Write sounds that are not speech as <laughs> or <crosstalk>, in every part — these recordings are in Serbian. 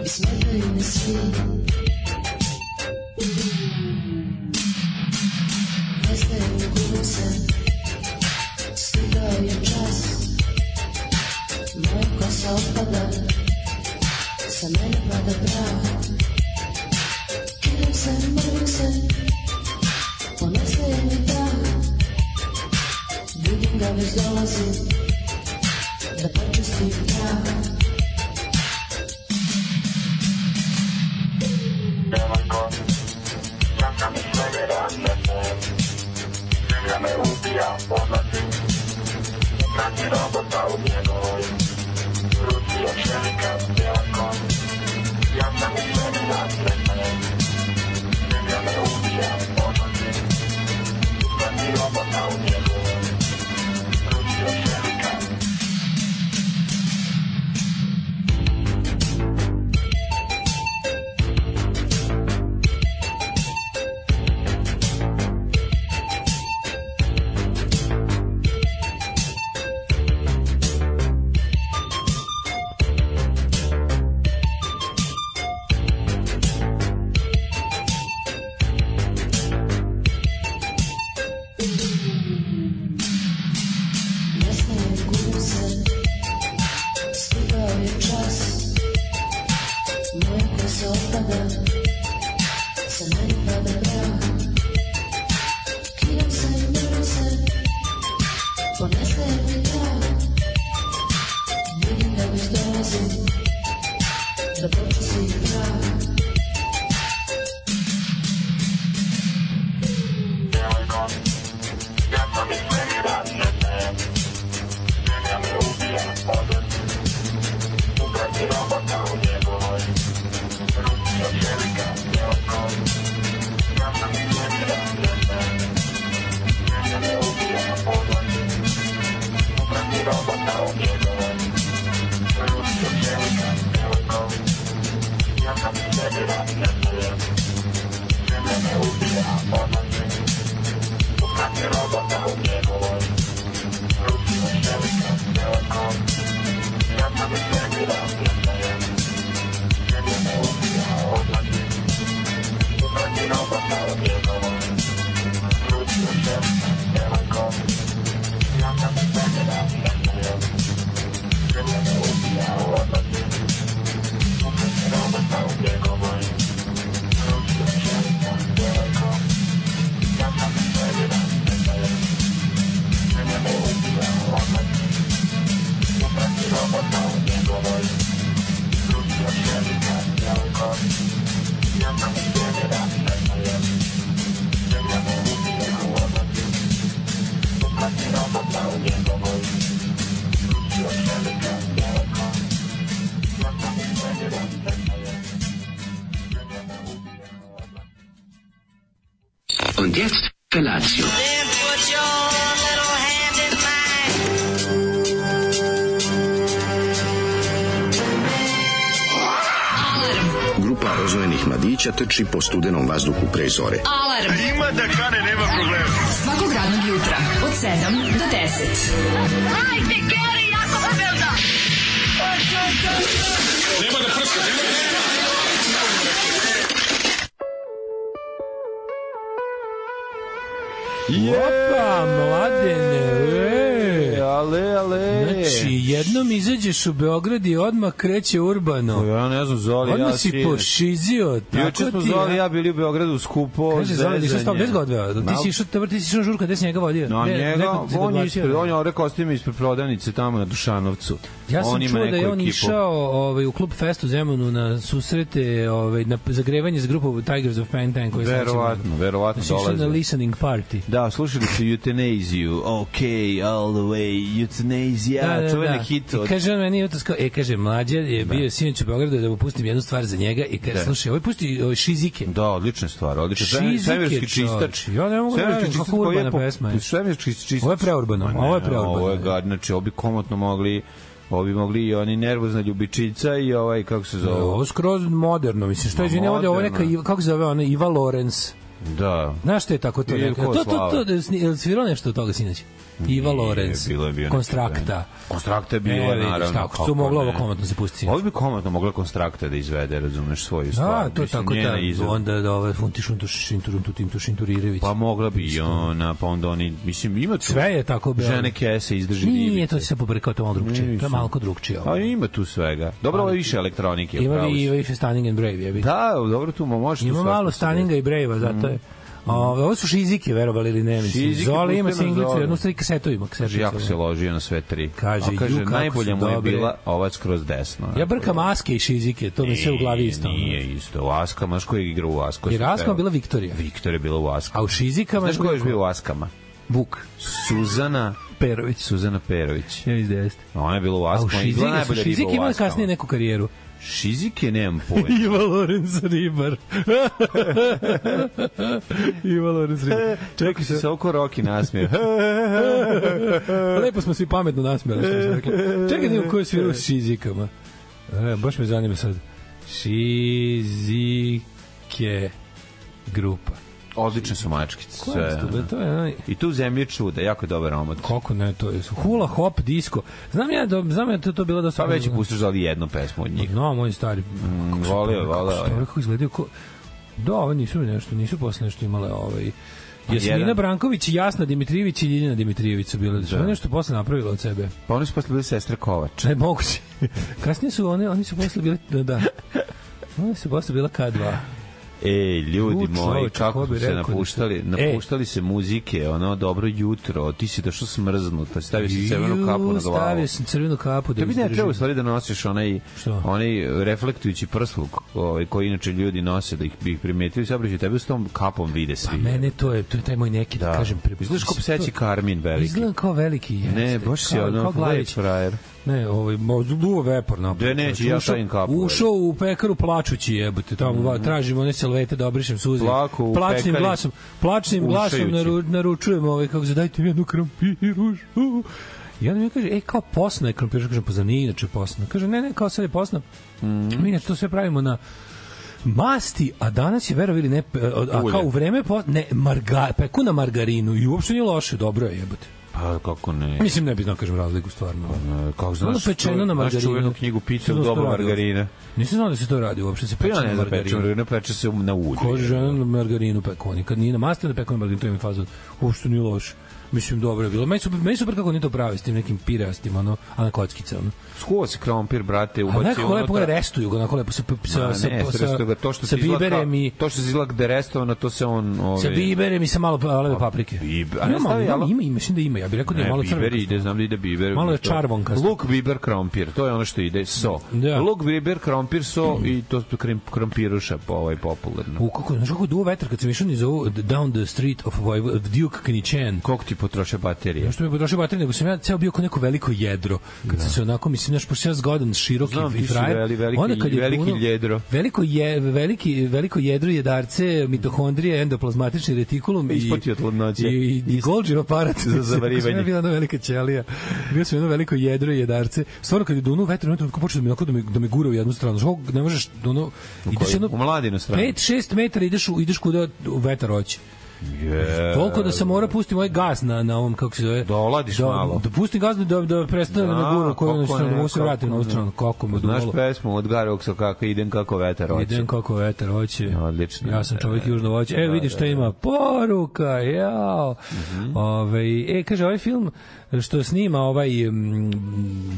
It's never in the sea. Jestem górce. Stygaje czas. Mój kosa opada. Samemu pada prach. Kirim se, molim se. Ponesie mi prach. Vidim ga već dolazi. Da počistim prah. Jasne je guze, stigao je čas, moja kosa opada, sa mene pada prah. Kidam se, mrdam se, ponestaje mi prah. Vidim da već dolazim, da počistim prah. Und jetzt Felatio. Then put your little hand in mine. Grupa rozvojenih mladića trči po studenom vazduhu pre zore. Alarm. Ima da kane, nema problema. Svakog radnog jutra, od 7 do 10. Hajde, Geri, jako pobelda! Opa, mladene, e. Ale, ale. E. Znači, jednom izađeš u Beograd i odmah kreće urbano. Ja ne znam, Zoli, ja Odmah si sine. pošizio. Juče tako smo ti, Zoli i a? ja bili u Beogradu skupo. Kaže, Zoli, ništa stao, zezanje. gde si ga odveo? da Ti Na- si išao, dobro, ti si išao na žurka, gde si njega vodio? Na Gde- gde njega, si ga on je odbacio? ispred, on je rekao, ostaje mi ispred prodavnice tamo na Dušanovcu. Ja sam on ima čuo da neku je on ekipu. išao ovaj, u klub Fest u Zemunu na susrete, ovaj, na zagrevanje s grupom Tigers of Pantan. koji je sledeće Verovatno, godine. verovatno Znači, išao dolaze. na listening party. Da, slušali su Euthanasia, OK, all the way, Euthanasia, da, da, čuveni da. hit I od... kaže on meni jutros kao, e, kaže, mlađa je bio sinoć u Beogradu da mu pustim jednu stvar za njega i kaže, Da. slušaj, ovaj pusti ovaj, šizike. Da, odlična stvar, odlična. Šizike, Svemir- Svemirski čovječ. čistač. Ja ne mogu Svemirski da verujem čistač kako koji je urbana po- pesma je. Svemirski čistač. Ovo je preurbano, Ma ne, ovo je preurbano. Ovo je gad, znači, obi komotno mogli ovi mogli i oni nervozna ljubičica i ovaj, kako se Da, zove? Ovo je skroz moderno, mislim, što je, Ma, izvini, ovdje ovo je moderno. neka, Iva- kako se zove ona, Iva Lorenz. Da. Znaš što je tako to Ili neka? ko To, to, to, slava. to, je svirao nešto od toga sinoć. Iva Lorenz, bilo je bio neki Konstrakta. Konstrakta je bila, E, vidiš, naravno. tako, kako su moglo ne. ovo komotno se pustiti. Ovo bi komotno mogla Konstrakta da izvede, razumeš, svoju stvar. Da, to je Mislim, tako njena da izvedba. onda da ove funti šuntu šintu runtu tintu šinturirević. Pa mogla bi i ona, pa onda oni, mislim, ima tu... Sve je tako bilo. Žene kese izdrži Nije, divice. to se pobrkao, to je malo drugčije. To je Nisu. malo drugčije. ovaj. A ima tu svega. Dobro, ovo je više elektronike. Ima upravo vi pa si. ima više Stunning and Brave, je biti. Da, dobro, tu mo- može tu Ima svašta malo se Staninga i Brejva, Mhm. zato je. Ove, ovo su šizike, verovali ili ne, mislim. Šizike Zoli ima pustila singlicu, Zoli. jednu stvari kasetu ima. Kasetu Kaže, jako se ložio na sve tri. Kaže, A kaže ju, kako najbolje su mu je dobre. bila ovac kroz desno. E, Ja brkam Aske i šizike, to mi se u glavi isto. ono. Nije isto. U Askama, znaš koji je igra u Askama? Jer Askama bila Viktorija. Viktor je bila u Askama. A u šizikama... Znaš ko je još bio u Askama? Vuk. Suzana Perović. Suzana Perović. Ja iz jeste. Ona je bila u A u Askama. šizike, Izgleda su najbolja šizike riba u imali Askama. kasnije neku karijeru. Šizike nemam <laughs> pojma. Iva Lorenz Ribar. <laughs> <laughs> Iva Lorenz Ribar. Čekaj se se oko Roki nasmije. Pa Lepo smo svi pametno nasmijali. što smo rekli. Čekaj, nije u kojoj sviru s šizikama. E, baš me zanima sad. Šizike grupa. Odlične su mačkice. Koja je da. to? To je onaj... I tu zemlje čuda, jako je dobar omot. Kako ne, to je hula hop disco. Znam ja da znam ja da je to bilo da Pa već pustiš ali jednu pesmu od njih. No, moj stari. Mm, voleo, voleo je. Kako izgledaju ko... Da, ove nisu nešto, nisu posle nešto imale ovaj Jasmina jedan- Branković, Jasna Dimitrijević i Ljiljana Dimitrijević su bile. Da. Su one nešto posle napravile od sebe. Pa oni su posle bili sestre Kovač. Ne moguće. <laughs> Kasnije su one, oni su posle bile, da, da. Oni su posle bila K2. Ej, E, ljudi U, moji, čoveče, ko kako bi su se rekao da napuštali, se- napuštali se muzike, ono, dobro jutro, ti si došao smrznut, pa stavio si crvenu kapu na glavu. Ju, Stavio sam crvenu kapu da Tebi ne izdržim. treba u stvari da nosiš onaj, Što? onaj reflektujući prsluk ovaj, koji inače ljudi nose, da ih bi ih primetili, sabrići, tebe s tom kapom vide svi. Pa mene to je, to je taj moj neki, da, Da. kažem, pre... Izgledaš kao pseći Karmin veliki. Izgledam kao veliki, jeste. Ne, baš si Kao- ono, kao lep Glavić. frajer. Ne, ovaj možda duo vepor na. Znači, Da, neću, ja stavim kapu, Mhm. Ušao u pekaru plačući jebote, tamo va, tražim one selvete da obrišem suze. Plaku u plačnim pekari. glasom, plačnim glasom Ušajući. naru, naručujem ovaj kako se dajte mi jednu krompiru. šu." I onda mi kaže, ej, kao posna je krompir, kažem, pa za nije inače posna. Kaže, ne, ne, kao sad je posna. Mhm. Mi inače to sve pravimo na masti, a danas je verovali ili ne, pe- a Ulje. kao u vreme po, ne, marga, peku na margarinu i uopšte nije loše, dobro je jebote. Pa kako ne? Mislim, ne bi znao, kažem, razliku stvarno. E, Kako Ono znaš, pečeno da na znaš margarinu. čuvenu knjigu Pizza u Znaš dobu to radilo? margarine. Nisam znao da se to radi uopšte, se Pa peče ja ne na znam, peče margarinu. margarine, peče se na ulju. Ko žena na margarinu peku, nikad nije na masti da peku na margarinu, to im je faza, uopšte nije loše. Mislim, dobro je bilo. Meni super, meni super kako oni to prave s tim nekim pirastim, ono, a na kockice, ono. Skuo se krompir, brate, A ubaci nekako lepo ga ta- restuju, ga, onako lepo sa, sa, Ma sa, ne, sa, sredstvo ga, to što sa se izgleda biberem kao- i... to što se izlak derestovano, to se on ovaj Sa biberem i sa malo pa- leve paprike. Biber- a ne Ima, malo, stavi, ima, ali- ima, ima, mislim da ima. Ja bih rekao da je Ne, malo crve. biber ide, znam da ide biber. Malo je To- čarvonkasto. Luk, biber, krompir, to je ono što ide, so. Da. Luk, biber, krompir, so i to su krim- krompiruša po ovaj popularno. U kako, znaš kako duo vetar kad sam išao niz ovu Down the Street of Vojvo- Duke Knićen. Koliko ti potroše baterije? Da. Ja što mi potrošio baterije, nego sam ja ceo bio kao neko veliko jedro. Kad sam se onako, mislim, znaš, pošto sam ja zgodan, široki Znam, i ti si frajer. veli- veliki- veliki ljedro. Veliko, je, veliki, veliko jedro jedarce, mitohondrije, endoplazmatični retikulum. i- Ispod je od hladnoće. I, i, i Golgi aparat. <laughs> Za zavarivanje. Kako sam ja bila jedna velika ćelija. Bio sam jedno veliko jedro i jedarce. Stvarno, kad je dunuo vetar, ono tako počeo da me, onako da me, da me gura u jednu stranu. Znaš, kako ne možeš, ono, ideš koju? jedno... U mladinu stranu? 5-6 metara ideš, u, ideš kuda vetar hoće. Je. Toliko da sam morao pustiti moj gas na, na ovom, kako se zove. Da oladiš da, malo. Da pustim gas da, da prestane da, me Da, gura koju na kako stranu, ne, da mu se kako vratim na ovu ne. stranu. Kako me Znaš dumalo. pesmu od Gare Oksakaka, idem kako vetar hoće. Idem kako vetar hoće. Odlično. Ja sam čovjek Da, južno voće. E, da, vidi šta da, Mhm. da. ima. Poruka, jao. Ove, e, kaže, ovaj film što snima ovaj, mm,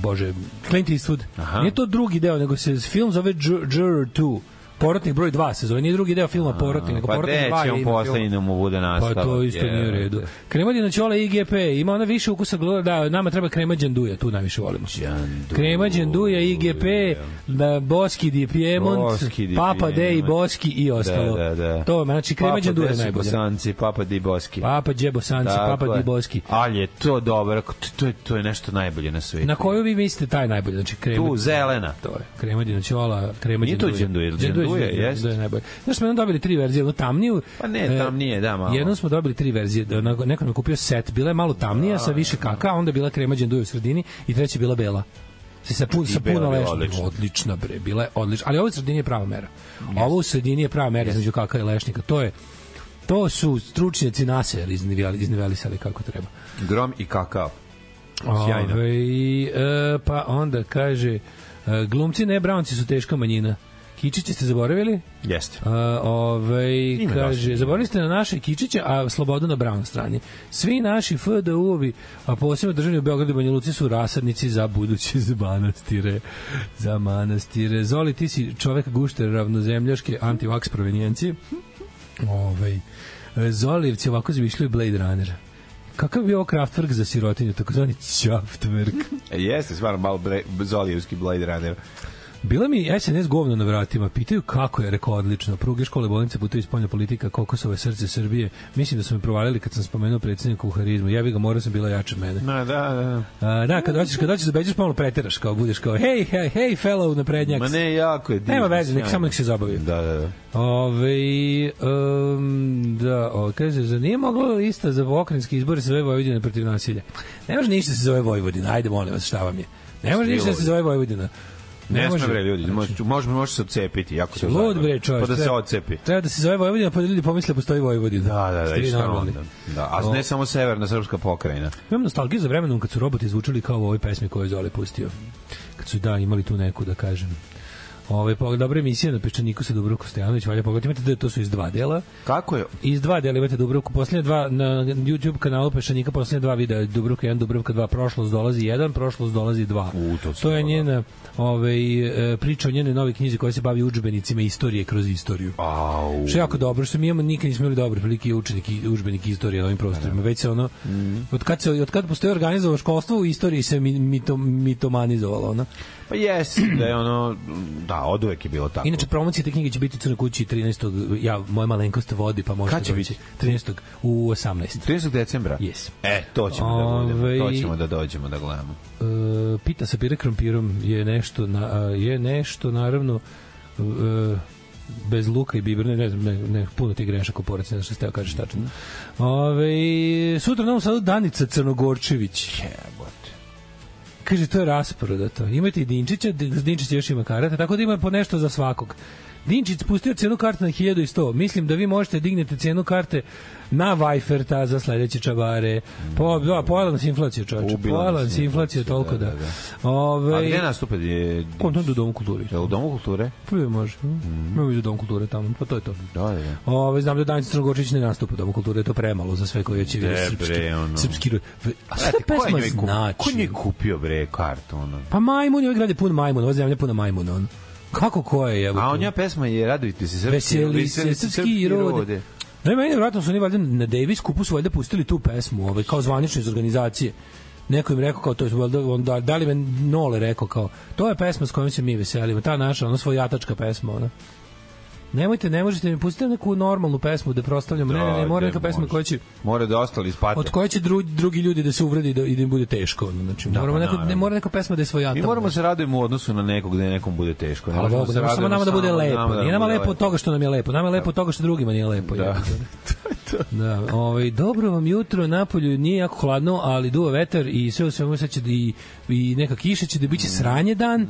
bože, Clint Eastwood, nije to drugi deo, nego se film zove Jur- Juror 2. Porotnik broj 2 se zove, nije drugi deo filma Porotnik, nego Pa Porotnik 2 je gde će on ime filma. poslednji da mu bude nastavak? Pa to isto nije u redu. Kremađina ćola IGP, ima ona više ukusa gleda, da, nama treba krema džanduja, tu najviše volimo. Krema džanduja, IGP, da, Boski di Piemont, Boski di Papa Dej, Piemont. Boski i ostalo. Da, da, da. To, znači krema džanduja je Papa najbolja. Sanci, Papa Di Boski. Papa Džebo Sanci, Papa Tako di je. Boski. Ali je to dobro, to- to je, to je nešto najbolje na svijetu. Na koju vi mislite taj najbolji? Znači krema Tu, zelena. to je znači, kremađina ćola, Nije kremađina to đenduje, đenduje, jest. Da je najbolje. Znaš, smo jednom dobili tri verzije, jednu tamniju. e, Pa ne, tamnije, da, malo. Jednom smo dobili tri verzije, da onako- neko nam je kupio set, bila je malo tamnija Da, sa više kaka, a onda je bila kremađina u sredini i treća je bila bela. Se sa pun sa bela puno je lešta. odlična. Odlična bre, bila je odlična. Ali ovo u sredini je prava mera. Ovo u sredini je prava mera između kaka i lešnika. To je To su stručnjaci NASA iznivelisali kako treba. Grom i kakao. Sjajno. Ove, e, pa onda kaže e, glumci ne brownci su teška manjina. Kičiće ste zaboravili? Jeste. A, ovaj, Ima dosta. kaže, zaboravili ste na naše Kičiće, a slobodu na Brown strani. Svi naši FDU-ovi, a posebno državni u Beogradu i Banja Luci su rasadnici za buduće za manastire. Za manastire. Zoli, ti si čovek gušte ravnozemljaške antivaks provenijencije. Ovaj, e, Zolijevci ovako zamišljaju Blade Runnera. Kakav bi ovo Kraftwerk za sirotinju, takozvani Kraftwerk? E, Jeste, stvarno malo bre, Zolijevski Blade Runner. Bila mi SNS govno na vratima, pitaju kako je, rekao odlično. Pruge škole bolnice putuju spoljna politika, kokosove srce Srbije. Mislim da su me provalili kad sam spomenuo predsednika u harizmu. Ja bih ga morao sam bila jača od mene. Na, da, da. A, da, kad hoćeš, kad hoćeš da beđeš, pomalo preteraš, kao budeš kao, hej, hej, hej, fellow naprednjak. Ma ne, jako je divno. Nema veze, nek sjajno. samo nek se zabavi. Da, da, da. Ove, um, da, o, kaže, za nije moglo lista za okrenski izbor se zove Vojvodina protiv nasilja. Ne može ništa da se zove Vojvodina, ajde molim vas, šta vam je. Ne može ništa da se zove Vojvodina. Ne, sme bre ljudi, može može može se odcepiti, jako se Lud zabavi. Znači- bre čovjek. Pa da se treba- odcepi. Treba da se zove Vojvodina, pa da ljudi pomisle da postoji Vojvodina. Da, da, da, Ste vi i šta normalni? onda? Da, a ne samo severna srpska pokrajina. Imam nostalgiju za vremenom kad su roboti zvučali kao u ovoj pesmi koju je Zoli pustio. Kad su da imali tu neku da kažem. Ove, pa, dobra emisija na Peščaniku sa Dubrovko Stojanović, valja pogledati. Imate da to su iz dva dela. Kako je? Iz dva dela imate Dubrovku, poslednje dva na YouTube kanalu Peščanika, poslednje dva videa, Dubrovka 1, Dubrovka 2, prošlost dolazi 1, prošlost dolazi 2. U, to da. sam je gledao. njena ovaj, e, priča o njenoj novoj knjizi koja se bavi udžbenicima istorije kroz istoriju. Au. Što je jako dobro, što mi imamo nikad nismo imali dobre prilike i učenik i udžbenik istorije na ovim Da. prostorima. Već se ono Mhm. od kad se od kad postoji organizovano školstvo u istoriji se mi- mito, mitomanizovalo ono. Pa jes, da je ono, da, oduvek je bilo tako. Inače promocija te knjige će biti u Crnoj kući 13. ja moja malenkost vodi pa možete Kad će doći. biti? 13. u 18. 30. decembra? Yes. E, to ćemo da budemo, Ovaj- to ćemo da dođemo da gledamo. E, pita sa pire krompirom je nešto na, a, je nešto naravno e, bez luka i biberne, ne znam, ne, ne, puno ti grešaka u porodici, ne znam šta ste kažeš Mhm. tačno. Ove, sutra u Novom Sadu Danica Crnogorčević. Jebote. Kaže, to je rasporodato. Imate i Dinčića, D- Dinčić još ima karata, tako da ima po nešto za svakog. Dinčić spustio cenu karte na 1100. Mislim da vi možete dignete cenu karte na Vajferta za sledeće čabare. Po, da, pojela nas inflacija, čovječe. Ubila Pojela nas nas inflacija, inflacija, toliko da. da, da, da, A Ove, gde nastupa je Kontent u Domu kulture. je u Domu kulture? Prvi može. Mhm. Mm. u Domu kulture tamo, pa to je to. Da, da, da. Ove, znam da Danica Crnogorčić ne nastupa u Domu kulture, to je premalo za sve koji će vidjeti De, srpski. bre, ono. Srpski, ro- a šta ta Brate, ko je pesma njoj kup- znači? Ko nije kupio bre kartu ono? Pa majmun, ovaj grad je pun majmuna, ova zemlja je puna majmuna. On. Kako ko je, jebote? A onja pesma je Radujte se srpski, Veseli se, srpski rode. Ne, meni je vjerojatno su oni valjda na Davis kupu su valjda pustili tu pesmu, ovaj, kao zvanično iz organizacije. Neko im rekao kao to je valjda, on, da, da li me Nole rekao kao, to je pesma s kojom se mi veselimo, ta naša, ona svojatačka pesma, ona. Nemojte, ne možete mi pustiti neku normalnu pesmu da prostavljamo, ne, ne, ne, mora neka pesma koja će Mora da ostali ispate. od koje će drugi, drugi ljudi da se uvredi i da, i da im bude teško. Ono, znači, da, moramo pa neko, ne, naravno. mora neka pesma da je svojata. Mi moramo se radujemo u odnosu na nekog gde nekom bude teško. Ne Ali možemo Bogu, se ne može samo radujemo nama da bude samo lepo. Nije nama bude lepo od toga što nam je lepo. Nama je lepo od toga što drugima nije lepo. Da. <laughs> jebote. da. Ovaj, dobro vam jutro, napolju nije jako hladno, ali duva vetar i sve u svemu sad će da i, i neka kiša će da biće Mm. sranje dan.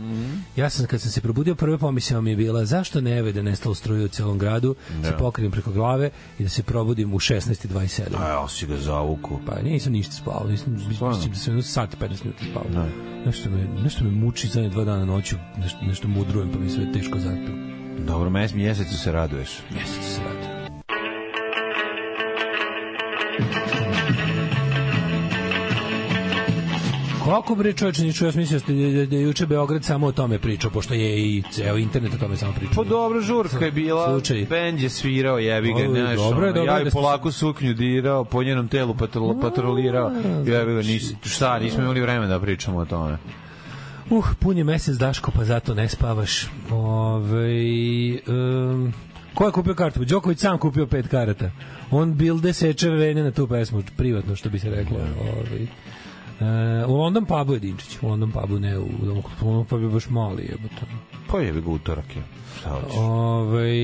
Ja sam kad sam se probudio, prva pomisao mi je bila zašto ne eve da nestalo struje u celom gradu, da Da. se pokrijem preko glave i da se probudim u 16.27. A, ja si ga zavuku. Pa nisam ništa spavao, nisam mislim da sam jedno sat i 15 minuta spavao. Nešto me, nešto me muči zadnje dva dana noću, nešto, nešto mudrujem pa mi sve teško zapim. Dobro, mes mjesecu se raduješ. Mjesec se radi. Koliko bre čoveče niču, ja sam mislio da ste- da, da je juče Beograd samo o tome pričao, pošto je i ceo internet o tome samo Pa pričao. dobro, žurka je bila, Slučaj. bend je svirao, jebi ga, Ovo je znaš, dobro, ono, dobro ja je da smo- polako suknju dirao, po njenom telu patrol, patrolirao, jebi ga, nis, šta, nismo imali vremena da pričamo o tome. Uh, pun je mesec Daško, pa zato ne spavaš. Ovaj um, ko je kupio kartu? Đoković sam kupio pet karata. On bilde seče vrene na tu pesmu, privatno, što bi se reklo. Ovaj u London pubu je Dinčić, u London pubu ne, u London pubu, London pubu je baš mali jebote. Pa je ga utorak je. Šta hoćeš? Ove, e,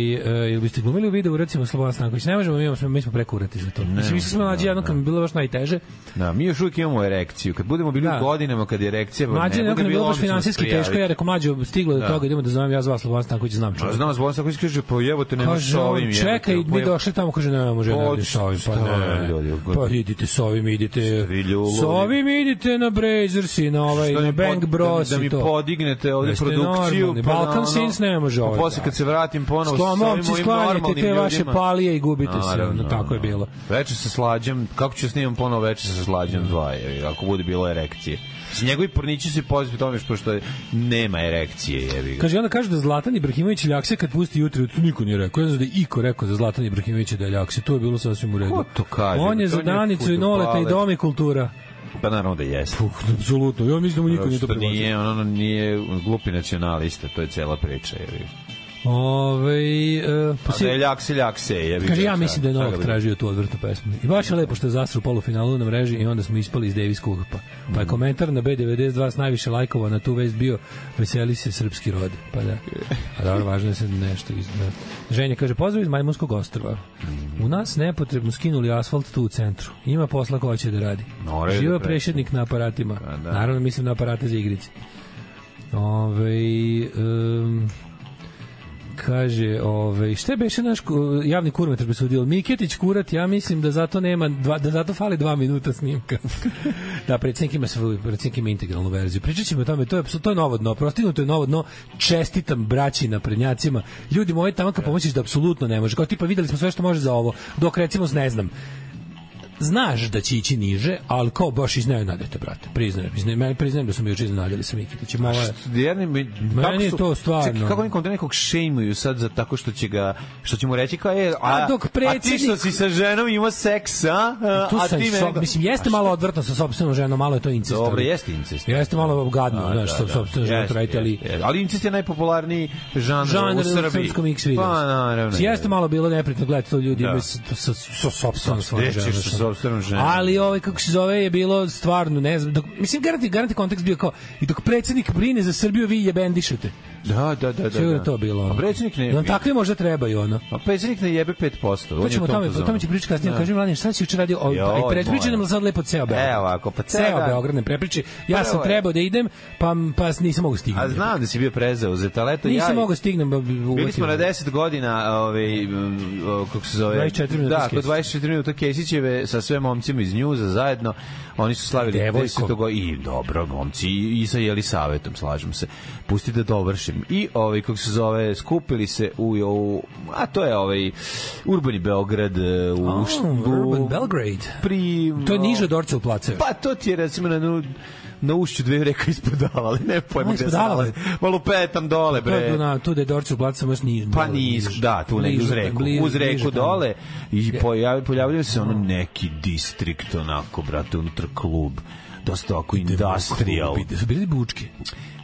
jel biste glumili u videu recimo Slobodan Stanković? Ne možemo, mi, imamo, mi smo prekurati za to. Ne, Mislim, mi smo mlađi jedno kad mi je bilo baš najteže. Da, mi još uvijek imamo erekciju. Kad budemo bili Da. u godinama kad je erekcija, Mlađe ne da jedno bude kad mi je bilo bilo baš finansijski teško, ja rekao mlađe, stiglo do Da. toga, idemo da zovem ja zva Slobodan Stanković, znam čovjek. Znam, Zvon Saković kaže, pa jevo te nemaš Kaže, sa on, ovim. čekaj, jebote, mi pa jevo- došli tamo, kaže, ne možemo Pa, ne idem sa ovim, pa šta ne, je, ljudi, pa idite sa ovim, idite, Striljulovi. sa ovim idite na Brazers i na ovaj, Što mi na pod- Bang Bros da mi i to. podignete ovde Jeste produkciju. normalni. pa da, Balkan ono- Sins ne može Pa ovaj, Posle da. kad se vratim ponovo Što, sa ovim momci, mojim sklanjajte normalnim te vaše ljudima. palije i gubite se, Naravno, ono, tako je bilo. Veče se slađem, kako ću da snimam ponovo veče se slađem dva, jevi, ako bude bilo erekcije. S njegovi pornići se pozivi tome što pošto nema erekcije, jevi. ga. Kaže, onda kaže da Zlatan Ibrahimović ljak kad pusti jutro, to niko nije rekao. Ja ne znam da je Iko rekao za Zlatan Ibrahimovića da je ljak to je bilo sasvim u redu. Ko to kaže? On je To za nije Danicu i Noleta i fudbaler. Domi kultura. Pa naravno da jeste. Puh, apsolutno, ja mislim da mu niko nije Što to prebacio. nije, ono nije glupi nacionalista, to je cela priča, jevi. Ovaj e, A pa da si- je ljak se, ljak se, jevi. Kaže, ga, ja mislim da je šta- šta Novak ga tražio tu odvrtnu pesmu. I baš je lepo što je zasru polufinalu na mreži i onda smo ispali iz Davis Kuhpa. Pa Mm. je komentar na B92 s najviše lajkova na tu vest bio veseli se srpski rod. Pa da. A dobro, važno je se nešto iz... Da. Ženja kaže, pozdrav iz Majmunskog ostrva. Mm. U nas nepotrebno skinuli asfalt tu u centru. Ima posla ko će da radi. Moraju da Živa prestanu. prešednik na aparatima. Pa da. Naravno, mislim na aparate za igrice. Ove, um, kaže, ovaj šta je beše naš ku- javni kurmetar presudio? Miketić kurat, ja mislim da zato nema dva, da zato fali dva minuta snimka. <laughs> da, predsjednik ima, svoju, predsjednik ima integralnu verziju. Pričat ćemo o tome, to je, apsu- to je novo dno, prostignuto je novo dno, čestitam braći na prednjacima. Ljudi moji, tamo kad pomoćiš da apsolutno ne može. Kao tipa, videli smo sve što može za ovo, dok recimo, ne znam, znaš da će ići niže, ali kao baš iznenadite, brate. Priznajem, priznajem, priznajem da su mi juče iznenadili sa Mikitićem. Ovo je... Jedni, mi, kako je su- to stvarno. Čekaj, kako nikom da nekog šejmuju sad za tako što će ga što će mu reći kao je a, A dok a ti što predsjednik- E, si sa ženom imao seks, a? a tu a sam, ti so, mislim, jeste malo odvrtno sa sobstvenom ženom, malo je to incest. Dobro, ali- jeste incest. Da, Jeste malo gadno, A, znaš, sa sobstvenom ženom Jeste, to radite, ali... jeste, jeste. ali incest je najpopularniji žanr, Žanr u u Srbiji. srpskom X videu. Pa, naravno. Jeste malo bilo neprijatno gledati to ljudi Da. da. sa, sa, sa sobstvenom svojom Rećeš ženom. sa znaš. sopstvenom ženom. Ali ovaj, kako se zove, je bilo stvarno, ne znam, dok, mislim, garanti, garanti kontekst bio kao, i dok predsjednik brine za Srbiju, vi jebendišete. Da, da, da. da, Sigurno da. je to bilo. ono. A predsjednik ne... Jel takvi možda trebaju, ono. A predsjednik ne jebe 5%. To ćemo o tome, o tome će pričati kasnije. Kaži Mladen, šta si juče radio? O, Da. Joj, aj, prepriči molim. nam sad lepo ceo Beograd. E, ovako, pa ceo ceo- Beograd ne prepriči. Ja Prvo sam je- trebao da idem, pa, pa nisam mogao stignem. A znam da si bio prezao za taleta. Nisam ja, mogao stignem. Ba, bi- Bili smo na uvatio. 10 godina, ovaj, m, o, kako se zove... 24 minuta Da, kod Kesić. 24 minuta Kesićeve sa sve momcima iz njuza zajedno. Oni su slavili Devojkom. 10. go i dobro, momci, i, i sa Jelisavetom, slažem se. Pusti da dovršim. I, ovaj, kako se zove, skupili se u, u a to je ovaj, Urbani Beograd, e, u, Oh, u- Urban Belgrade. pri... To je niže od Orca u placu. Pa to ti je recimo na nu- na ušću dve reka ispodavale, ne pojma A, gde se ispodavale? nalazi. Malo petam dole, To je bre. tu na tu da je Dorču placu samo još niže. Pa nis, da, tu negdje uz reku, uz reku dole i pojavi, pojavljaju se ono neki distrikt onako, brate, unutar klub dosta ovako industrial. Su bili bučke.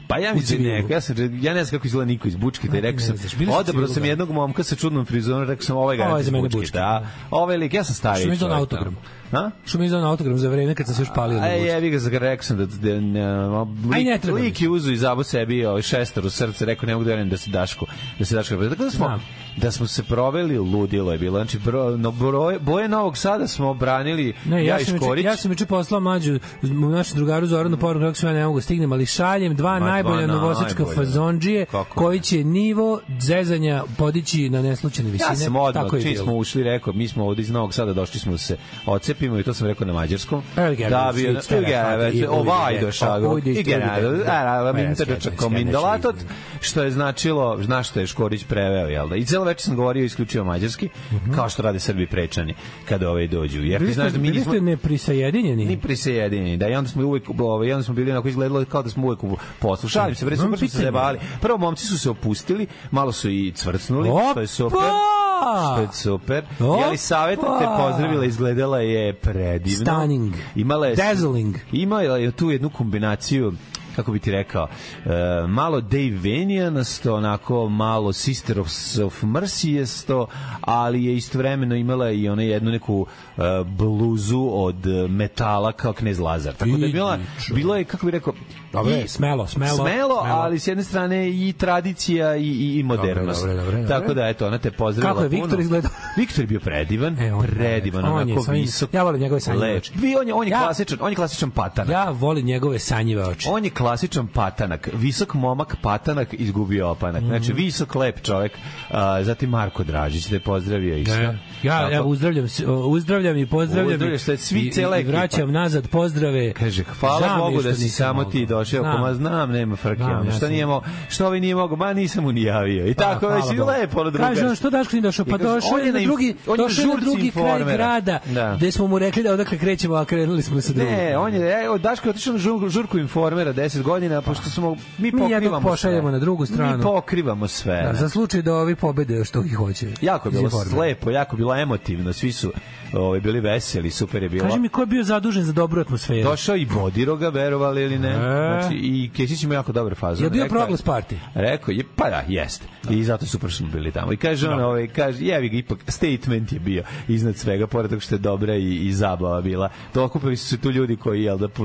Pa ja mislim civilu. neko, ja, sam, ja ne znam kako izgleda niko iz Bučke, da je Ne, rekao ne sam, znaš, bili su odabrao civilu, sam da. jednog momka sa čudnom frizorom, rekao sam ovaj ga Ovaj je za iz mene Bučke, Bučke, da, ovaj lik, ja sam stavio Što mi je na autogram? Ha? Što mi je izdao na autogram za vreme kad sam se još palio na A e, bučke. je, vi ga za rekao sam da, da ne, ma, Aj, lik, ne treba lik je uzu i zabu sebi ovaj, šestar u srce, rekao ne mogu da verujem da se Daško, da se Daško, tako da smo, Znam. da smo se proveli, ludilo je bilo, znači bro, no, broje, boje Novog Sada smo obranili, Ne, ja, i sam Škorić, juče, ja sam juče poslao mlađu našem drugaru Zoranu poruku kako sam ja ne mogu da stignem, ali šaljem dva Ma, najbolja dva novosačka najbolja. fazondžije Kako koji ne? će nivo zezanja podići na neslučajne visine. Ja sam odmah, Tako je čim bilo. smo ušli, rekao, mi smo ovde iz Novog Sada, došli smo da se ocepimo i to sam rekao na mađarskom. Ergever, Da bi, Svitzer, Fati, Ergever, Ujde, ovaj Ujde, došao. pa Ujde, I general, da, Ujde, Ergever, Ujde, Minter, Ujde, Čako, Ujde, Mindolatot, Ujde. što je značilo, znaš što je Škorić preveo, jel da? I celo večer sam govorio isključivo mađarski, kao što rade Srbi prečani kada ovaj dođu. Jer ti Mhm. Bili ste, znaš da mi bili nismo ste neprisajedinjeni? ni prisajedinjeni, da i onda smo uvek ovaj i onda smo bili onako izgledalo kao da smo uvek u poslu. Šalim se, bre, Imam super smo se pitanje. zajebali. Prvo momci su se opustili, malo su i cvrcnuli, što je super. Opa! Što je super. Opa! Jeli saveta te pozdravila, izgledala je predivno. Stunning. Imala je, Dazzling. Imala je tu jednu kombinaciju kako bi ti rekao, e, malo Dave Venianasto, onako malo Sister of, of Mercyjesto, ali je istovremeno imala i ona jednu neku e, bluzu od metala kao Knez Lazar. Tako da je bila, Odlično. bilo je, kako bi rekao, Dobro je, i- smelo, smelo, smelo, smelo. ali s jedne strane i tradicija i, i, i modernost. Dobro, dobro, dobro, dobro. Tako da, eto, ona te pozdravila. Kako je Viktor puno. izgledao? Viktor je bio predivan, E, on je predivan, predivan. On je onako sa njim- visok. ja volim njegove sanjive lep. oči. Vi, on je, on je Ja- klasičan, on je klasičan patan. Ja volim njegove sanjive oči. On je klasičan patanak, visok momak patanak izgubio opanak. Mhm. Znači visok lep čovjek. A, zatim Marko Dražić te pozdravio isto. Ja, ja, Tako, ja uzdravljam, se- uzdravljam i pozdravljam Uzdravljaš se, svi, i, cela i ekipa. vraćam nazad pozdrave. Kaže, hvala Žao mi je Bogu što da si nisam samo mogao. ti došao, Znam. znam. ma znam, nema frke, Znam, ono, ja što, sam- nije mo, što ovaj nije mogao, ma nisam mu ni javio. I tako, Pa, hvala već i Bogu. lepo, ono da drugače. Kaže on što Daško nije došao, I pa kaže, došao on je na inf- drugi, on je došao je na žurci drugi kraj Informera. grada, Da. gde smo mu rekli da odakle krećemo, a krenuli smo sa drugim. Ne, on je, evo, Daško je otišao na žur- žurku informera 10 godina, pošto smo, mi Mi jednog pokrivamo pošaljemo sve. na drugu stranu. Mi pokrivamo sve. Da, za slučaj da ovi pobede što ih hoće. Jako je iz bilo Informera. slepo, jako je bilo emotivno, svi su ovaj, bili veseli, super je bilo. Kaži mi ko je bio zadužen za dobru atmosferu? Došao i Bodiroga, verovali ili ne. E. Znači, I Kesić ima jako dobre faze. Je bio Rekao proglas party? Rekao je, pa da, jeste. I zato super smo bili tamo. I kaže on, ovaj, kaže, jevi ga, ipak statement je bio iznad svega, pored toga što je dobra i, i zabava bila. To okupili su se tu ljudi koji, jel da, po-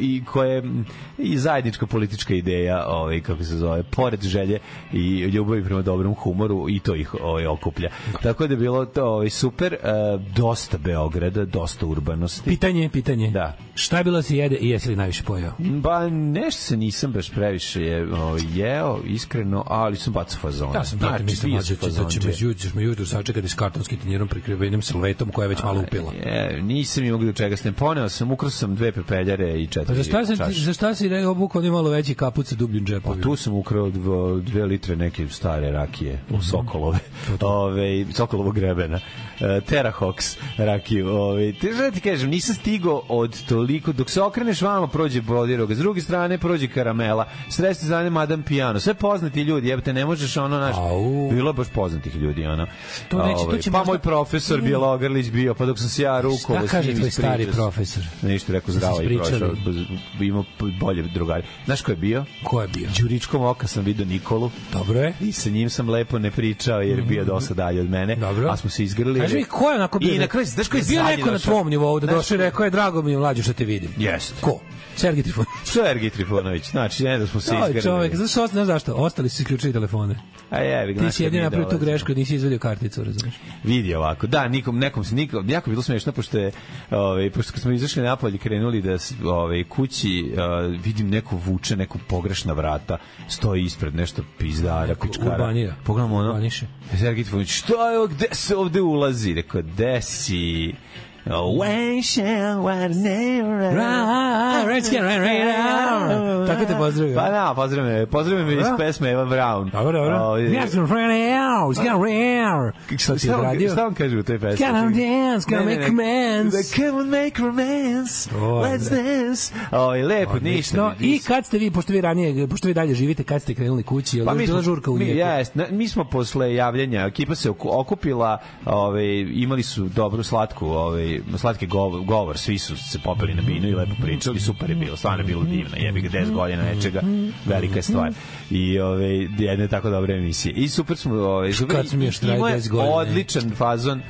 i koje, mm, i zajednička politička ideja, ovaj, kako se zove, pored želje i ljubavi prema dobrom humoru, i to ih ovaj, okuplja. Tako da je bilo to ovaj, super, e, dosta Beograda, dosta urbanosti. Pitanje, pitanje. Da. Šta je bilo da se jede i jesi li najviše pojeo? Ba, nešto se nisam baš previše je, o, jeo, iskreno, ali sam bacao fazone. Znači, Ja Da, sam brate mislim bio mlađe sam da ćemo fazonđe. juče ćemo juče sačekati s kartonskim tinjerom prikrivenim salvetom koja je već malo upila. Je, nisam imao gde čega sam poneo, sam ukrao sam dve pepeljare i Pa četiri za šta se čaše. za šta da se ide obuka oni malo veći kaput sa dubljim Pa džepovima? tu sam ukrao dvo, dve litre neke stare rakije, Mhm. Sokolove, ove, Sokolovog grebena, e, Terahox rakiju. Ove, te, šta da ti kažem, nisam stigao od toliko, dok se okreneš vamo prođe Bodiroga, s druge strane prođe Karamela, s treće strane Madame Piano, sve poznati ljudi, jebate, ne možeš ono, naš, Au. bilo je baš poznatih ljudi, ono. To neće, to Ovaj, će pa možda- moj profesor Bjelogarlić bio, pa dok sam se ja rukovao Šta s kaže njim, tvoj ispričao stari sam- profesor? Nešto rekao Da se zdravo i prošao, ispričali. imao bolje drugari. Znaš ko je bio? Ko je bio? Đuričkom oka sam video Nikolu Dobro je. i sa njim sam lepo ne pričao jer je bio dosta dalje od mene. Mhm. Dobro. A smo se izgrlili. Kaži mi ko je onako bio? I na kraju, znaš ko je bio zadnji neko na došao? tvom nivou da Znaš došao i ko- rekao je drago mi je mlađe što te vidim. Jeste. Ko? Sergej <laughs> Trifunović. Sergij Trifunović. Znači, ne da smo se Aj izgrlili. čovek, znaš što- znaš zašto? Ostali su isključili telefone. A jevi, Ti znaš si kad mi jedini napravio tu dolazimo. grešku, nisi izvadio karticu, razumeš? vidi ovako. Da, nikom, nekom se nikom, jako je bilo smešno, pošto je, ovaj, pošto kad smo izašli napolje, i krenuli da s- ovaj, kući, eh, vidim neko vuče, neku pogrešna vrata, stoji ispred nešto pizdara, pičkara. urbanira. Pogledamo ono, Urbaniše. Sergij Trifunović, šta je ovo, gde se ovde ulazi? Rekao, gde si? When shall I never... Red skin, red, red, red. Tako te pozdravio. Pa da, pozdravim me, pozdravim me iz pesme Evan Brown. Dobro, dobro. Ovaj, Ja sam friend out, skan rare. Šta ti je on- radio? Šta on kaže u toj pesmi? Can I dance, can I Ne, ne, ne. make romance? Da, Can I make romance? Oh, O, Let's dance. Oj, lepo, ništa. No, vidi i se. kad ste vi, pošto vi ranije, pošto vi dalje živite, kad ste krenuli kući, je li bila žurka u Pa mi, Nijeku? jest, ne, mi smo posle javljanja, ekipa se oku- okupila, ovaj, imali su dobru slatku, ovaj, slatki govor, govor, svi su se popeli na binu i lepo pričali, super je bilo, stvarno je bilo divno, jebi ga 10 godina nečega, velika je stvar. I ovaj, jedne tako dobre emisije. I super smo, ovaj, super, Kad smo još imao je trajali 10 godina, odličan fazon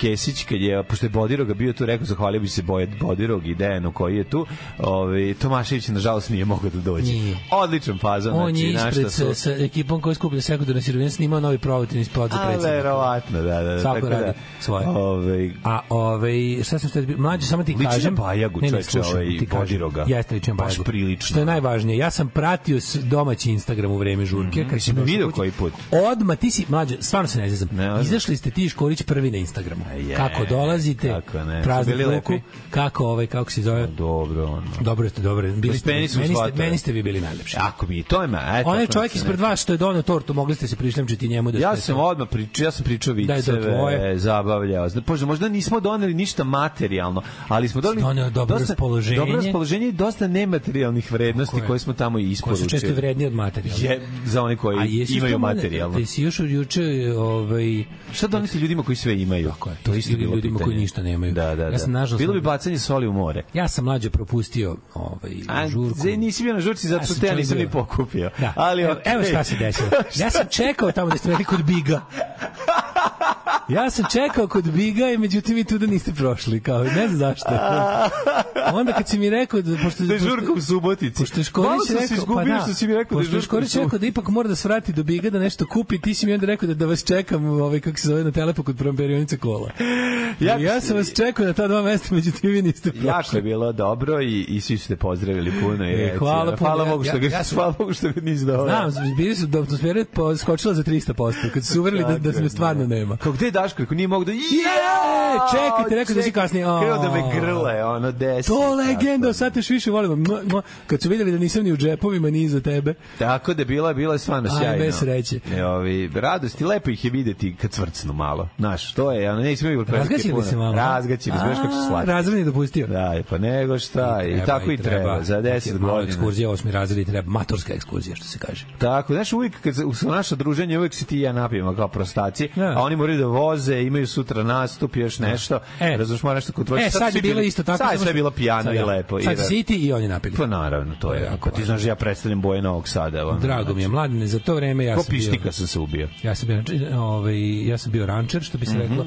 Kesić, kad je, pošto je Bodiroga bio tu, rekao, zahvalio bi se Boje- Bodirog i Dejanu koji je tu, ovaj, Tomašević, nažalost, nije mogao da dođe. Nije. Odličan fazon, On je na Znači, šta ispred su- sa, sa ekipom koja skuplja da sekundarne sirovine snimao novi provotin ispod za A, predsednika. verovatno, da, da. da, Svako tako da, radi svoje. Ovaj, A ovaj šta sam htio mlađe samo ti Liči na kažem Bajagu, čoveče, slušaj, ovaj, ti kažem. Bodiroga. Jeste liči na Baš Bajagu. prilično. Što je najvažnije, ja sam pratio s- domaći Instagram u vreme žurke, kad Mhm. Jesi sam me došao video kući. koji put? Odma ti si mlađe, stvarno se ne zezam. Ne, odmah. Izašli ste ti i Škorić prvi na Instagramu. je, kako dolazite, kako ne, su praznik bili ruku, lepi. kako ovaj kako se zove. dobro, ono. Dobro ste, dobro. Bili ste, meni, Uspeni su ste, shvatili. meni ste vi bili najlepši. Ako mi, to ima. Eto, Onaj to čovjek E, se ne- ispred vas što je doneo tortu, mogli ste se prišljamčiti njemu da Ja ste- sam odmah pričao, ja sam pričao Da to viceve, tvoje. zabavljao. Zna, pošto možda nismo doneli ništa materijalno, ali smo doneli Doneo dobro raspoloženje. Dobro raspoloženje i dosta nematerijalnih vrednosti Tako je. koje smo tamo i koji isporučili. su često i vredniji od materijala. Je, za oni koji jesi imaju što mene- materijalno. Jesi još ju- juče ovaj Šta doneti ljudima koji sve imaju? Tako je. To isto bilo ljudima pitanje. koji ništa nemaju. Da, da, da. Ja sam nažalost Bilo bi bacanje soli u more. Ja sam mlađe propustio ovaj A, žurku. ze- nisi bio na žurci, zato Ja sam što te ja čovjek nisam bio. ni pokupio. Da. Ali, evo, okej. evo šta se <laughs> desilo. Ja sam čekao tamo da ste rekli kod Biga. Ja sam čekao kod Biga i međutim vi tu da niste prošli, kao ne znam <laughs> zašto. Onda kad si mi rekao da pošto Da je žurka u Subotici. Pošto je Malo Škorić sam se izgubio što rekao, pa si mi rekao da je pošto je žurka u Škorić Subotici. rekao da ipak mora da svrati do Biga da nešto kupi, ti si mi onda rekao da, da vas čekam ovaj, kako se zove na telepu kod promperionice kola. Ja- Ja, ja sam vas čekao na ta dva mesta, međutim vi niste prošli. Jako je bilo dobro i, i svi su te pozdravili puno. I E, reci, hvala da, puno, Hvala ja- Bogu što ga, ja- ja sam- hvala Bogu što ga nisi dao. Znam, bili su do atmosfere po- pa skočila za 300%, kad su se uverili da, da me stvarno nema. Kao gde je Daško? Rekao, nije mogu da... Je, čekajte, rekao da si Čekaj, kasnije. Kreo da me grle, ono, desi. To legendo, sad te još više volimo. Mua, mua. Kad su vidjeli da nisam ni u džepovima, ni iza tebe. Tako da bila bila je stvarno Ajme, sjajno. sreće. E, ovi, radosti, lepo ih je videti kad cvrcnu malo. Znaš, to je, ono, nismo imali prilike Razgaćili puno. se malo. Razgaćili, znaš kako su slatki. Razredni dopustio. Da, e, pa nego šta, i, Treba, tako i treba, za Tako je, 10 mala godina. Ekskurzija, osmi razred i treba. Matorska ekskurzija, što se kaže. Tako, znaš, uvijek kad se- u su naša druženja, uvijek se ti i ja napijemo kao prostaci, Da. a oni moraju da voze, imaju sutra nastup, još nešto, E. razumiješ, mora nešto kod tvoje. E, sad je bilo isto tako. Sad je samo sve što- bilo pijano sad, i da. lepo. i Sad da- si i ti i oni napili. Pa naravno, to je. Jako Pa ti važno. znaš, da ja predstavljam boje Novog Sada. Ono, Drago mi je, mladine, za to vreme ja znači, Ko sam bio... pištika sam se ubio. Ja sam bio, ovaj, ja sam bio rančer, što bi se reklo.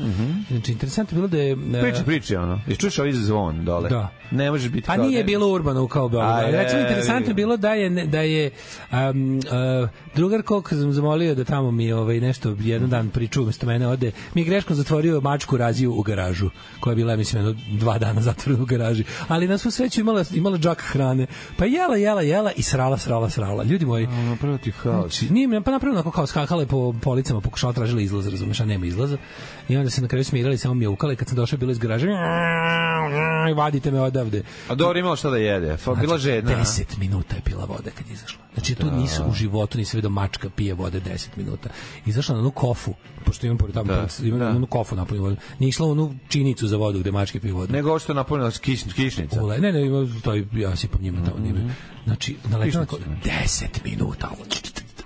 Znači, interesantno je bilo da je... e, Mhm, Priča, priča, ono. I čuš ovaj zvon dole? Da. Ne možeš biti Pa kao nije da- bilo urbano kao Beograd. A, ali Recimo, je, interesantno je vidim. bilo da je, da je um, uh, drugar kog sam zamolio da tamo mi ovaj, nešto jedan dan priču umesto mene ode, mi je greškom zatvorio mačku raziju u garažu, koja je bila, mislim, jedno dva dana <laughs> zatvorena u garaži. Ali na svu sreću imala, imala džak hrane. Pa jela, jela, jela i srala, srala, srala. Ljudi moji, A, Napravio ti haos. Znači, nije mi pa napravno onako kao skakala je po policama, pokušala tražila izlaz, razumeš, a nema izlaza. I onda se na kraju smirali, samo mi je ukala i kad sam došao bilo iz garaže, i vadite me odavde. A dobro imala šta da jede. Pa Znači, bila žedna. a? Da. 10 minuta je pila voda kad je izašla. Znači, tu nisu u životu, nisam vidio mačka pije vode 10 minuta. Izašla na onu kofu, pošto imam pored tamo, Da, da, imam da. da. onu kofu napunju vodu. Nije išla u onu činicu za vodu gde mačke piju vodu. Nego ovo što je napunila kiš, kišnica. Ule, ne, ne, ima, to je- ja sipam njima Mhm. tamo. njima. Znači, naletila na ko- 10 minuta.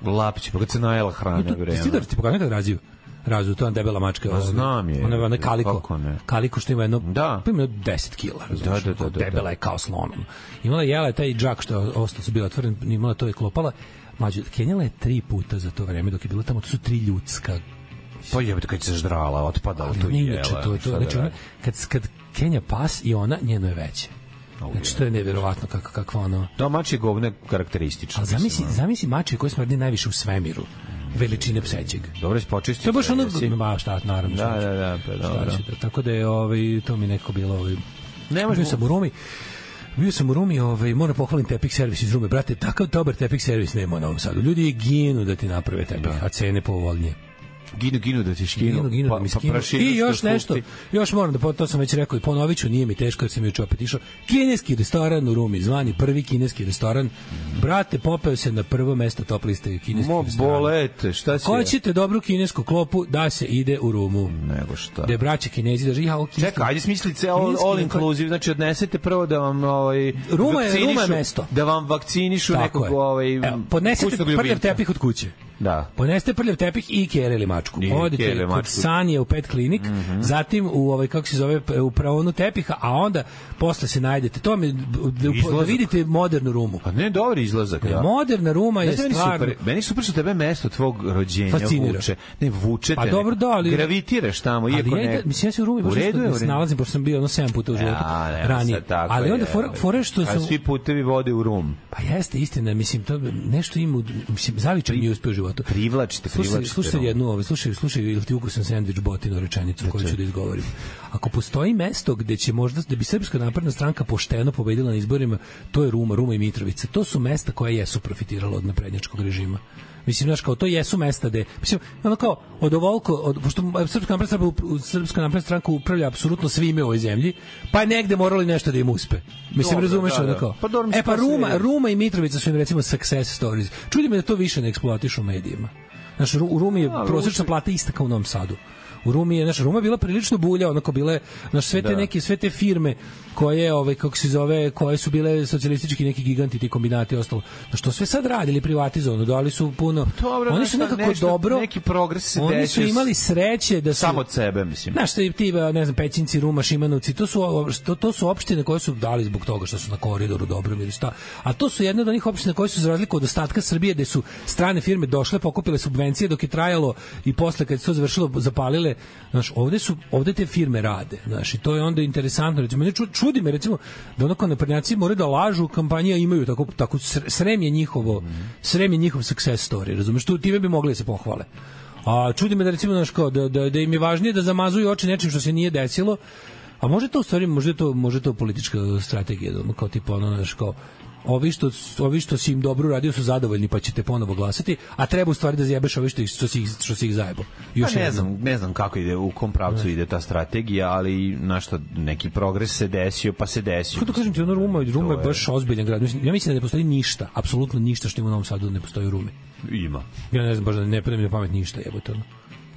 Lapić, pa kad se najela hrane Tu- vreme. Ti da ti pokazam kad raziju? Raziju, to je ona debela mačka. Pa ovaj, znam je, Ona, ona je, kaliko. kako ne. Kaliko što ima jedno, Da. pa ima jedno 10 kila, razumiješ? Da, da, da, da, da. Debela je kao slonom. Imala je jela je taj džak što je ostao su bila otvoren, imala to je klopala. Mađo, Kenjala je tri puta za to vreme dok je bila tamo, to su tri ljudska. Pa jebate kad se ždrala, otpadala Ali tu ne, i jela. inače, to je šta to. da znači, ona, radi? kad, kad Kenja pas i ona, njeno je veće. Znači, to je nevjerovatno kako, kakva ono... Domaće govne karakteristično. Ali zamisli, zamisli mače koji smrdi najviše u svemiru, veličine psećeg. Dobro si počistio. To je baš ono, jesi? ma šta, naravno. znači. Da, šta da, ću. da, pa Šta dobro. ćete? Tako da je ovaj to mi nekako bilo ovaj Ne bio možemo... sam u Rumi. Bio sam u Rumi, ovaj, moram pohvalim Tepik servis iz Rume. Brate, takav dobar Tepik servis nema u Novom Sadu. Ljudi ginu da ti naprave tepik, a cene povoljnije. Ginu, ginu da ti škinu. Ginu, ginu, pa, da mi pa skinu. prašinu I što još spusti. nešto, još moram da, po- to sam već rekao i ponovit ću, nije mi teško jer sam juče opet išao. Kineski restoran u Rumi, zvani prvi kineski restoran. Brate, popeo se na prvo mesto top liste kineskih Mo restorana. bolete, šta si? je? Hoćete dobru kinesku klopu da se ide u Rumu. Nego šta. Da je braće kinezi da žive, ja, ovo kineski- Čekaj, ajde smislite ceo all, Kineski all neko- inclusive, znači odnesete prvo da vam ovaj Ruma je- vakcinišu- Ruma je mesto. Da vam vakcinišu Tako nekog je. ovaj Evo, podnesete kućnog prljav ljubimca. tepih od kuće. Da. Ponesete prljav tepih i kereli mačku. I Odete kereli kod mačku. Mhm. Sanije u pet klinik, zatim u ovaj kako se zove p- u praonu tepiha, a onda posle se najdete. To mi da, da Izlazak. vidite modernu Rumu. Pa ne, dobar izlazak, da. Moderna Ruma E, je Znaš da meni stvarno super, meni je super što tebe mesto tvog rođenja Fascinira. vuče. Ne, vuče te. Pa dobro, da, ali- Gravitiraš tamo, Ali iako ja, ne... ne, mislim ja se u Rumi baš U redu je, u nešto redu. nalazim, pošto sam bio ono 7 puta u životu Ja, ne, ranije. sad tako ali onda je, fore, ovaj. fore što A sam... svi putevi vode u rum. Pa jeste, istina, mislim, to nešto ima, u- mislim, zavičaj nije uspeo u životu. Privlačite, Slušaj, privlačite. slušaj rum. jednu, ovaj, slušaj, slušaj, ili ti ukusan sandvič botinu E, rečenicu koju ću da izgovorim. Ako postoji mesto gde će možda, da bi Srpska napredna stranka pošteno pobedila na izborima, to je Ruma, Ruma i Mitrovica. To su mesta koja jesu profitirala od naprednjačkog režima. Mislim, znaš, kao to jesu mesta gde, mislim, ono kao, od ovoliko, od, pošto Srpska napredna, stranka, up- Srpska napredna stranka upravlja apsolutno svime u ovoj zemlji, pa je negde moralo i nešto da im uspe. Mislim, Dobro, razumeš, da, ono da. kao. Pa dobro, mislim, e, pa to se Ruma, vidi. Ruma i Mitrovica su im recimo success stories. Čudi me da to više ne eksploatišu u medijima. Znaš, Ru- u Rumi je prosječna plata ista kao u Novom Sadu. U Rumi je, znaš, Ruma je bila prilično bulja, onako bile, znaš, sve te Da. neke, sve te firme koje, ove, kako se zove, koje su bile socijalistički neki giganti, ti kombinati i ostalo. Znaš, to sve sad radili privatizovano, dali su puno, Pa Dobro, oni znaš su šta, nekako nešto- dobro, neki progres se oni su desio s- imali sreće da su, Samo od sebe, mislim. Znaš, ti, ti, ne znam, Pećinci, Ruma, Šimanovci, to su, o- to, to su opštine koje su dali zbog toga što su na koridoru dobro ili šta. A to su jedne od onih opština koje su za razliku od ostatka Srbije, gde su strane firme došle, pokupile subvencije dok je trajalo i posle kad se to završilo, zapalile. Znaš, ovde, su, ovde te firme rade. Znaš, i to je onda interesantno. Recimo, mene ču- čudi me, recimo, da onako naprednjaci moraju da lažu u kampanji, a imaju tako, tako sre- srem je njihovo, srem je njihov success story, razumeš? Tu time bi mogli da se pohvale. A čudi me da recimo znaš kao da, da, da im je važnije da zamazuju oči nečim što se nije desilo. A može to u stvari, može to, može to politička strategija, da ono, kao tipa ono, znaš, kao ovi što, ovi što si im dobro uradio su zadovoljni pa ćete ponovo glasati, a treba u stvari da zjebeš ovi što, ih, što, si, ih- što si ih zajebo. Pa Još ne jednom. znam, ne znam kako ide, u kom pravcu ide ta strategija, ali na što neki progres se desio, pa se desio. Kako da kažem ti, ono Ruma, Ruma je To je- baš ozbiljan grad. Mislim, ja mislim da ne postoji ništa, apsolutno ništa što ima u Novom Sadu da ne postoji u Rumi. Ima. Ja ne znam, baš da ne pada mi na pamet ništa, jebote ono.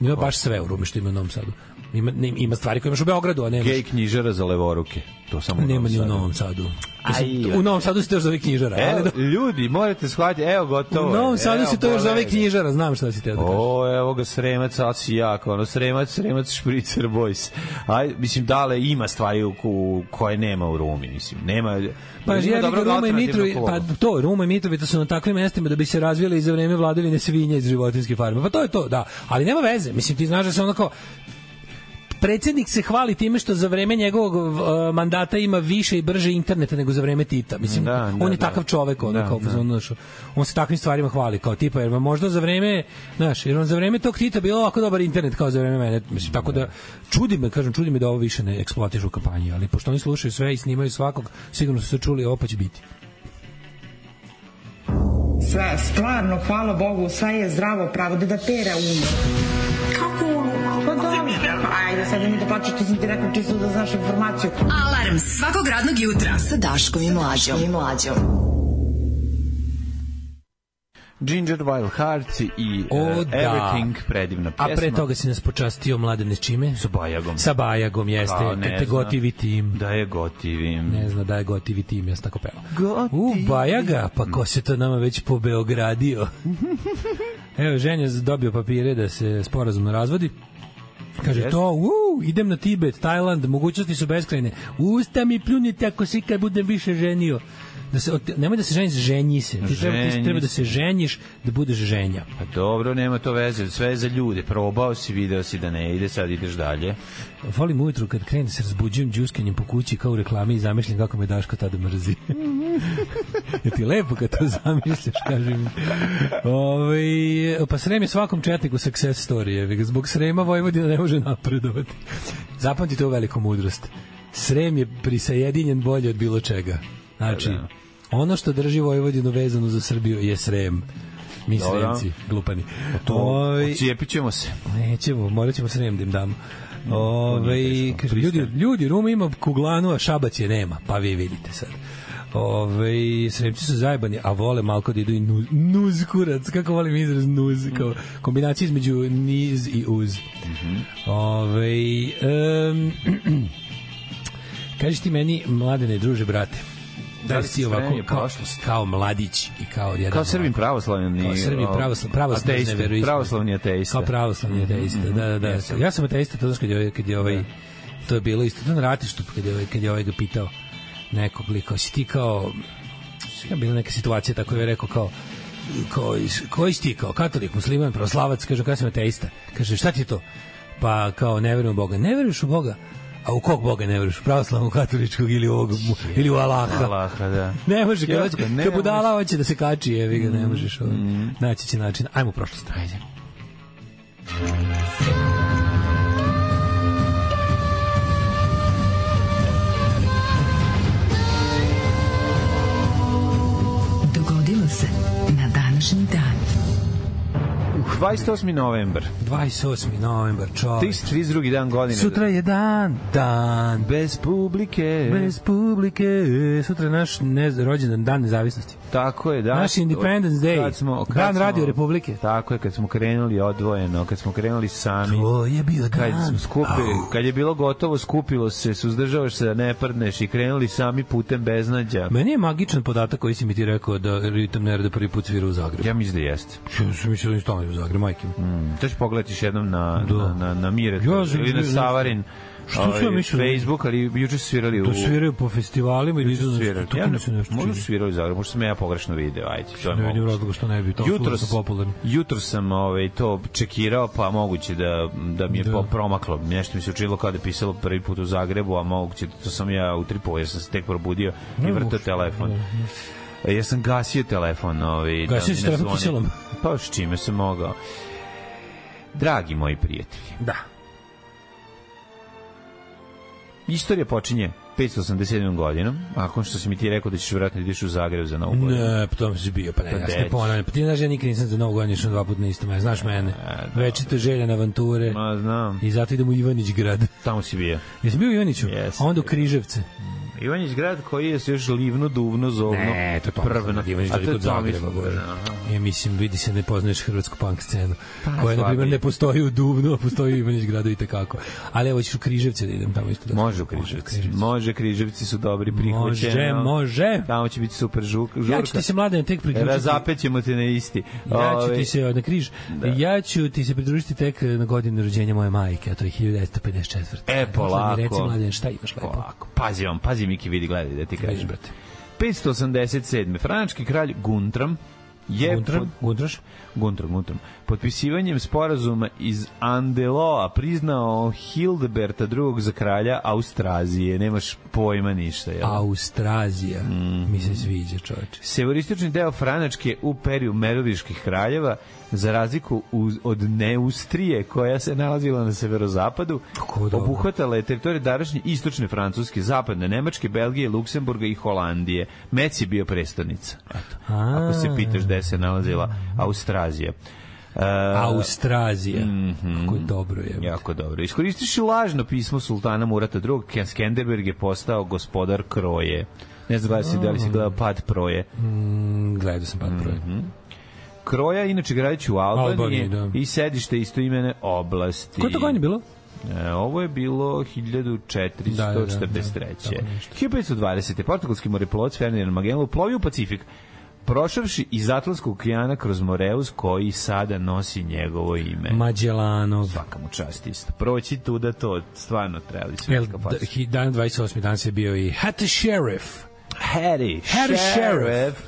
Ima baš sve u Rumi što ima u Novom Sadu. Ima, ne, ima stvari koje imaš u Beogradu, a nemaš. Gej knjižara za levoruke. To samo u Nema Novom ni u Sadu. Novom Sadu. Aj, Mislim, jebote. u Novom Sadu se to još zove knjižara. ali Evo, da- ljudi, morate shvatiti, evo gotovo. u je. Novom Sadu Evo, se to još zove bolezi. knjižara, znam šta si teo da kažeš. O, evo ga Sremac, a si jak, ono, Sremac, Sremac, Špricer, Boys. Aj, mislim, dale, ima stvari u, u, koje nema u Rumi, mislim, nema... Pa ima ja dobrog Ruma i Mitrovi, alternativnog pa kluba. to, Ruma i Mitrovica su na takvim mestima da bi se razvijali i za vreme vladavine svinja iz životinjske farme. Pa to je to, da. Ali nema veze, mislim ti znaš da se onako predsednik se hvali time što za vreme njegovog v- e, mandata ima više i brže interneta nego za vreme Tita. Mislim, Da, on da, je da. takav čovek, on, Da, kao, da. ono, znaš, on se takvim stvarima hvali, kao tipa, jer možda za vreme, znaš, jer on za vreme tog Tita bilo ovako dobar internet kao za vreme mene, mislim, tako da čudi me, kažem, čudi me da ovo više ne eksploatišu u kampanji, ali pošto oni slušaju sve i snimaju svakog, sigurno su se čuli, ovo pa će biti. Sva, stvarno, hvala Bogu, sva je zdravo pravo, da da pera ume. Kako Pa dobro, ajde, sad nemoj da plaćaš, ti sam ti rekao čisto da znaš informaciju. Alarm svakog radnog jutra sa Daškom i Mlađom. I Mlađom. Ginger Wild Hearts i O, e, da. Everything, predivna A pjesma. pre toga si nas počastio mladene s čime? Sa Bajagom. Sa Bajagom, jeste, Kao, te, ne te znam. gotivi tim. Da je gotivim. ne zna da je gotivi tim, ja sam tako pevao. Gotivi. U, Bajaga, pa ko se to nama već po Beogradio? Evo, ženja je dobio papire da se sporazumno razvodi. Kaže Jeste. to, u, idem na Tibet, Tajland, mogućnosti su beskrajne. U usta mi pljunite ako se ikad budem više ženio. Da se, od- nemoj da se ženiš, ženji se. Ti treba, ti Ženji treba da se ženiš, da budeš ženja. Pa dobro, nema to veze, sve je za ljude. Probao si, video si da ne ide, sad ideš dalje. Volim ujutru kad krenem da se razbuđujem džuskanjem po kući kao u reklami i zamišljam kako me Daško tada mrzi. <laughs> Je ti lepo kad to zamišljaš, kažem. Ove, pa Srem je svakom četniku success story. jebi ga. Zbog Srema Vojvodina ne može napredovati. Zapamtite ovu veliku mudrost. Srem je prisajedinjen bolje od bilo čega. Znači, ono što drži Vojvodinu vezano za Srbiju je Srem. Mi Dobro. Sremci, glupani. Ovaj- Ocijepit ćemo se. Nećemo, morat ćemo srem da im dam. Ove, teško, kaže, ljudi, pristajem. ljudi, Ruma ima kuglanu, a Šabać je nema. Pa vi vidite sad. Ove, sremci su zajebani, a vole malko da idu i nuz, nuz kurac. Kako volim izraz nuz, kao kombinacija između niz i uz. Ove, <clears throat> um, kažeš ti meni, mladene, druže, brate, da li li si si ovako spremio kao, prošlost? kao mladić i kao jedan Kao Srbin ovako- pravoslavni. Da, Kao Srbin o, pravoslavni, pravoslavni ateista, veroispovest. Pravoslavni Mhm. ateista. Kao pravoslavni ateista, da, da, da. Ja sam ateista, to znaš kad je, ovaj- kad je ovaj, Da. to je bilo isto, to je na ratištu, kad je, ovaj, kad je ovaj ga pitao nekog lika, si ti kao, ja bila neka situacija, tako je rekao kao, kao, iz- koji si ti kao katolik, musliman, pravoslavac, kaže, kada sam ateista, kaže, šta ti je to? Pa kao, ne verujem u Boga, ne veruješ u Boga? A u kog Boga ne veruješ? U Pravoslavnog, katoličkog ili, u ovog, mu- ili u Allaha? Alaha, da. Ne može, kad, Jebote, hoće, ne kad budala hoće da se kači, jevi ga, ne možeš. Ovaj. Naći će način. Ajmo u prošlost. Ajde. Dogodilo se na današnji dan. Uh, 28. novembar. 28. novembar, čoveč. 32. dan godine. Sutra je dan, dan, Bez publike. bez publike. E, Sutra je naš ne, znam, rođendan, dan nezavisnosti. Tako je, da. Naš Independence Day. Kad smo, kad Dan smo- Radio Republike. Tako je, kad smo krenuli odvojeno, kad smo krenuli sami. To je bio Kad dan. smo skupili, kad je bilo gotovo, skupilo se, suzdržavaš se da ne prdneš i krenuli sami putem beznađa. Meni je magičan podatak koji si mi ti rekao da Ritam Nerda prvi put svira u Zagrebu. Ja mislim da jeste. Ja sam mislio da je stalno u Zagrebu, majke mi. To ću pogledati još jednom na, Da. na, na, na Mire Ja sam- ili na Savarin. Što sam ovaj, ja mislio da- Facebook, ali juče su svirali u... To sviraju po festivalima ili izlazu. svirali. To Ja, mi Da se nešto možda su čini. svirali u Zagrebu, možda sam ja pogrešno video, ajde, to je Ne vidim moguće. razloga što ne bi to jutro su popularni. Jutro sam ovaj to čekirao, pa moguće da da mi je Da. da. promaklo. Nešto mi se učinilo kao da je pisalo prvi put u Zagrebu, a moguće da to sam ja utripovao jer sam se tek probudio i vrtao moguće, Da, telefon. E, Ja sam gasio telefon, ovaj Gasio mi si ne telefon zvoni. kiselom? Pa s čime sam mogao. Dragi moji prijatelji, Da. istorija počinje 587. godinom, nakon što si mi ti rekao da ćeš vjerojatno ideš u Zagreb za Novu godinu. Ne, pa to mi se bio, pa ne, Pa ja se deć. ne ponavljam. Pa ti znaš, ja nikad nisam za novu godinu išao dva puta na isto mesto, znaš mene. dobro. Večite želje na avanture. da, Ma znam, I zato idem u Ivanić grad. <laughs> tamo si bio. Jesi bio u Ivaniću? Jesam. A onda u Križevce. Ivanić grad koji je se još livno, duvno, zovno. Ne, to je Tomislav prvno. Ivanić, A to je kod Zagreba, Tomislav, Bože. aha. Pa, Ja mislim, vidi se, ne poznaješ hrvatsku punk scenu, koja, na slabije. primjer, ne postoji u Dubnu, a postoji u Ivanić gradu i tekako. Ali evo ćeš u Križevce da idem tamo isto. Da Može u Križevci. Može, Križevci su dobri Može, prihvaćeno. može. Tamo će biti super žuk, žurka. Ja ću ti se, mladen, tek priključiti. Razapećemo te na isti. Ja ću Ovaj, da. ti se na križ. Ja ću ti se pridružiti tek eh, na godinu rođenja moje majke, a to je 1954. E, Dakle, polako. Reci mladen, šta imaš lepo? Polako. Pazi on, pazi Miki, vidi, gledaj da ti Vidiš, kažem. brate. 587. Franački kralj Guntram je Guntram? pod- Da. Guntram, Guntram. Potpisivanjem sporazuma iz Andeloa priznao Hildeberta II. za kralja Austrazije. Nemaš pojma ništa, jel? Austrazija. Mhm. Mi se sviđa, čoveče. Severistični deo Franačke u periju Meroviških kraljeva, za razliku uz, od Neustrije, koja se nalazila na severozapadu, Kako dobro. obuhvatala je teritorije današnje istočne Francuske, zapadne Nemačke, Belgije, Luksemburga i Holandije. Mec je bio prestonica. Eto, ako se pitaš gde se nalazila Austrazija. E, Austrazija. Mhm. Kako je dobro je. Jako dobro. Iskoristiši lažno pismo sultana Murata II. Ken Skenderberg je postao gospodar kroje. Ne znam da li si, da li si gledao pad proje. Mm, gledao sam pad proje. Mhm. Kroja, inače gradić u Albaniji, Albaniji, da. i sedište istoimene oblasti. Koje je to godine bilo? E, ovo je bilo 1443. Da, da, da, da, 1520. Portugalski moreplovac Ferdinand Magellan uplovio u Pacifik, prošavši iz Atlantskog okijana kroz Moreus koji sada nosi njegovo ime. Mađelanov. Svaka mu čast isto. Proći tu da to stvarno trebali Jel, svetska da- faca. hi- dan 28. dan se bio i Hat Sheriff. Harry, Harry Sheriff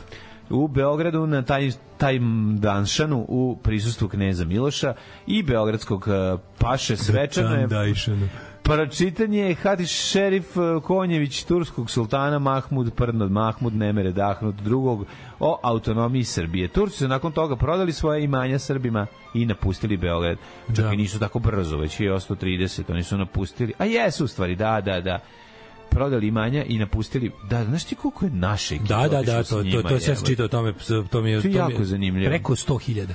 u Beogradu na taj taj danšanu u prisustvu kneza Miloša i beogradskog eh, paše svečano je Dajšanu. pročitanje Hatiš šerif eh, Konjević turskog sultana Mahmud Prnod Mahmud Nemere Dahnut drugog o autonomiji Srbije. Turci su nakon toga prodali svoje imanja Srbima i napustili Beograd. Čak Da. i nisu tako brzo, već je 130, oni su napustili. A jesu u stvari, da, da, da prodali imanja i napustili. Da, znaš ti koliko je naše ekipa Da, da, otišlo da, s to, to, njima, to, to jebote? sam čitao o tome, to mi je... To je mi jako zanimljivo. Preko 100.000.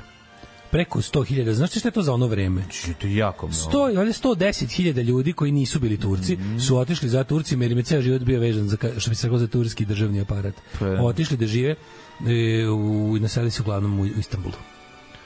Preko 100.000. Znaš ti šta je to za ono vreme? Znači, To je jako mnogo. 100, valjda 110.000 ljudi koji nisu bili Turci Mhm. su otišli za Turcima jer im je ceo život bio vezan za ka- što bi se reklo za turski državni aparat. Pa da. Otišli da žive e, u, naselili se uglavnom u, u Istanbulu.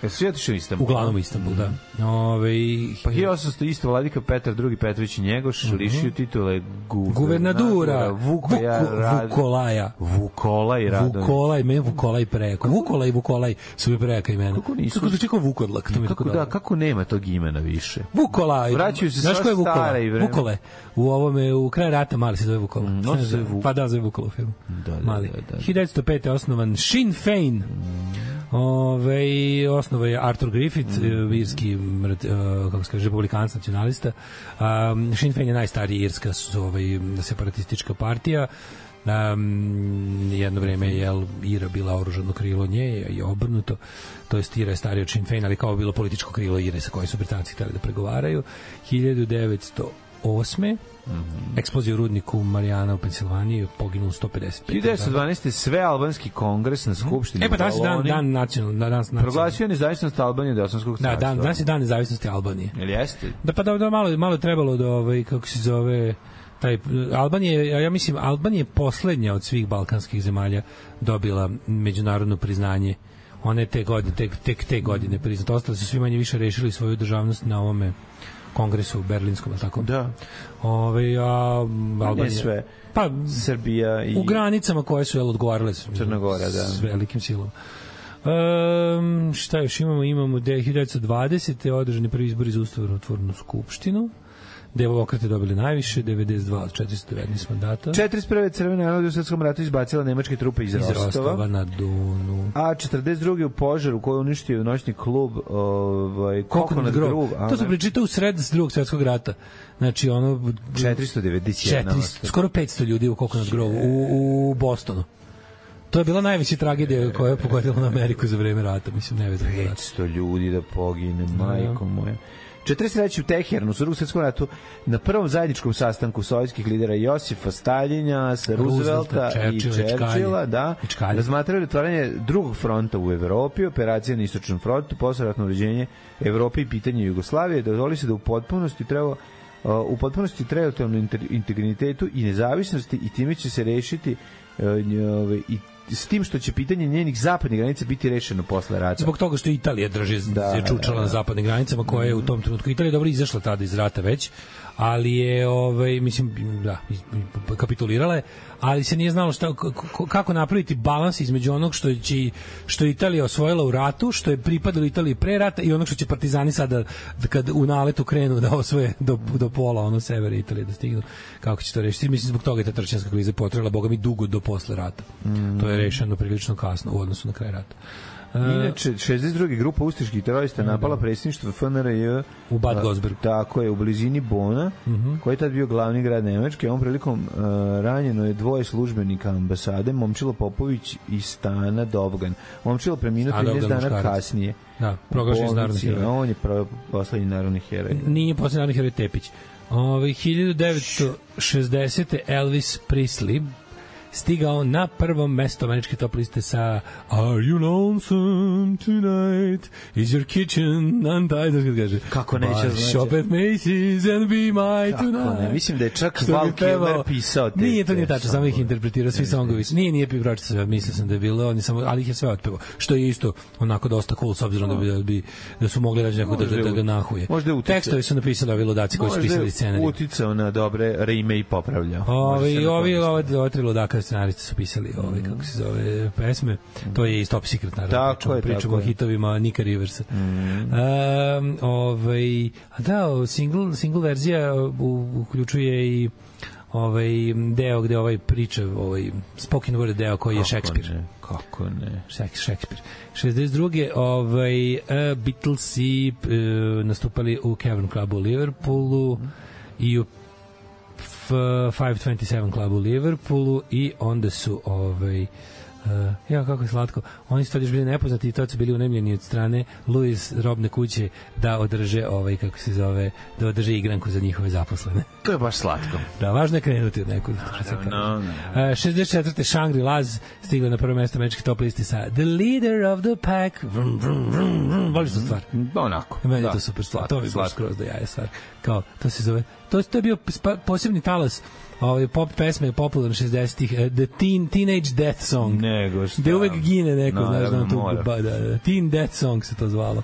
Kad su ja otišao u Istanbul. Uglavnom u Istanbul, da. Ove, Mhm. Pa 1800 isto vladika Petar II Petrović i Njegoš lišio titule guvernadura. Mhm. guvernadura Vuko, Vuko- Vukolaja. Vukola i Radon. Vukolaj, meni je Vukolaj preko. Vukolaj i Vukolaj su mi prejaka imena. Kako nisu? Kako zvuči kao Vukodlak, to mi je Kako, tako da, da. kako nema tog imena više? Vukolaj. Vraćaju se Znaš sva ko je Vukola? stara i vremena. Vukole. U ovome, u kraju rata mali se zove Vukola. Mm, on se zove Vuk- Pa da, zove Vukola u filmu. Da, da, mali. da, da, da. 1905. je osnovan Sinn Fein. Ove, osnova je Arthur Griffith, mm. irski mrt- e, kako se kaže, republikanac nacionalista. Um, Sinn Fein je najstarija irska su, ovaj, separatistička partija. Um, jedno vreme je jel, Ira bila oružano krilo nje i obrnuto to jest Ira je starija od Sinn Fein ali kao bilo političko krilo Ire sa kojim su Britanci hteli da pregovaraju 1908. 1908. Mm -hmm. Eksplozija u rudniku Marijana u Pensilvaniji poginulo 150. 1912. sve albanski kongres na skupštini E pa danas je dan, Valoniji dan nacionalni. Dan, dan, nacionalni. proglasio nezavisnost Albanije od Osmanskog Da, carstva. dan, danas je dan nezavisnosti Albanije. Jel jeste? Da pa da, da malo malo je trebalo da ovaj kako se zove taj Albanija je- ja mislim Albanija je poslednja od svih balkanskih zemalja dobila međunarodno priznanje. Ona je te godine tek tek te godine priznata. Ostali su svi manje više rešili svoju državnost na ovome kongresu u berlinskom, jel tako? Da. Ove, a, Albanija. sve. Pa, Srbija i... u granicama koje su jel, odgovarale su Crna Gora, da. s velikim silom um, šta još imamo imamo da je 1920. je održani prvi izbor za ustavotvornu skupštinu demokrate dobili najviše 92 od 419 mandata 41. crvena armada u svetskom ratu izbacila nemačke trupe iz, iz Rostova na Dunu a 42. u požaru koji je uništio noćni klub ovaj, Kokonat Grove. To su pričita u sred drugog svetskog rata. Znači ono Cioè, 491 400, skoro 500 ljudi u Coconut Grove u, u Bostonu. To je bila najveća tragedija koja je pogodila na Ameriku za vreme rata, mislim, nevezano za rat. 500 ljudi da pogine, majko moja. 43. u Teheranu, u drugom svetskom ratu, na prvom zajedničkom sastanku sovjetskih lidera Josifa Staljinja, sa Roosevelta, Roosevelta i Churchilla, Churchilla, Čkalje. da, I Čkalje. razmatrali otvaranje drugog fronta u Evropi, operacije na istočnom frontu, posleratno uređenje Evrope i pitanje Jugoslavije, dozvoli se da u potpunosti treba uh, u potpunosti teritorijalnom inter- integritetu i nezavisnosti i time će se rešiti uh, njove- i s tim što će pitanje njenih zapadnih granica biti rešeno posle rata. Zbog toga što Italija drži Da, da, se čučala da, na zapadnim granicama koja je u tom trenutku Italija je dobro izašla tada iz rata već, ali je ovaj mislim da iz- kapitulirala je, ali se nije znalo šta k- k- kako napraviti balans između onog što će što je Italija osvojila u ratu, što je pripadalo Italiji pre rata i onog što će partizani sada da kad u naletu krenu da osvoje do, do pola ono severa Italije da stignu. Kako će to rešiti? Mislim zbog toga je ta trčanska kriza potrela bogami dugo do posle rata. To je rešeno prilično kasno u odnosu na kraj rata. E, Mm. Inače, 62. grupa ustaških Da, terorista napala predsjedništvo FNRJ U Bad Da. Godesbergu. A, Tako je, u blizini Bona, Mhm. koji je tad bio glavni grad Nemačke. Ovom prilikom e, ranjeno je dvoje službenika ambasade, Momčilo Popović i Stana Dovgan. Momčilo preminuo A, Dovgan 13 dana muškarac. kasnije. Da, proglašen U je narodni bolnici. heroj. On je pro- poslednji narodni heroj. Nije posle narodni heroj Tepić. Ovaj, Ove, 1960. Elvis Presley stigao na prvo mesto američke top liste sa Are you lonesome tonight? Is your kitchen untied? Znaš kad kaže? Kako neće, Baš znači. Shop at Macy's and be my Kako tonight. ne, mislim da je čak Što bi Val Kilmer pevao- pisao te- Nije, to te nije tačno, samo ih songove. interpretirao svi songovi. Nije, nije pročitao sve, mislio sam da je bilo, on je samo, ali ih je sve otpevao. Što je isto onako dosta cool, s obzirom da, bi, da, bi, da su mogli da, da, Možda da, je da ga ut- nahuje. možda je utjecaj. Tekstovi su napisali ovi ludaci koji su Možda je pisali scenarij. da uticao na dobre rime i popravljao. Možda se Ovi, na to ovi, misli. ovi, ovi tri ludaka scenariste su pisali ove, kako se zove, pesme. To je iz Top Secret, naravno. Mhm. Tako pričamo, je, tako pričamo je. o Mhm. hitovima Nika Riversa. Um, ovaj, a da, o, single, single verzija u, uključuje i ovaj deo gde ovaj priča, ovaj spoken word deo koji je Kako Shakespeare. ne, Kako ne. Shak- Shakespeare. 62. Ovaj, uh, Beatlesi uh, nastupali u Cavern Club u Liverpoolu i u f, 527 Club u Liverpoolu i onda su ovaj, Uh, ja kako je slatko. Oni su tad još bili nepoznati i tad su bili unemljeni od strane Louis robne kuće da održe ovaj kako se zove, da održe igranku za njihove zaposlene. To je baš slatko. Da, važno je krenuti od nekud. Naravno. E, 64. Shangri Laz stigla na prvo mesto američke top listi sa The Leader of the Pack. Vrum, vrum, vrum, vrum. Voliš tu stvar? E, Onako. Meni da. je to super stvar. Slatko, To mi je baš slatko. skroz do jaja stvar. Kao, to se zove... To, to je bio spa- posebni talas ovaj, pop pesme popularne 60-ih. e, The teen, Teenage Death Song. Nego šta. Gde uvek gine neko, Naravno, znaš, na tu mora. ba, da, da, Teen Death Song se to zvalo.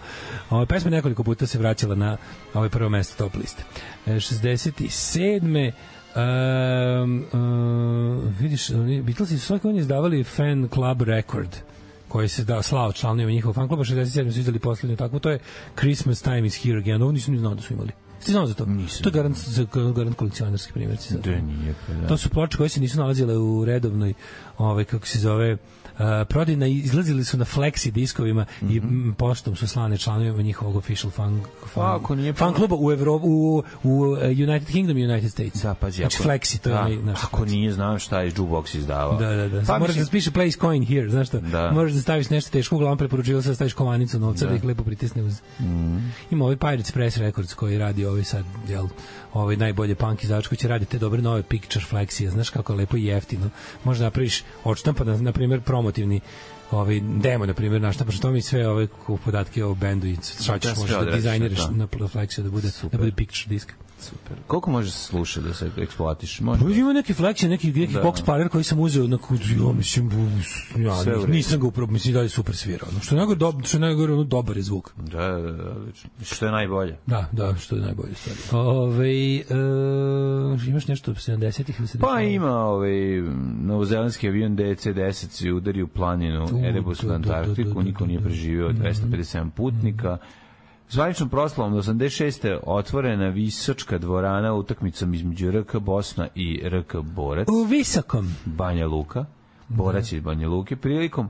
Ova pesma je nekoliko puta se vraćala na ovaj prvo mesto top liste. E, 67. Um, um, vidiš, oni, Beatlesi su svake godine izdavali fan club record koji se da slao članovima njihovog fan kluba 67 su izdali poslednju takvu to je Christmas time is here again ovo nisam ni znao da su imali Ti znao za to? Nisam. To je garant, za- garant kolekcionarski primjerci. sad. Da nije, pa da. To su ploče koje se nisu nalazile u redovnoj, ovaj kako se zove, uh, prodaji na izlazili su na flexi diskovima i Mhm. mm, poštom su slane članovima njihovog official fan fan, Pa, ako nije fan pro- kluba u Evropi u, u uh, United Kingdom i United States. Da, pazi, znači ako- flexi to je da, onaj naš. Ako nije, znam šta je jukebox izdavao. Da, da, da. Pa, moraš da mislim, piše place coin here, znaš šta? Da. Moraš da staviš nešto teško, uglavnom Mhm. preporučilo se da staviš kovanicu novca da, ih lepo pritisne uz. Ima ovaj Pirates Press Records koji radi ove ovaj sad jel ovaj najbolje punk izdavač koji će raditi te dobre nove picture flexije, znaš kako je lepo i jeftino. Možeš da napraviš odštampan na primer promotivni ovaj demo na primjer na šta pa što mi sve ove podatke o bendu i šta ćeš sve možeš da odradiš, dizajniraš da. na flexiju da bude da Super. bude picture disk. Super. Koliko može se slušati da se eksploatiš? Može. Pa ima neki flexije, neki neki da, box parer koji sam uzeo na kudu, ja mislim, bu- ja Sve u nis- redu. nisam ga upravo, mislim da je super svirao. Ono, Što je najgore, dob, što je najgore, ono, dobar je zvuk. Da, da, da, odlično. Što je najbolje? Da, da, što je najbolje stvari. Ove, e, imaš nešto 70-ih ili 70-ih? Pa ima ovaj novozelandski avion DC-10 se udari u planinu U, Erebus da, na da, da, da, Antarktiku, da, niko nije da. Mhm. preživio od 257 putnika. Zvaničnom proslavom 86. otvorena visočka dvorana utakmicom između RK Bosna i RK Borac. U visokom. Banja Luka, Borac iz Banja Luke, prilikom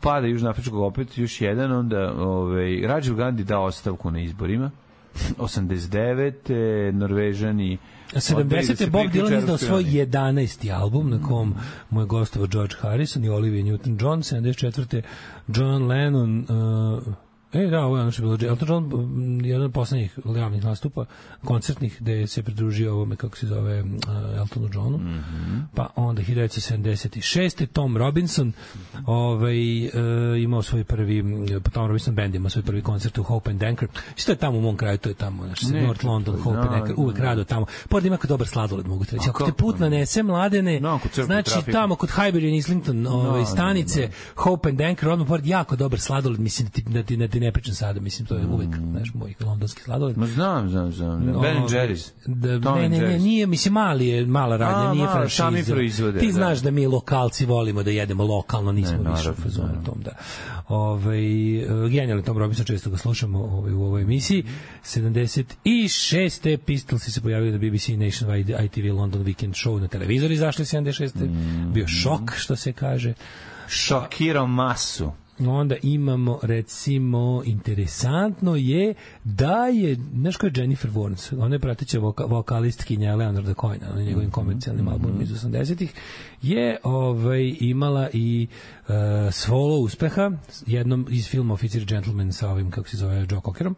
pada Južnoafričkog opet još jedan, onda ovaj, Rajiv Gandhi dao ostavku na izborima, <laughs> 89. Norvežani da 70. je Bob Dylan izdao svoj je 11. album na kom mu je gostovao George Harrison i Olivia Newton-John, 74. John Lennon, uh, e da, ovo je ono što je bilo, Elton John, mm, jedan od poslednjih javnih nastupa, koncertnih, gde se pridružio ovome, kako se zove, uh, Eltonu Johnu, Mhm. pa onda 1976. Tom Robinson, ovaj, uh, imao svoj prvi, mm, Tom Robinson Band imao svoj prvi koncert u Hope and Anchor, isto je tamo u mom kraju, to je tamo, znači, Ne, North London, to- Hope and da, Anchor, uvek da. rado tamo. Pored ima jako dobar sladoled, mogu ti reći. Ako te kako put nanese, mladene, No, kod crkve znači trafika. tamo kod Highbury and Da, Islington ove, stanice, Hope and Anchor, odmah pored jako dobar sladoled, mislim da ti, da ti, da ti ne pričam sada, mislim, to je uvek, Mm. znaš, moj londonski sladoled. Ma znam, znam, znam. No, ben Ove, Jerry's. Da, Tom ne, and ne, ne, Jerry's. nije, mislim, mali je, mala radnja, A, nije mala, franšiza. sami proizvode, Ti da. znaš da mi lokalci volimo da jedemo lokalno, nismo Ne, više u naravno, fazonu tom, da. Ove, genijalni Tom Robinson, često ga slušamo ovaj, u ovoj emisiji. 76. Pistolsi se pojavili na BBC Nationwide ITV London Weekend Show na televizor izašli 76. Mm. Bio šok, što se kaže. Šokirao masu. Onda imamo, recimo, interesantno je da je, znaš ko je Jennifer Warnes, ona je prateća voka, vokalistkinja Leonarda Coina, na njegovim komercijalnim albumom iz 80-ih, je ovaj, imala i uh, svolo uspeha, jednom iz filma Officer Gentleman sa ovim, kako se zove, Joe Cockerom,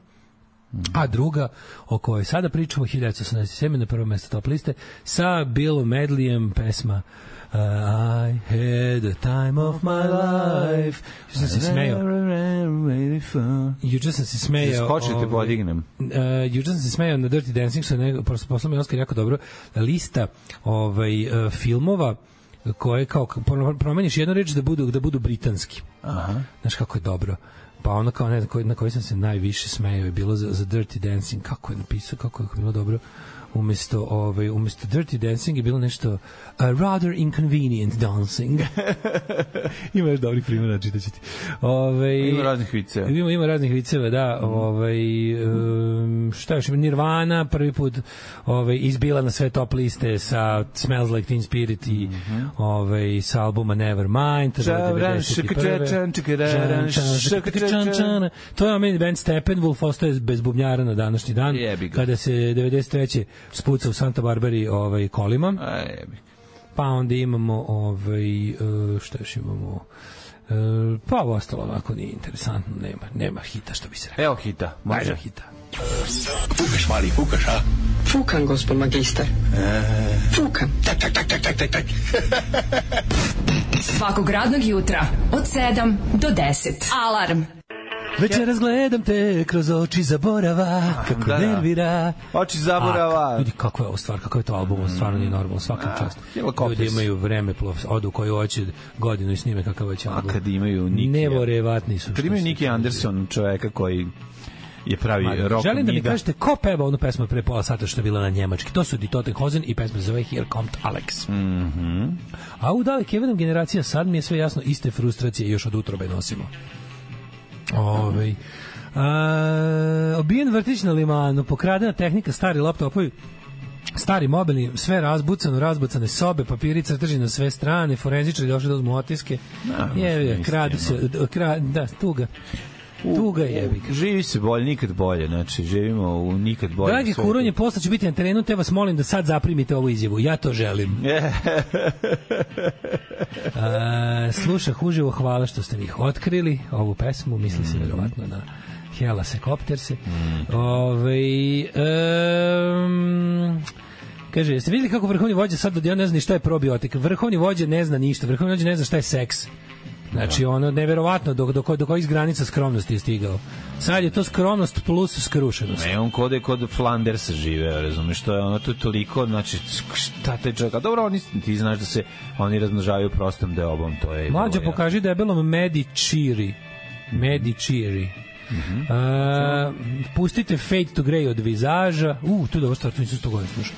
a druga o kojoj sada pričamo 1987 na prvo mesto top liste sa Billom Medlijem pesma uh, I had the time of my life juče sam se smejao juče sam se smejao Da Skočite, ovaj, podignem. Uh, juče sam se smejao na Dirty Dancing, što je nego, prosto poslao mi je Oskar jako dobro, eh, lista ovaj, uh, filmova koje kao pro- promeniš jednu reč da budu da budu britanski. Aha. Znaš kako je dobro. Pa ono kao ne znam koji, na koji sam se najviše smejao je bilo za, za Dirty Dancing, kako je napisao, kako je bilo dobro umesto ovaj umesto Dirty Dancing je bilo nešto a rather inconvenient dancing. Ima još dobrih primjera, čitaću ti. Ovaj Ima raznih viceva. Mhm. Ima, ima raznih viceva, da. Ovaj, um, šta još? ima? Nirvana prvi put ovaj, izbila na sve top liste sa Smells Like Teen Spirit i Mhm. ovaj, sa albuma Nevermind. to je Čavran, 91.. škrčečan, čkrčečan, Čan, To je omeni band Steppenwolf, ostaje bez bubnjara na današnji dan. Jebi ga. Kada se 93. spuca u Santa Barbari ovaj, kolima. Aj, jebi. Pa onda imamo ovaj e, šta još imamo? E, Pa ovo ostalo ovako nije interesantno, nema, nema hita što bi se rekao. Evo hita, Nema može. hita. Fukaš, mali, fukaš, a? Fukan, gospod magister. Fukan. Tak, tak, tak, tak, tak, tak, tak. Svakog radnog jutra od 7 do 10. Alarm. Večeras gledam te kroz oči zaborava, kako da, da. nervira. Oči zaborava. Ak, ljudi, kako je ovo stvar, kako je to album, ovo stvarno nije normalno, svaka čast. jelo kopis. Ljudi imaju vreme, plov, odu koji hoće godinu i snime kakav hoće album. kad imaju Nikija. Nevorevatni su. Kad što imaju se Niki tiče. Anderson, čoveka koji je pravi rock Želim da mi nida. kažete ko peva onu pesmu pre pola sata što je bila na njemački. To su Die Toten Hosen i pesma se zove Here Comes Alex. Mm Mhm. A u dalek Kevinom generacija sad mi je sve jasno, iste frustracije još od utrobe nosimo. Ove, a, obijen vrtić na limanu, pokradena tehnika, stari laptopovi, stari mobilni, sve razbucano, razbucane sobe, papiri crteži na sve strane, forenzičari došli da uzmu otiske. je, mislim, kradu se, kradu, da, tuga. Tuga je, Živi se bolje, nikad bolje, znači živimo u nikad bolje. Dragi Kuronje, posle ću biti na terenu, te vas molim da sad zaprimite ovu izjavu. Ja to želim. A, slušah uživo, hvala što ste mi ih otkrili, ovu pesmu, misli se verovatno na Hela se kopterse. Ove, e, Kaže, jeste videli kako vrhovni vođa sad odjednom ne zna ni šta je probiotik. Vrhovni vođa ne zna ništa. Vrhovni vođa ne zna šta je seks. Znači, ono, neverovatno, do, do, ko- do kojih granica skromnosti je stigao. Sad je to skromnost plus skrušenost. Ne, on kod je kod Flanders živeo, razumeš, to je ono tu toliko, znači, šta te čeka? Dobro, oni, ti znaš da se oni razmnožavaju prostom deobom, to je... Mlađe, to je- pokaži debelom Medičiri. Medičiri. Mm -hmm. pustite Fade to Grey od vizaža. U, uh, tu je dobra stvar, tu nisam sto godina slušao.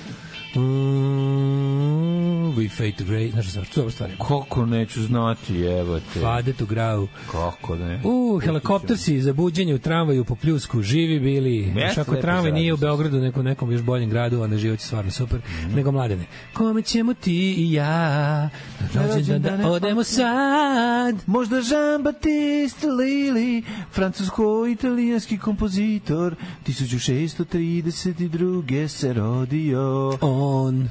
Mm, we Fade to Grey, znaš šta, tu je dobra stvar. Kako neću znati, evo te. Fade to Grau. Kako da ne? U, helikopter si za buđenje u tramvaju po pljusku, živi bili. Još ako lepo tramvaj nije u zajedno. Beogradu, neko nekom još boljem gradu, onda život je stvarno super. Nego mladene, kome ćemo ti i ja, na rođendan da odemo sad. Možda Jean-Baptiste Lili, francusko-italijanski kompozitor, 1632. se rodio. On,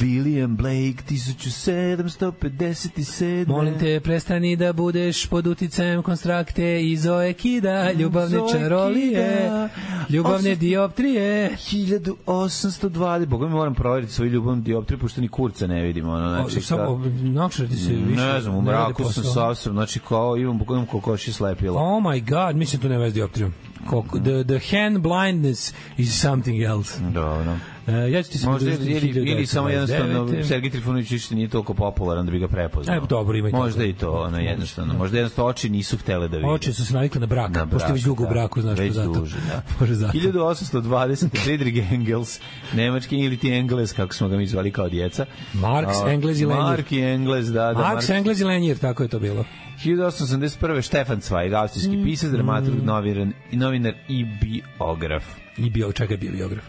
William Blake, 1757. molim te, prestani da budeš pod uticajem konstrakte i Zoe Kida, ljubavne Zoe čarolije, Kida. ljubavne Osim- dioptrije. 1820. Boga mi moram proveriti svoju ljubavnu dioptriju, pošto ni kurca ne vidim. Ono, znači, Znači, šta- Samo, nakšati se više. ne znam, u radi mraku sam posao. sasvim, znači kao imam, imam kokoši slepila. Oh my god, mislim tu nema veze s dioptrijom. Koliko, the, the hand blindness is something else. Dobro. E, ja ću ti se Možda pridružiti ili, ili, ili samo 1929. jednostavno Sergej Trifunović više nije toliko popularan da bi ga prepoznao. E, dobro, ima i Možda toga. i to, ono jednostavno. Možda jednostavno oči nisu htele da vide. Oči su se navikle na brak, Na na pošto je već brak, dugo u da. braku, znaš Već to zato. duže, <laughs> da. Bože, zato. 1820. Friedrich Engels, nemački ili ti Engels, kako smo ga mi zvali kao djeca. Marx, A, Engels i Lenjir. Mark i Engels, da, da. Marks, Engles i Lenjir, tako je to bilo. 1881. Štefan Cvajg, Mm. austrijski pisac, dramaturg, novinar, novinar i biograf. I bio, čekaj, je bio biograf.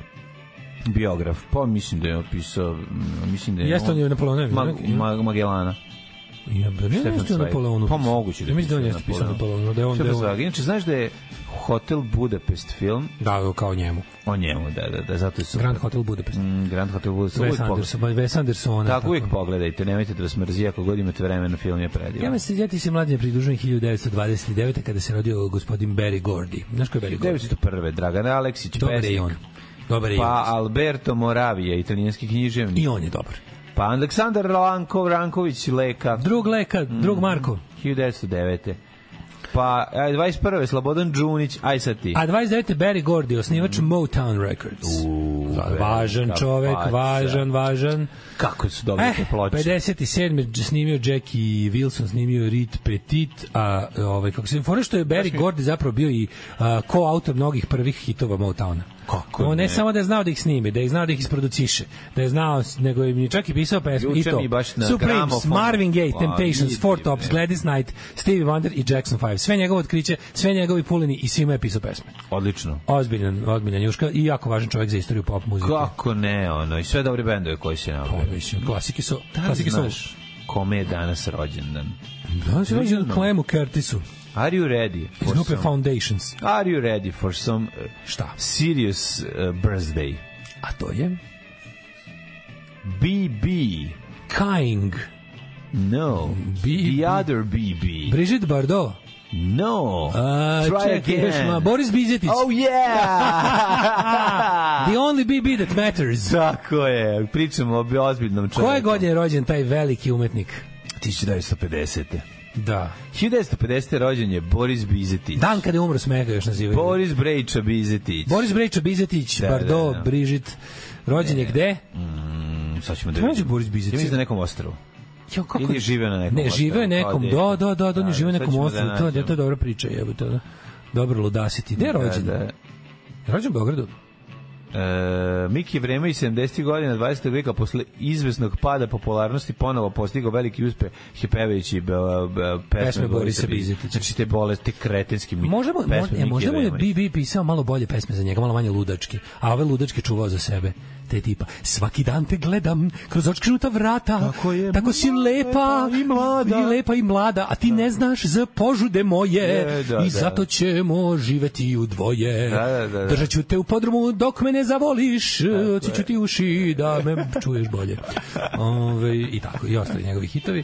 Biograf, pa mislim da je opisao, mm, mislim da je... Jeste on je Napoleonovi, Mag, ne? Mag, Magellana. Ja, da Stefan ne nešto je Cvajg. Napoleonu. Pa moguće da. Mislim da on jeste pisao Napoleonu, da je on... Da, je Stefan on, Cvajg. Inače, znaš da je Hotel Budapest film da kao njemu. o njemu, da, da, da, zato je super. Grand Hotel Budapest. Mm, Grand Hotel Budapest. Wes Uvijek Anderson, da, ba, Wes Anderson. pogledajte. Tako, uvijek pogledajte, nemojte da vas mrzi, ako god imate vremena, film je predivan. Ja me se ja ti se mlađe pridružujem 1929. kada se rodio gospodin Barry Gordy. Znaš ko da je Barry Gordy? 1901. Dragan Aleksić, Dobar je i pesnik. on. Dobar je i Pa on. Alberto Moravija, italijanski književnik. I on je dobar. Pa Aleksandar Lankov, Ranković, Leka, Drug Leka, Mm. drug Marko. 1909. Pa, aj, 21. Slobodan Đunić, aj sad ti. A 29. Barry Gordy, osnivač Motown Records. Va- važan Mm. velika čovek, faca. važan, važan. Kako su dobili Eh, te ploče? 57. dž- snimio Jackie Wilson, snimio Reed Petit, a ovaj, kako se fora što je Barry Gordy zapravo bio i a, ko-autor mnogih prvih hitova Motowna. Kako On ne, ne? samo da je znao da ih snimi, da je znao da ih isproduciše, da je znao, s- nego je mi čak i pisao pesme i Juče to. mi baš na Supremes, gramofonu. Marvin Gaye, Pa, Temptations, vidi, Four bre. Tops, Gladys Knight, Stevie Wonder i Jackson 5. Sve njegovo otkriće, sve njegovi puleni i svima je pisao pesme. Odlično. Ozbiljan, ozbiljan Juška i jako važan čovjek za istoriju pop muzike. Kako ne, ono, i sve dobre bendove koji se Pa, nabavljaju. mislim, klasike su, Da li klasike su. znaš kome je danas rođendan? Da Znači, se rođen Prirodno. Klemu Curtisu Are you ready iz for grupe some... Foundations. Are you ready for some uh, Šta? serious uh, birthday? A to je BB. Kying. No. BB. The other BB. Brigitte Bardot. No. A, Try čekaj, još ma- again. Boris Bizetić. Oh <laughs> The yeah! only BB that matters. Tako je, pričamo o ozbiljnom čovjeku. Koje godine je rođen taj veliki umetnik? 1950. Da. 1950. rođen je Boris Bizetić. Dan kada je umro Smega još nazivaju. Boris Brejča Bizetić. Boris Brejčo Bizetić, Da, Bardot, da, da. Brigitte. Rođen je gde? Mm, sad ćemo da Rođen je vidimo. Boris Bizetić. Ja mislim na nekom ostrovu. Jo, kako Ili je živeo na nekom Ne, živeo je ostrvu, nekom, kao dete. da, da, da, da, on je Da, živeo na sad nekom ćemo da osnovu, to, da, to je nađemo. dobra priča, jebote, da. Dobro, ludasiti. Gde je rođen? Da, da. Je Rođen u Beogradu. E, Miki Vreme i 70. godina 20. veka posle izvesnog pada popularnosti ponovo postigao veliki uspeh hepevajući be, be, pesme, Pesme Borisa Borisa Bizetića. Bizetića. Znači te bolesti kretenski mi. Možda mu, pesme možda, Miki možda mu je Vremejića. BB pisao malo bolje pesme za njega, malo manje ludački, a ove ludačke čuvao za sebe. Te tipa, svaki dan te gledam kroz očknuta vrata, Tako je, tako si lepa lepa i mlada. i lepa i mlada, a ti ne znaš za požude moje Je, da, i da. zato ćemo živeti u dvoje. Da, da, da, da. Držat ću te u podrumu dok me ne zavoliš, oci ću ti uši da me čuješ <laughs> bolje. Ove, I tako, i ostali njegovi hitovi.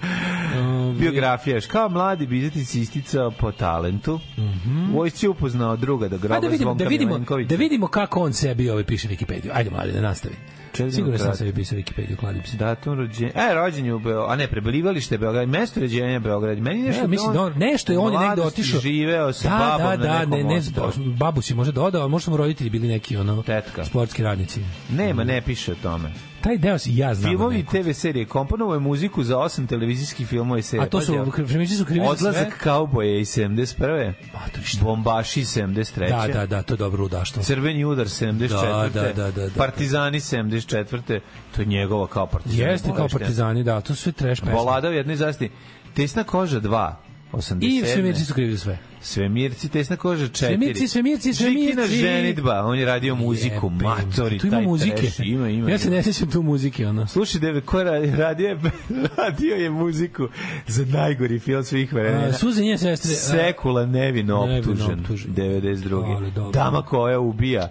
Ove, Biografija još. Kao mladi Bizetić isticao po talentu. Mm -hmm. Vojsci upoznao druga do groba Pa Mhm. da vidimo, Zvonka da vidimo, Milenkovića. da vidimo kako on sebi ove piše ovaj Wikipediju. Ajde, mlade, da nastavi. glasovi. Četvrti Sigurno sam demokrati. sebi pisao Wikipediju, kladim se. Datum rođenja. E, rođenje u Beogradu, a ne, prebivalište je Beograd, mesto rođenja je Beograd. Meni nešto... Ne, mislim da on, nešto je on je negde mladosti otišao. Živeo sa da, babom da, da, na ne, nekom ne, ostrvu. babu si možda dodao, a možda su mu roditelji bili neki ono Tetka. sportski radnici. Nema, ne piše o tome. Taj deo si ja znam. Filmovi i TV serije. Komponovao je muziku za osam televizijskih filmova i serija. A to su, Pazi, krimići su krivi za sve. Odlazak kauboje iz 71. Matori, šta? Bombaši iz 73. Da, da, da, to je dobro udaštvo. Crveni udar 74. Da, da, da, da, da. Partizani 74. To je njegova kao partizani. Jeste kao Bolešte. partizani, da, to su sve trash pesme. Balada u jednoj zasti. Tesna koža 2. 87. I svemirci su krivi za sve. Svemirci, tesna koža 4. Svemirci, svemirci, svemirci. Žikina ženitba. On je radio muziku. Jebem, Matori, tu ima taj muzike. Trash. Ima, ima. ja se ima. ne sjećam tu muzike, ono. Slušaj, deve, ko je radio, radio, je, <laughs> radio je muziku za najgori film svih vremena. A, Suze nje sestre. a, Sekula nevino Nevino optužen, optužen. 92. Ali dobro. Dama koja ubija.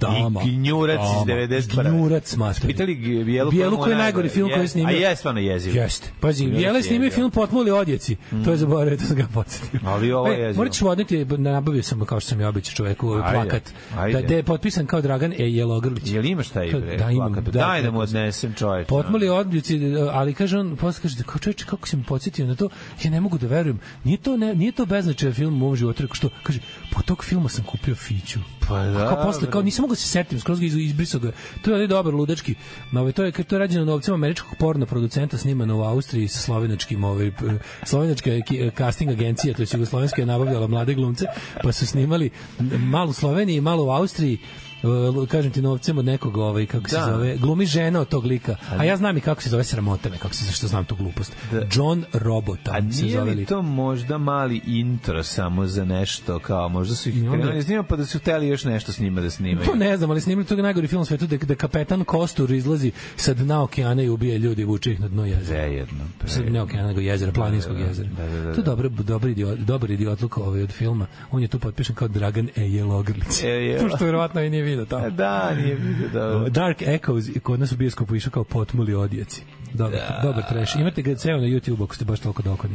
Dama. I gnjurac iz Dama. 91. Gnjurac, mater. Pitali Bijelu, Bijelu mu koji je najgori film koji je Jest. snimio. A je stvarno jezivo. Jeste. Pazi, Bijela je snimio film Potmuli odjeci. To je zaboravio, to sam ga podsjetio. Ali Mm. ovo je E, jezivo. Morat ću odneti, nabavio sam, kao što sam ja običao čoveku, ovaj Ajde, plakat. ajde. Da, gde je potpisan kao Dragan E. Jelogrlić. Jel imaš taj Ka- bre? Da, imam. plakat? Daj da mu odnesem čoveče. Potmuli odljuci, ali kaže on, posle kaže, kao čoveče, kako si me podsjetio na to, ja ne mogu da verujem, nije to, ne, nije to beznačajan film u mom životu, rekao što, kaže, po tog filma sam kupio Fiću. Pa A da, Kao posle, bre. kao nisam mogao da se setim, skroz ga iz- izbrisao ga. To je onaj dobar ludački. Na ovaj to je to je rađeno novcima američkog porno producenta snimano u Austriji sa slovenačkim ovaj p- slovenačka je ki- casting agencija, to je jugoslovenska je nabavljala mlade glumce, pa su snimali malo u Sloveniji, malo u Austriji e, lu- kažem ti novcem od nekog ovaj kako se Da. zove glumi žena od tog lika a ja znam i kako se zove sramota me kako se zašto znam tu glupost John Robota Da. A se Pa nije zove li lik. to možda mali intro samo za nešto, kao možda su ih onda- krenuli da snima, pa da su hteli još nešto s njima da snimaju. Pa ne znam, ali snimili to najgori film na svetu da, da kapetan Kostur izlazi sa dna okeana i ubija ljudi i vuče ih na dno jezera. Prejedno. Sad prejedno. ne okeana, nego jezera, planinskog jezera. da, da, da. To je dobro, dobar, idiot, dobar idiotluk ovaj od filma. On je tu potpišen kao Dragan E. Jelogrlić. E, je. <laughs> Tu što verovatno i nije vidio tamo. A Da, nije vidio dobro. Dark Echoes je kod nas u bioskopu išao kao potmuli odjeci. Dobar, Da. dobar trash. Imate ga ceo na YouTube ako ste baš toliko dokoni.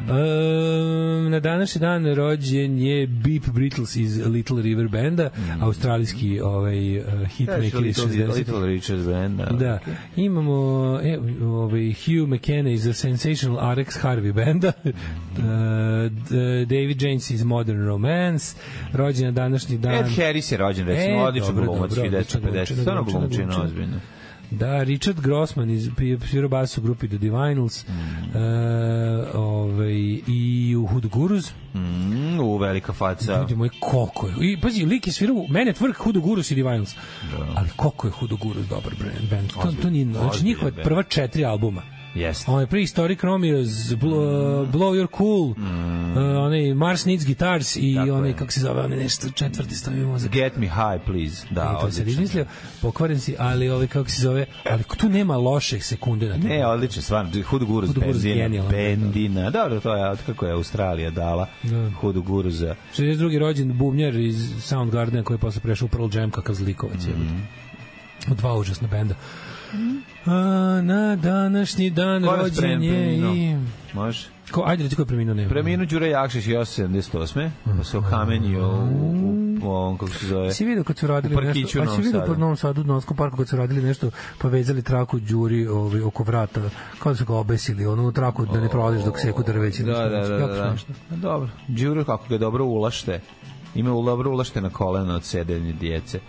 Um, na današnji dan rođen je Beep Brittles iz Little River Banda, australijski ovaj, uh, Mm. Little, hitmaker iz Little, 60-ih. Little Richard Band. Da. Da. Imamo e, ovaj, Hugh McKenna iz Sensational RX Harvey benda, Mm. <laughs> e, d- David James iz Modern Romance, rođen je današnji dan. Ed Harris je rođen, recimo, da. E, odličan dobro, glumac, dobro, 1950. odličan, Stvarno odličan, glumčina, odličan. ozbiljno. Da, Richard Grossman iz Piro Bass u grupi The Divinals Mm. e, ovaj, i u Hood Gurus. Mm, u velika faca. Ljudi moji, koliko je. I, pazi, lik je svirao, u- mene je tvrk Hood Gurus i Divinals. Ali koliko je Hood Gurus dobar brand. band. To, to nije, znači, Da. ozbiljan njihova band. prva četiri albuma. Jeste. Onaj prehistoric Romeo's, Blow, blow Your Cool, mm. uh, onaj Mars Needs Guitars i Tako onaj, je. kako se zove, onaj nešto četvrti stavi mozak. Get me high, please. Da, E, to se odlično. izmislio, pokvaren si, ali ovaj, kako se zove, ali tu nema loših sekunde na to. Ne, odlično, E, stvarno. Hudu guru Hudu Guruz bendina. genijalan, da, da. Bendina. Dobro, to je od kako je Australija dala Da. Hudu guru za... 62. rođen bubnjar iz Soundgardena koji je posle prešao u Pearl Jam kakav zlikovac je. Mhm. U Dva užasna benda. A, na današnji dan Ko nas rođen pre- je i... preminuo? Može? Ko, ajde, reci ko je preminuo, nema. Preminu Đura Jakšić još 78. Pa se okamenio u, u, u ovom, kako se zove... Si vidio kad su radili U parkiću nešto, u a si Novom vidio Sadu. po Novom Sadu, u Novskom parku, kad su radili nešto, povezali traku Đuri ovaj, oko vrata, kao da su ga obesili, onu traku da ne prolaziš dok seku drveće. Da, nešto, da, da. da, jako da. smešno. A Dobro. Đuro kako ga dobro ulašte. Ima u dobro ulašte na kolena od sedenje djece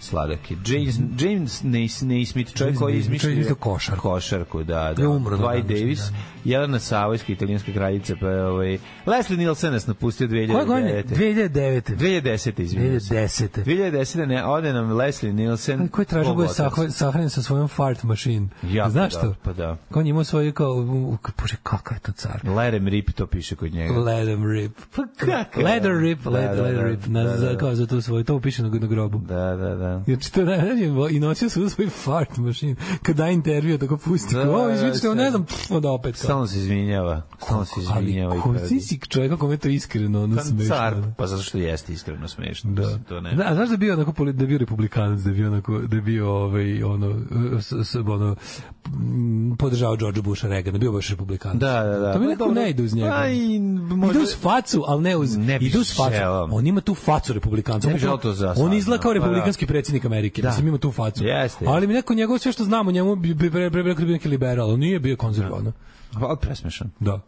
sladak je. James, James Nais- Naismith, čovjek Mhm. James koji je Naismith, izmišljio čovjek je izmislio košarku. Košarku, da, da. Je umro da. na Dwight današnji Davis, Jelena Savojska, italijanska kraljica, pa je, ovaj... Leslie Nielsen nas napustio Koje godine? 2009. 2009. 2010. izvinjam se. 2010. 2010. ne, ode nam Leslie Nielsen. Ali ko je tražio da Bog boje otac. sahranjen sa svojom fart mašin? Jako Znaš da, što? pa da. Ko on je imao svoju kao, u- u- bože, kakav je to car. Let him rip, to piše kod njega. Let him rip. Pa kakav? Leather rip, Da, let, da, leather da, rip. Na, da, da. za, kao za tu svoju, to piše na, na grobu. Da, da, da. Jer to radim i nosio sam svoj fart mašin. Kad da intervju, tako pusti. Da, Da, da, o, da, izvinite, sve. ne znam, pff, onda opet. Kao. Stalno se izvinjava. Stalno se Ali izvinjava. i ko pravi. si si čovjeka kome je to iskreno, ono Pa, smešno. ovaj da. car, ono. pa zato što jeste iskreno smešno. Da. mislim, To ne. Da, a znaš da je bio onako poli- da je bio republikanac, da je bio onako da je bio ovaj ono s, s, ono m, podržavao George Busha Reagana, bio baš republikanac. Da, da, da. To mi Pa nekako dobro. ne ide uz njega. Pa i možda- Ide uz facu, al ne uz Ne ne bi ide uz facu. želeo. On ima tu facu republikanca. Ne bi Bukvalno, želeo to za sad, On izgleda kao da, pa da. republikanski predsjednik Amerike. Da. Da. Mislim, ima tu facu. Jeste, Ali mi neko njegov sve što znam o njemu bi bi- pre- pre- pre- rekao da bi neki liberal, on nije bio konzervativan. Ali Pa, presmešan. Da.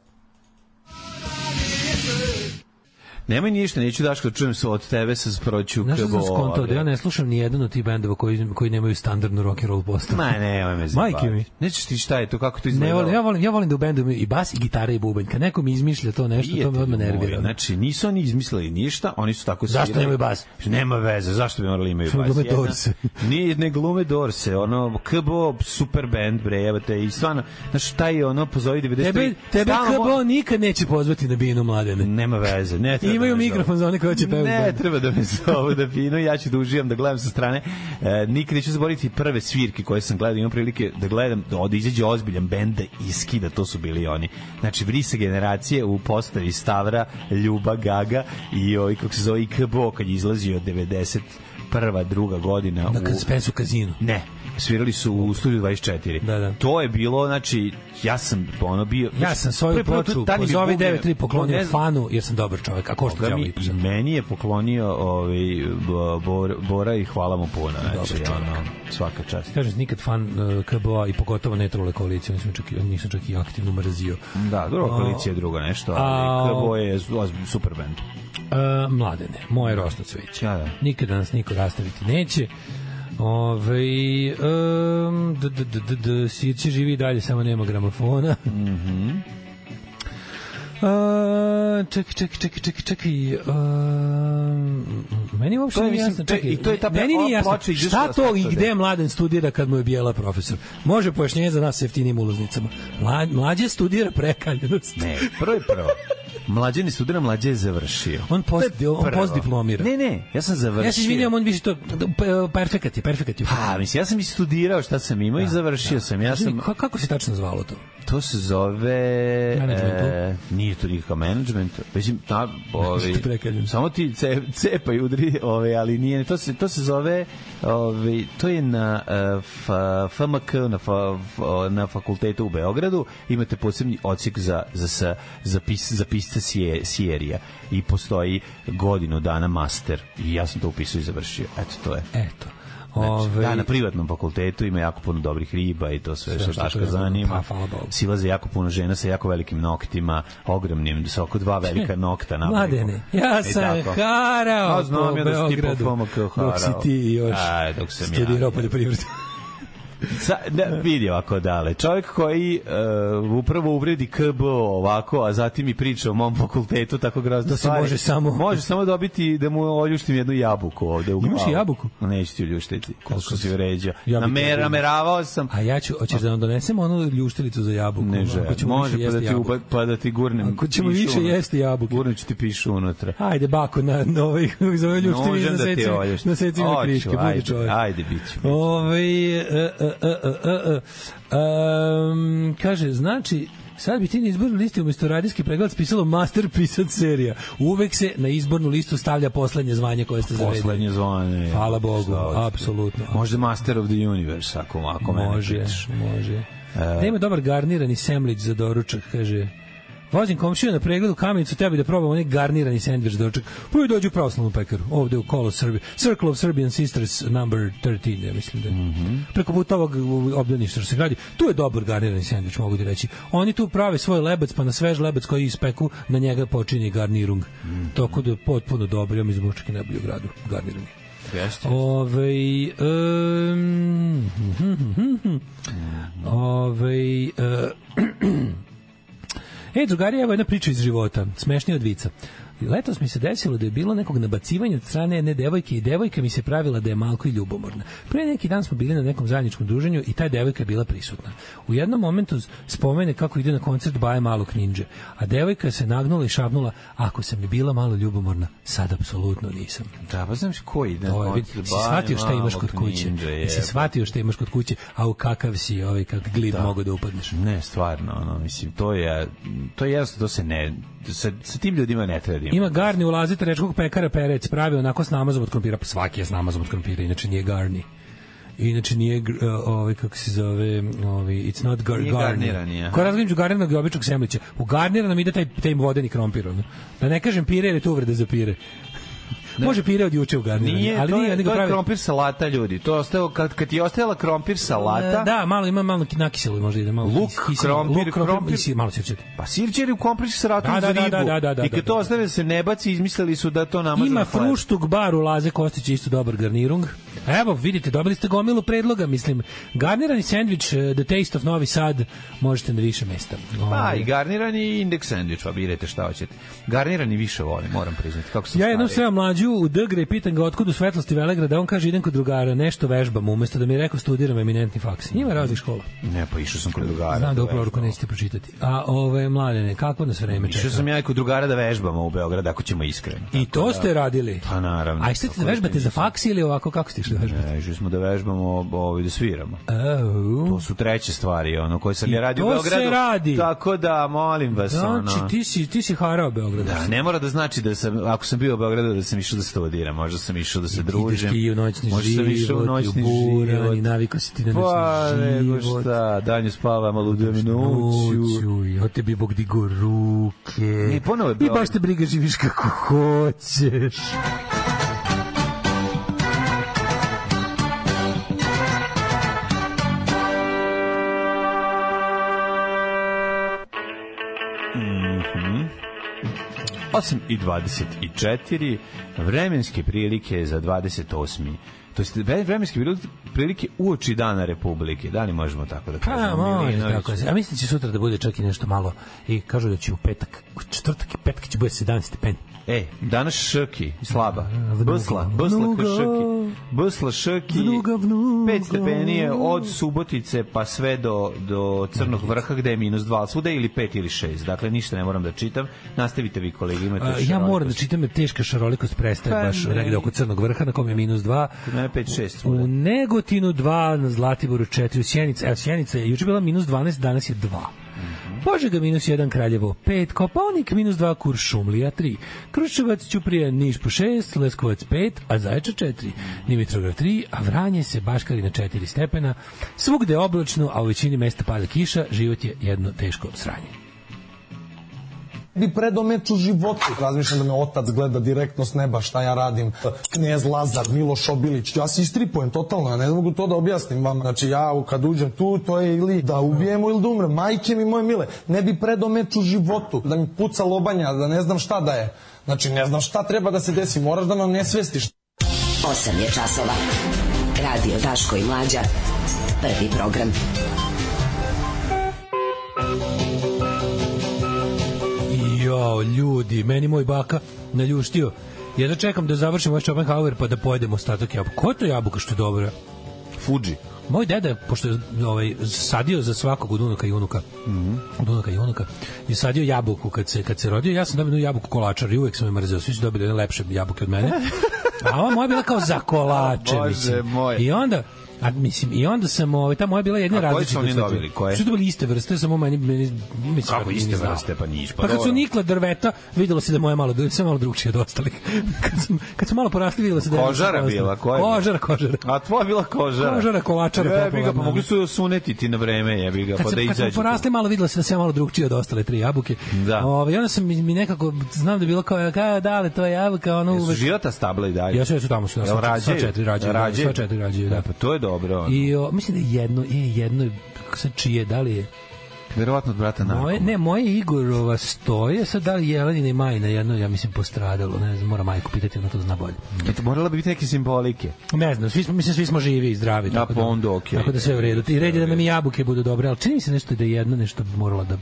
Nemoj ništa, neću Daško, da čujem se od tebe sa sproću Znaš što sam kebova, skontao, da ja bre. ne slušam ni jedan od tih bendova koji, koji nemaju standardnu rock and roll postavu. Ma ne, ovo me zabaviti. Majke mi. Nećeš ti šta je to, kako to Ne izgleda? volim, ja volim, ja volim da u bendu imaju i bas i gitara i bubanj. Kad neko mi izmišlja to nešto, to me odmah Prijatelji nervira. moji, Znači, nisu oni izmislili ništa, oni su tako Zašto svirali. nemaju bas? Nema veze, zašto bi morali da imaju Što bas? glume Jedna- Dorse. <laughs> Nije, ne glume Dorse, ono, KBO, super band, bre, jebate, i stvarno, znaš, taj je ono, pozovi 93. Tebe, tebe Stalno mo- KBO nikad neće pozvati na binu mladene. Nema veze, ne treba. Imaju da me mikrofon zovu. za one koji će pevati Ne, band. treba da me zovu da pinu, ja ću da uživam, da gledam sa strane. E, nikad neću zaboraviti prve svirke koje sam gledao, imam prilike da gledam, da ovde izađe ozbiljan bend da iskida, to su bili oni. Znači, vrisa generacije u postavi Stavra, Ljuba, Gaga i ovi, kako se zove, i KBO, kad je izlazio 90 prva, druga godina. Na u- kad spensu kazinu. Ne, svirali su u studiju 24. Da, da. To je bilo, znači, ja sam ono bio... Ja sam svoju Prvi put ploču tad mi je pozovi Bubnjer- 93 poklonio Ne znam- fanu jer sam dobar čovjek, a ko što Boga ćeo mi, i meni je poklonio ovaj, bo- Bor- Bora i hvala mu puno. Znači, Dobar čovjek. ono, svaka čast. Kažem, nikad fan uh, KBA i pogotovo ne trole koalicije, nisam čak, i- nisam čak i aktivno mrzio. Da, dobro, koalicija je drugo nešto, ali a- Krbo je ozbilj- super band. E, mladene, moje rosno cveće. Da, da. Nikada nas niko rastaviti neće. Ove, um, d, d, d, d, d, sirće živi i dalje, samo nema gramofona. Mm Mhm. -hmm. čekaj, čekaj, čekaj, čekaj, čekaj. Um, meni uopšte To je, nije mislim, jasno. to je- Čekaj, i to je ta meni nije ova jasno. ploča izašla Šta na to i Saturday. gde Mladen studira kad mu je bijela profesor? Može pojašnjenje za nas sa jeftinim ulaznicama. Mla, mlađe studira prekaljenost. Ne, prvo je prvo. Mlađe ne studira, mlađe je završio. On post- To je on prvo. postdiplomira. Ne, ne, ja sam završio. Ja se izvinjam, on više to... Perfekat je, perfekat je. Pa, mislim, ja sam i studirao šta sam imao Da, i završio sam. Ja sam, Kako, kako se tačno zvalo to? to se zove... Managementu? E, nije to nikakav management. Mislim, <laughs> ta, ovi, Što prekaljem. samo ti ce, cepa i udri, ovi, ali nije. To se, to se zove... Ovi, to je na e, fa, FMK, na, fa, f- o, na fakultetu u Beogradu. Imate posebni odsjek za, za, sa- za, pis, za pisca sije, Sijerija. I postoji godinu dana master. I ja sam to upisao i završio. Eto, to je. Eto. Znači, Ove, da, na privatnom fakultetu ima jako puno dobrih riba i to sve, Sve što što Daška treba. zanima. Pa, hvala Bogu. Silaze jako puno žena sa jako velikim noktima, ogromnim, sa oko dva <laughs> velika nokta. napravimo. Mladene, ja I sam tako. harao A, znam po ja da si ti po Beogradu, FOMK dok si harao. ti još A, dok sam ja. studirao poljoprivredu. Sa, ne, vidi ovako dale. Čovjek koji uh, upravo uvredi KBO ovako, a zatim i priča o mom fakultetu tako grozno. Da se može samo- Može samo dobiti da mu oljuštim jednu jabuku ovde u glavu. Imaš i jabuku? Neću ti oljuštiti. Koliko si vređao. Ja bi Namer, trebao. nameravao sam. A ja ću, hoćeš da nam donesemo onu ljuštilicu za jabuku? Ne želim. Ako ćemo Može više pa da jesti ti jabuku. uba, pa da ti gurnem. Ako ćemo pišu više unutra. jesti jabuke. Gurnut ću ti pišu unutra. Ajde, bako, na, na ovaj, <laughs> za ove ljuštili Nužan na da ti secima, olješ. na secima Hoću, kriške, budi ajde, čovjek. ajde, bit ću, bit ću. Ove, e, e, e, e, e, e. Um, kaže, znači, Sad bi ti na izbornu listu umesto radijski pregledac pisalo master pisac serija. Uvek se na izbornu listu stavlja poslednje zvanje koje ste zavedili. Poslednje zvane. Hvala Bogu, Šta hoćete? apsolutno. Može Master of the Universe, ako, ako mene Može, pitaš. može. Da ima dobar garnirani semlić za doručak, kaže. Vozim komšiju na pregledu kamenicu, tebe da probam onaj garnirani sandvič za doručak. Prvi dođu u pravoslavnu pekaru, ovde u Kolo Srbije. Circle of Serbian Sisters number 13, ja mislim da je. Preko puta ovog obdaništa što se gradi. Tu je dobar garnirani sandvič, mogu ti reći. Oni tu prave svoj lebac, pa na svež lebac koji ispeku, na njega počinje garnirung. Tako da je potpuno dobro, ja mi zbog čak i najbolje u gradu, garnirani. Jeste. Ove, <laughs> um, ove, uh, <clears throat> E, drugari, evo jedna priča iz života, smešnija od vica. Letos mi se desilo da je bilo nekog nabacivanja od strane jedne devojke i devojka mi se pravila da je malko i ljubomorna. Pre neki dan smo bili na nekom zajedničkom druženju i ta devojka je bila prisutna. U jednom momentu spomene kako ide na koncert Baje malog ninja, a devojka se nagnula i šapnula ako sam i bila malo ljubomorna, sad apsolutno nisam. Da, pa znaš koji ide. To je, vidi, si shvatio šta imaš kod kuće. Si shvatio šta imaš kod kuće, a u kakav si ovaj kak glib da. mogu da upadneš. Ne, stvarno, ono, mislim, to je, to je jasno, to se ne, sa, sa tim ljudima ne treba da ima. Ima garni ulazite rečkog pekara Perec, pravi onako s namazom od krompira, pa svaki je s namazom od krompira, inače nije garni. Inače nije gr- uh, ovaj kako se zove, ovaj it's not gar Nije garniran, garni. je. Ko razlikujem garniranog i običnog semlića. U garniranom ide taj taj vodeni krompir, ono. Da ne kažem pire, jer je to uvreda za pire. Može pire od juče u garniranju, Nije, ali to, nije, je, nego to je pravi. krompir salata, ljudi. To je ostalo, kad, kad ti je ostajala krompir salata, Da, malo ima malo nakiselo možda ide malo. Luk, kis- kiselo. krompir, luk, krompir, krompir. kisi- malo sirčet. pa sirćeri u krompir salatu Da, uz da, da, ribu. da, da, da, da, I kad da, to da. ostane da se ne baci, izmislili su da to namažu Ima na hleb. fruštug bar u Laze Kostić je isto dobar garnirung. Evo, vidite, dobili ste gomilu predloga, mislim. Garnirani sandvič eh, The Taste of Novi Sad možete na više mesta. Pa, Ovaj. i garnirani i indeks sandvič, pa birajte šta hoćete. Garnirani više volim, moram priznati. Kako sam Ja jednom stariji. sreo mlađu u Dgre i pitan ga otkud u svetlosti Velegrada, on kaže idem kod drugara, nešto vežbam, umesto da mi je rekao studiram eminentni faks. Ima raznih škola. Ne, pa išao sam kod drugara. Znam da ovu vežbamo. poruku nećete pročitati. A ove, mladene, kako nas vreme čeka? Išao sam ja i kod drugara da vežbamo u Beograd, ako ćemo iskreno. I to ste radili? Pa, naravno. A ste Kako da vežbate ste za faks ili ovako kako ste išli da vežbate? E, išli smo da vežbamo, ovaj, da sviramo. E, To Au. su treće stvari, ono, koje sam I ja radio u to Beogradu. se radi. Tako da, molim vas, ono... Znači, ti si, ti si harao Beograd. Da, ne mora da znači da sam, ako sam bio u Beogradu, da sam išao da studiram, možda sam išao da se družim. Ideš ti u noćni možda sam išao u život, noćni i u buran, život. i navikao si ti na Pa, noćni nego život. šta, danju spavam, a ludujem noću. Noću, ja tebi Bog digo ruke. I ponovo je I Beograd. baš te briga, živiš kako hoćeš. Mhm. 8 i 24, vremenske prilike za 28. To jest vre- vremenske prilike- prilike uoči dana Republike. Da li možemo tako da kažemo? Pa, može Milinović? tako. A mislim da će sutra da bude čak i nešto malo. I kažu da će u petak, u četvrtak i petak će bude 17 stepeni. E, danas šrki, slaba. Vnuga. Bsla, bsla Vnuga. ka šrki. Bsla šrki. Vnuga, vnuga. 5 stepeni je od Subotice pa sve do, do Crnog vrha gde je minus 2, ali svuda je ili 5 ili 6. Dakle, ništa ne moram da čitam. Nastavite vi kolegi, imate A, ja šarolikost. moram da čitam jer teška šarolikost prestaje Pa baš ne. negde oko Crnog vrha na kom je minus 2. Kod mene 5-6 svuda. U Negotinu 2, na Zlatiboru 4, u Sjenici, evo Sjenica je juče bila minus 12, danas je 2. Mhm. Požega minus 1, Kraljevo 5, Koponik minus 2, Kuršumlija 3, Kruševac, Ćuprija, Niš po 6, Leskovac 5, a Zaječar 4, Dimitrovgrad 3, a Vranje se baškari na 4 stepena, svugde je oblačno, a u većini mesta pada kiša, život je jedno teško sranje. bi predao meč u životu. Razmišljam da me otac gleda direktno s neba šta ja radim. Knez Lazar, Miloš Obilić. Ja se istripujem totalno, ja ne mogu to da objasnim vam. Znači ja kad uđem tu, to je ili da ubijemo ili da umrem. Majke mi moje mile, ne bi predao meč u životu. Da mi puca lobanja, da ne znam šta da je. Znači ne znam šta treba da se desi, moraš da nam ne svestiš. 8 je časova. Radio Daško i Mlađa. Prvi program. Jo, ljudi, meni moj baka naljuštio. Ja da čekam da završim ovaj Schopenhauer pa da pojedem ostatak jabuka. Ko je to jabuka što je dobro? Fuji. Moj deda, pošto je ovaj, sadio za svakog od unuka i unuka, mm Mhm. -hmm. od unuka i unuka, je sadio jabuku kad se, kad se rodio. Ja sam dobio jednu jabuku kolačar i uvek sam je mrzeo. Svi su dobili one lepše jabuke od mene. A ova moja je bila kao za kolače. <laughs> Bože mislim. moj. I onda, A mislim i onda sam ovaj ta moja je bila jedna A koje su različita. oni od sve te. dobili? Koje? Su dobili iste vrste, samo meni meni mislim Kako ni iste znao. vrste? Pa nisu, pa Pa kad su dobro. nikla drveta, videlo se da je moja malo sve malo drugčije od ostalih. <laughs> kad sam kad sam malo porasli videlo se da je Kožara bila, koja je bila? <laughs> Kožara, kožara. A tvoja je bila kožara. Kožara, kolačara, Jebi ga, pa popularna. mogli su je osuneti ti na vreme, jebi ga, kad pa sam, da kad sam izađe. porasli malo videlo se da sam ja malo drugčiji od ostale tri jabuke. Da. Ove, i onda sam mi, mi nekako, znam da je bilo kao, kao da li to je jabuka, ono Jesu uvek... života stabla i dalje. Ja sve su tamo su, da, Jel sva, sva rađaju? četiri rađaju, da, Rađaju? sva četiri rađaju, E, da. Pa to je dobro. ono. I o, mislim da je jedno, je jedno, je, kako sad čije, da li je? Verovatno od brata narkoma. Moje, ne, moje Igorova stoje, sad da li Jelenina i Majina jedno, ja mislim, postradalo, ne znam, mora majku pitati, ona to zna bolje. Eto, morala bi biti neke simbolike. Ne znam, svi smo, mislim, svi smo živi i zdravi. tako pa onda okej. Tako da sve u redu. I red je da nam i jabuke budu dobre, ali čini mi se nešto da je jedno nešto morala da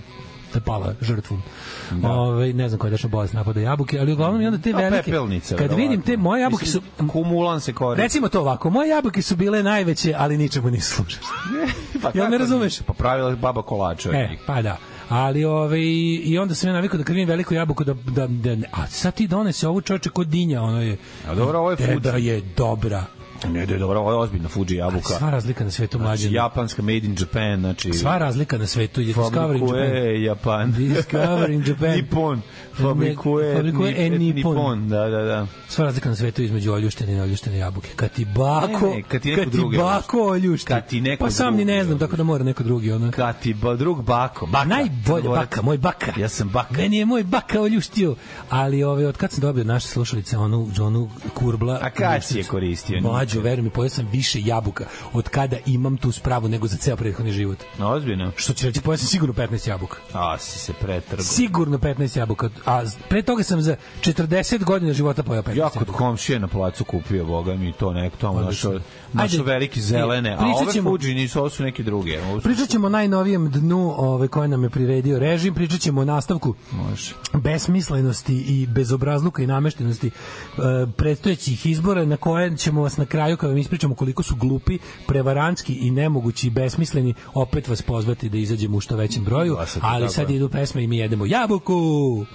da je pala žrtvom. Da. Ove, ne znam koja je dašna bolest napada jabuke, ali uglavnom i onda te A velike... pepelnica, kad vidim te, Pa, verovatno. moje jabuke su... Mislim, Kumulan se koristi. Recimo to ovako, moje jabuke su bile najveće, ali ničemu nisu služile. <laughs> Pa <laughs> jel kako me razumeš? nije? Pa pravila je baba kolača. od E, njih. pa da. Ali ove, i i onda sam ja navikao da krivim veliku jabuku da, da, da, a sad ti donese ovu čoveče kod dinja, ono je, A dobro, ovo je da fuč. je dobra. Ne, da je dobro, ovo je ozbiljna Fuji jabuka. Sva razlika na svetu mlađe. Znači, japanska made in Japan, znači... Sva razlika na svetu je Discovery in Japan. Fabrikuje Japan. <laughs> Discovery in Japan. <laughs> Nippon. Fabrikuje, Ne, fabrikuje Nip- e, Nippon. Da, da, da. Sva razlika na svetu između oljuštene i neoljuštene jabuke. Kad ti bako, Ne, ne, kad ti neko drugi bako oljušti. Kad ti neko pa sam ni drugi ne znam, tako da mora neko drugi. Ono. Kad ti ba, drug bako. Baka. Najbolje Govorim. baka, moj baka. Ja sam baka. Meni je moj baka oljuštio, ali ove, od kad sam dobio naše slušalice, onu, onu kurbla... A kad si je koristio? Mlađo, veruj mi, pojel sam više jabuka od kada imam tu spravu nego za ceo prethodni život. Na ozbiljno. Što ću reći, pojel sam sigurno 15 jabuka. A, si se pretrgo. Sigurno 15 jabuka. A z- pre toga sam za 40 godina života pojao 15 Ja kod jabuka. komšije na placu kupio, boga mi, to nek tamo našo, našo Ajde, veliki zelene, a pričat ove ćemo- Fuji nisu, ovo su neke druge. Ovo su- Pričat ćemo o najnovijem dnu ove, koje nam je priredio režim, pričat ćemo o nastavku Može. besmislenosti i bezobrazluka i nameštenosti e, predstojećih izbora na koje ćemo vas na kraju kada vam ispričamo koliko su glupi, prevaranski i nemogući i besmisleni, opet vas pozvati da izađemo u što većem broju, Glasate, ali tako sad Da, je. idu pesme i mi jedemo jabuku!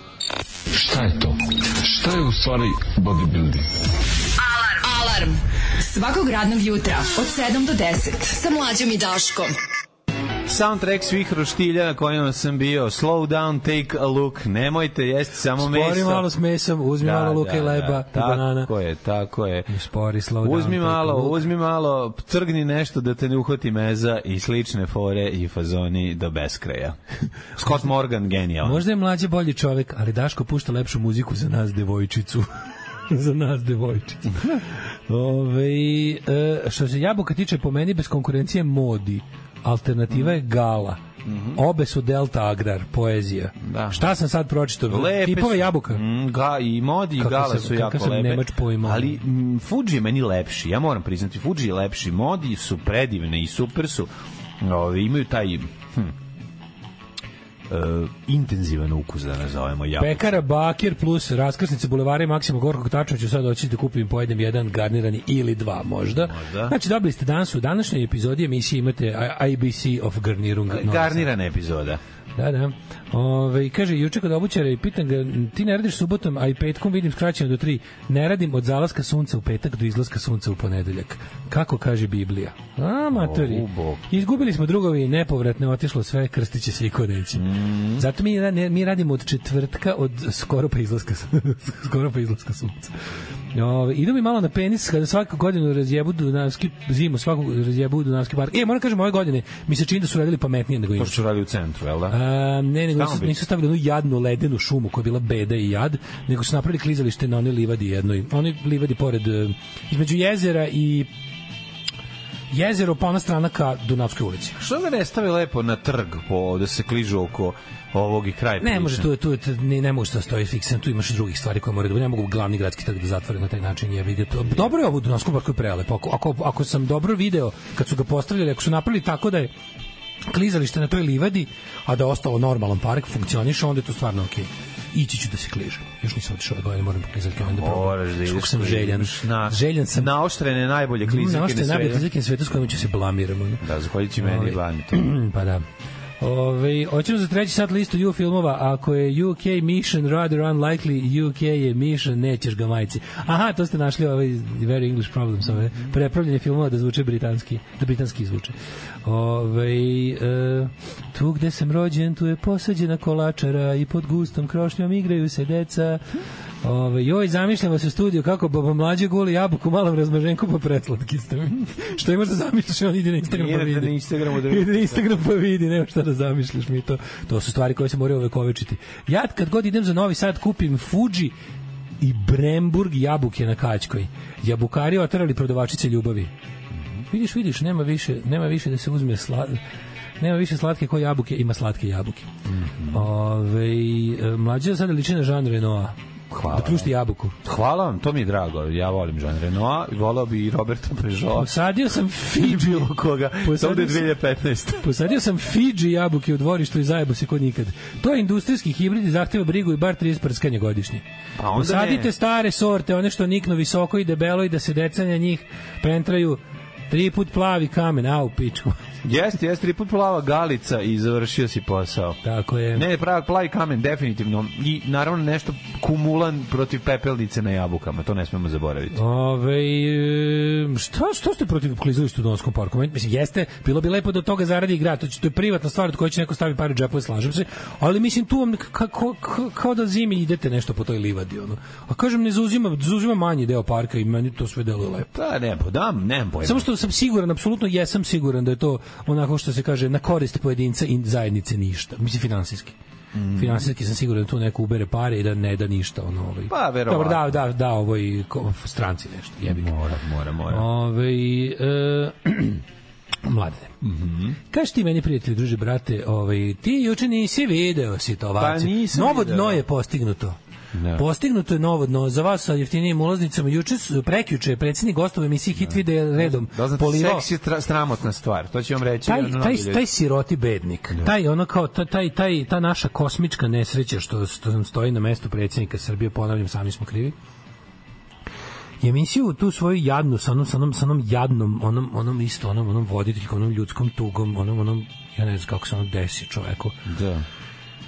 Šta je to? Šta je u stvari bodybuilding? Alarm. Svakog radnog jutra od 7 do 10 sa mlađom i Daškom. Soundtrack svih roštilja na kojima sam bio. Slow down, take a look. Nemojte jesti samo Spori meso. Da, malo s mesom, uzmi malo luka i leba i tako banana. je, tako je. Spori, slow down, Uzmi take a malo, look. uzmi malo, trgni nešto da te ne uhvati meza i slične fore i fazoni do <laughs> beskraja. Scott Morgan, genijalan. Možda je mlađe bolji čovek, ali Daško pušta lepšu muziku za nas devojčicu. <laughs> za nas devojčicu. Ove, e, što se jabuka tiče po meni bez konkurencije modi. Alternativa je gala. Obe su Delta Agrar, poezija. Da. Šta sam sad pročitao? Lepe Tipove su. jabuka. Mm, ga, I modi i Kako gala sam- su kakav jako sam lepe. nemač pojma. Ali mm, Fuji je meni lepši. Ja moram priznati, Fuji je lepši. Modi su predivne i super su. Ovi, imaju taj... Hm, uh, intenzivan ukus da nazovemo ja. Pekara Bakir plus raskrsnice bulevara i Maksima Gorkog tačno ću sad doći da kupim pojedem jedan garnirani ili dva možda. Možda. Znači dobili ste danas u današnjoj epizodi emisije imate IBC of Garnirung. Novi Sad. Garnirana epizoda. Da, da. Ove, i kaže, juče kod obućara i pitan ga, ti ne radiš subotom, a i petkom vidim skraćeno do tri. Ne radim od zalaska sunca u petak do izlaska sunca u ponedeljak. Kako kaže Biblija? A, matori. O, Bog. Izgubili smo drugovi, nepovratno je otišlo sve, krstit će se i ko neće. Zato mi, ra- ne- mi radimo od četvrtka, od skoro pa izlaska, sun- <laughs> skoro pa izlaska sunca. Ove, idu mi malo na penis, kada svaku godinu razjebu Dunavski, zimu svaku razjebu Dunavski park. E, moram kažem, ove godine mi se čini da su radili pametnije nego To inače. što radi u centru, jel da? A, ne, nego Stalno nisu, bi- nisu stavili onu jadnu ledenu šumu koja je bila beda i jad, nego su napravili klizalište na onoj livadi jednoj. Oni livadi pored, e, između jezera i jezero pa ona strana ka Dunavskoj ulici. Što ga ne stave lepo na trg po, da se kližu oko ovog i kraj Ne priče? može tu, tu tu- ne, ne može to stoji fiksan, tu imaš drugih stvari koje moraju da budu. ne mogu glavni gradski trg da zatvore na taj način je vidi to. Dobro je ovo u Dunavskom parku je prelepo. Ako, ako, ako sam dobro video kad su ga postavljali, ako su napravili tako da je klizalište na toj livadi, a da je ostalo normalan park funkcioniše, onda je to stvarno okej. Ići ću da se kližem. Još nisam otišao ove godine, moram poklizati kao onda probam. Moraš da ideš. Kako sam željan. Na, željan sam. Na, Naoštrene najbolje klizike na na, ošte najbolje svetu. klizike na svetu s kojima ću se blamiram. ono. Da, zahvaljujući meni i Ovaj, <clears throat> vani to. pa da. Ove, hoćemo za treći sat listu U filmova. Ako je UK Mission rather unlikely, UK je Mission, nećeš ga majci. Aha, to ste našli ovaj Very English Problems, ove, prepravljanje filmova da zvuče britanski, da britanski zvuče. Ove, e, tu gde sam rođen, tu je posađena kolačara i pod gustom krošnjom igraju se deca. Ove, joj, zamišljam vas u studiju kako baba mlađe guli jabuku malom razmaženku pa preslatki ste mi. Što imaš da zamišljaš, on ide na Instagram pa Nije da vidi. na Instagramu da <laughs> vidi. Ide na Instagram pa vidi, nema šta da zamišljaš mi to. To su stvari koje se moraju ovekovečiti. Ja kad god idem za Novi Sad kupim Fuji i Bremburg jabuke na Kaćkoj. Jabukari oterali prodavačice ljubavi. Vidiš, vidiš, nema više, nema više da se uzme sla, nema više slatke koje jabuke, ima slatke jabuke. Mhm. Mm -hmm. Ove, e, mlađe sada liči na žanr Renoa. Hvala. <clears throat> Da pljušti jabuku. Hvala vam, to mi je drago. Ja volim Jean Renoir, volao bi i Roberta Peugeot. Posadio sam <laughs> I Fiji. bilo koga. Posadio Samo da je sam- 2015. Posadio sam Fiji jabuke u dvorištu i zajebo se kod nikad. To je industrijski hibrid i zahteva brigu i bar 30 prskanja godišnje. Pa onda Posadite ne. stare sorte, one što niknu visoko i debelo i da se decanja njih pentraju Tri put plavi kamen, a u pičku. <laughs> Jeste, jeste, tri put plava galica i završio si posao. Tako je. Ne, pravi plavi kamen, definitivno. I naravno nešto kumulan protiv pepelnice na jabukama, to ne smemo zaboraviti. Ove, e, šta, što ste protiv klizališta u Donskom parku? Meni, Mislim, jeste, bilo bi lepo da od toga zaradi igrač, to, će- to je privatna stvar od koje će neko stavi pare u džepove, slažem se, ali mislim tu vam kako, kao da zimi idete nešto po toj livadi, ono. A kažem, ne zauzima, zauzima manji deo parka i meni to sve deluje lepo. Da, ne, podam, nemam pojma. Samo što sam siguran, apsolutno jesam siguran da je to onako što se kaže na korist pojedinca i zajednice ništa, mislim finansijski. Mm. Finansijski sam siguran da tu neko ubere pare i da ne da ništa ono ovaj. Pa, verovatno. Dobro, da, da, da, ovoj ko- stranci nešto. Jebi ga. Mora, mora, mora. Ove, e, <clears throat> mladene. Mm Mhm. -hmm. Kaži ti meni, prijatelj, druže, brate, ovaj, ti juče nisi video situaciju. Pa nisam Novo video. dno je postignuto. Da. Postignuto je novo dno za vas sa jeftinijim ulaznicama. Juče su prekjuče je predsednik gostova emisije Hit video redom Da znate, polivao seks je tra- sramotna stvar, to ću vam reći. taj, ono, taj, najbolje. taj siroti bednik, Da. taj ono kao ta, taj, taj, ta naša kosmička nesreća što, što nam stoji na mestu predsjednika Srbije, ponavljam, sami smo krivi, je emisiju tu svoju jadnu, sa onom, sa onom, sa onom jadnom, onom, onom isto, onom, onom voditeljkom, onom ljudskom tugom, onom, onom, ja ne znam kako se ono desi čoveku, Da.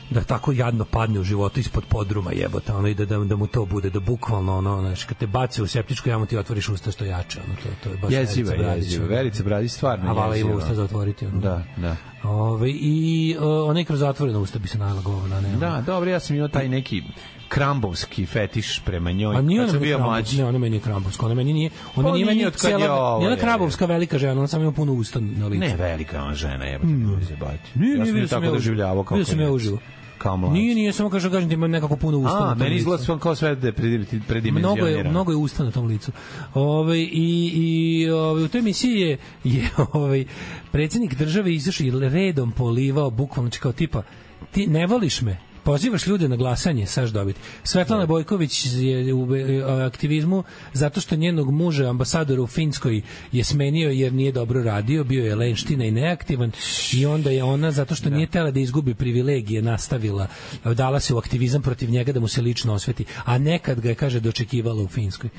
da tako jadno padne u životu ispod podruma jebota, ono i da, da, da mu to bude, da bukvalno ono, znaš, kad te bace u septičku jamu ti otvoriš usta što jače, ono, to, to je baš Jeziva, Verica Bradić, jeziva. ono. pa Verica Bradić stvarno A vala ima jeziva. usta za otvoriti. Ono. Da, da. Ove, I o, onaj kroz zatvorena usta bi se najela govna, ne? ono. Da, dobro, ja sam imao taj neki krambovski fetiš prema njoj. A nije kad ona sam meni bio krabovska, mlađi. ne, ona meni je krabovska, ona meni nije, ona Pa nije meni nije je od kad je cela, ovo, njena je, krabovska velika žena, ona samo ima puno usta na licu. Ne, velika ona žena, jebote, mm. se bati. Nije, ja nije, sam vidio je sam tako ja uživo. doživljavao kao Vidio sam ja klinac. uživo. Kao mlađi. Nije, nije, samo kažem, kažem ti ima nekako puno usta. na A, tom meni licu. izgleda sam kao sve da je predi- predimenzionirano. Mnogo je, mnogo je usta na tom licu. Ove, i, i ove, u toj emisiji je, je ove, predsednik države izašao i redom polivao, bukvalno znači kao tipa, ti ne voliš me, pozivaš ljude na glasanje, saš dobiti. Svetlana Bojković je u be- e, aktivizmu zato što njenog muža, ambasadora u Finskoj, je smenio jer nije dobro radio, bio je lenština i neaktivan i onda je ona, zato što nije tela da izgubi privilegije, nastavila, dala se u aktivizam protiv njega da mu se lično osveti, a nekad ga je, kaže, dočekivala u Finskoj.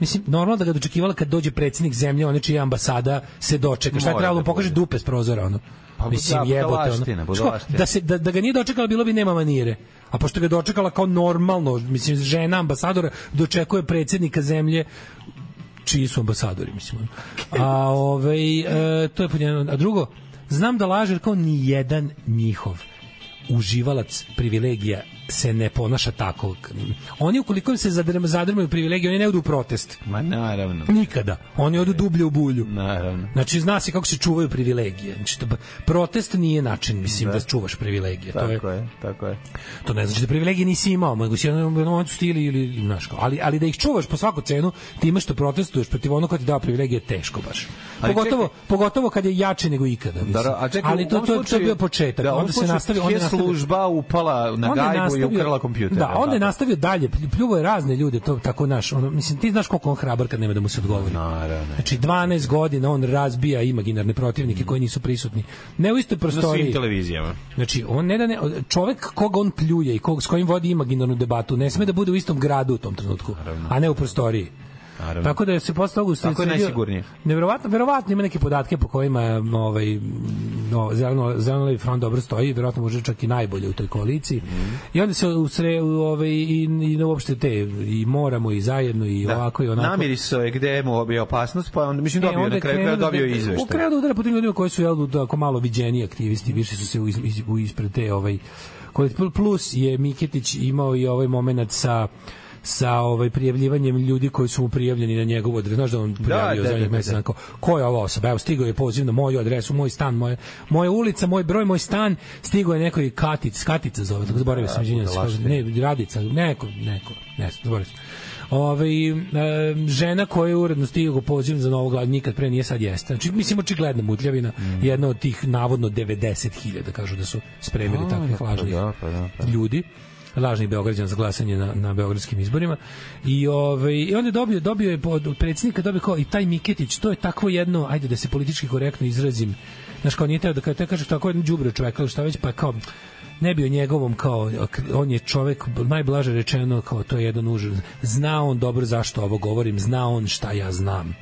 Mislim, normalno da ga dočekivala kad dođe predsednik zemlje, one čija ambasada se dočeka. Šta je Mora trebalo da mu pokaže bude. dupe s prozora, ono. Pa, da, budalaština, Znaš budalaština. kao, Da, se, da, da ga nije dočekala, bilo bi nema manire. A pošto ga je dočekala kao normalno, mislim, žena ambasadora dočekuje predsednika zemlje, čiji su ambasadori, mislim. ono. A, ovaj, e, to je pod jedno. A drugo, znam da laže, jer kao ni jedan njihov uživalac privilegija se ne ponaša tako. Oni ukoliko im se zadrma, zadrmaju privilegije, oni ne odu u protest. Ma naravno, Nikada. Oni odu dublje u bulju. naravno. Znači, zna se kako se čuvaju privilegije. Znači, to, protest nije način, mislim, da, da čuvaš privilegije. To je, Tako je, tako je. to ne znači da privilegije nisi imao, nego si u jednom jednom momentu stili ili znaš kao, ali, ali da ih čuvaš po svaku cenu, time što protestuješ protiv onog ko ti dao privilegije, teško baš. Ali pogotovo, čekaj. pogotovo kad je jače nego ikada. Mislim. Da, a čekaj, ali u to, ovom to, to je slučaju- bio početak. Da, u ovom onda se slučaju nastavi, onda je nastavi, služba upala na onda je gajbu i nastavio- ukrala kompjuter. Da, onda je tako? nastavio dalje, plj- pljuvo je razne ljude, to tako naš, ono, mislim, ti znaš koliko on hrabar kad nema da mu se odgovori. Naravno. Znači, 12 godina on razbija imaginarne protivnike koji nisu prisutni. Ne u istoj Na svim prostoriji. televizijama. Znači, on ne da ne, čovek koga on pljuje i kog, s kojim vodi imaginarnu debatu, ne sme da bude u istom gradu u tom trenutku, a ne u prostoriji. Naravno. Tako da se posle toga Tako je najsigurnije. Neverovatno, verovatno ima neke podatke po kojima m, ovaj no, zeleno zeleno levi front dobro stoji, verovatno može čak i najbolje u toj koaliciji. Mhm. I onda se u sre u ovaj i, i na uopšte te i moramo i zajedno i Da. ovako i onako. Namirisao je gde mu je opasnost, pa onda, mislim, E, dobio je onda na je kraju, kraja krenuo da- dobio je u izveštaj. kraju da udara po tim ljudima koji su jel, tako malo viđeni aktivisti, više su se u, iz, iz- u ispred te ovaj, koji plus je Miketić imao i ovaj momenat sa sa ovaj prijavljivanjem ljudi koji su mu prijavljeni na njegovu adresu. Znaš da on da, prijavio da, da, za njih da, mesec da. dana kao, ko je ova osoba? Evo, stigao je poziv na moju adresu, moj stan, moje, moja ulica, moj broj, moj stan. Stigao je neko i Katic, Katica zove, tako zaboravio Da, sam, izvinjam se. budalaštine. Ne, Radica, neko, neko, ne znam, zaboravio sam. Ove, e, žena koja je uredno stigao poziv za novog glad, nikad pre nije sad jeste. Znači, mislim, očigledna mutljavina, mm. jedna od tih navodno 90.000, kažu da su spremili takvih lažnih da, pa da, pa ljudi lažnih beograđana za glasanje na, na beogradskim izborima i ovaj i onda je dobio dobio je od od predsjednika dobio kao i taj Miketić to je takvo jedno ajde da se politički korektno izrazim znaš kao nije teo da kaže kaže tako jedan đubre čovjek ili šta već pa kao ne bio njegovom kao on je čovjek najblaže rečeno kao to je jedan užas zna on dobro zašto ovo govorim zna on šta ja znam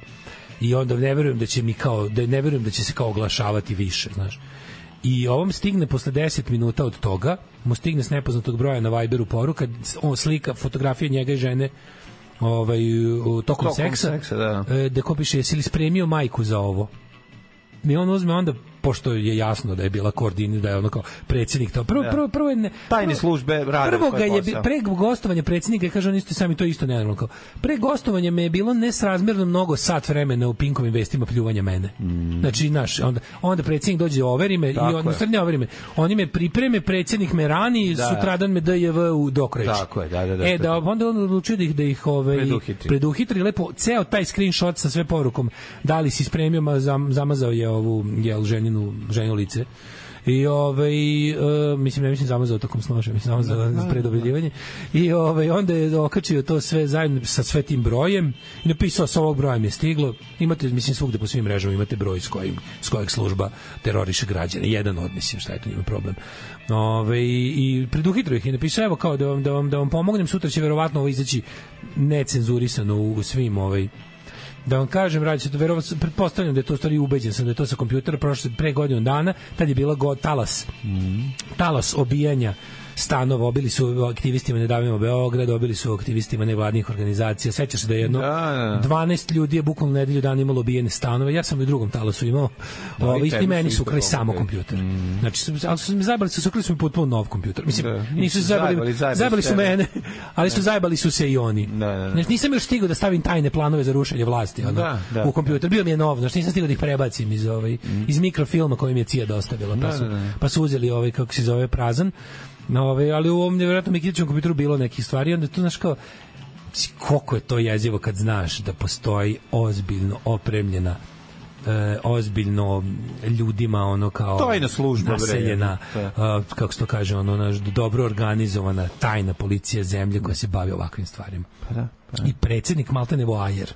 i onda ne verujem da će mi kao da ne verujem da će se kao oglašavati više, znaš. I ovom stigne posle 10 minuta od toga, mu stigne s nepoznatog broja na Viberu poruka, on slika fotografije njega i žene ovaj, tokom, tokom seksa, seksa da. da ko piše, jesi li spremio majku za ovo? I on uzme onda pošto je jasno da je bila koordinirana da je ono kao predsednik to prvo prvo prvo je ne, tajne službe rade prvo ga je pre gostovanja predsednika je kaže on isto sami to isto nenormalno kao pre gostovanja me je bilo nesrazmerno mnogo sat vremena u pinkovim vestima pljuvanja mene mm. znači naš onda onda predsednik dođe overi me tako i on srednje overi me oni me pripreme predsednik me rani da, sutradan me DJV u Dokreći tako je da da da e da onda on odlučio da ih da ih ove preduhitri, preduhitri lepo ceo taj screenshot sa sve porukom da li si spremio ma zam, zamazao je ovu jel ženinu ženu, ženu lice. I ovaj uh, mislim ne mislim samo za tokom snože, mislim samo za predobeljivanje. I ovaj onda je okačio to sve zajedno sa sve tim brojem i napisao sa ovog broja mi je stiglo. Imate mislim svugde po svim mrežama imate broj s kojim s kojeg služba teroriše građane. Jedan od mislim šta je to njima problem. Ove, i, i preduhitro ih je napisao evo kao da vam, da vam, da vam pomognem sutra će verovatno ovo izaći necenzurisano u, u svim ovaj da vam kažem, radi se to, verovatno, pretpostavljam da je to stvari ubeđen sam da je to sa kompjutera prošle pre godinu dana, tad je bila go, talas, mm. talas obijanja stanova, obili su aktivistima Nedavimo Beograd, obili su aktivistima nevladnih organizacija. Sećaš se da je jedno da, da. 12 ljudi je bukvalno nedelju dana imalo obijene stanove. Ja sam i u drugom talasu imao. Da, Ovo, isti meni su ukrali samo kompjuter. Mm. Znači, ali su mi zajebali, su ukrali su mi potpuno nov kompjuter. Mislim, da. nisu zajebali, zajebali, zajebali, zajebali su mene, <laughs> ali su zajebali su se i oni. Da, da, da. Znači, nisam još stigao da stavim tajne planove za rušenje vlasti ono, da, da, u kompjuter. Bio mi je nov, znači nisam stigao da ih prebacim iz, ovaj, mm. iz mikrofilma koji mi je Cija dostavila. Pa su, da, da, da. pa su uzeli ovaj, kako se zove, prazan. No, ove, ali u ovom nevjerojatnom Mikitićom kompjuteru bilo nekih stvari, onda tu, znaš, kao, Znači, koliko je to jezivo kad znaš da postoji ozbiljno opremljena e, ozbiljno ljudima ono kao tajna služba da. naseljena bre, a, kako se to kaže ono naš dobro organizovana tajna policija zemlje koja se bavi ovakvim stvarima pa da, pa da. i predsednik Maltene Voajer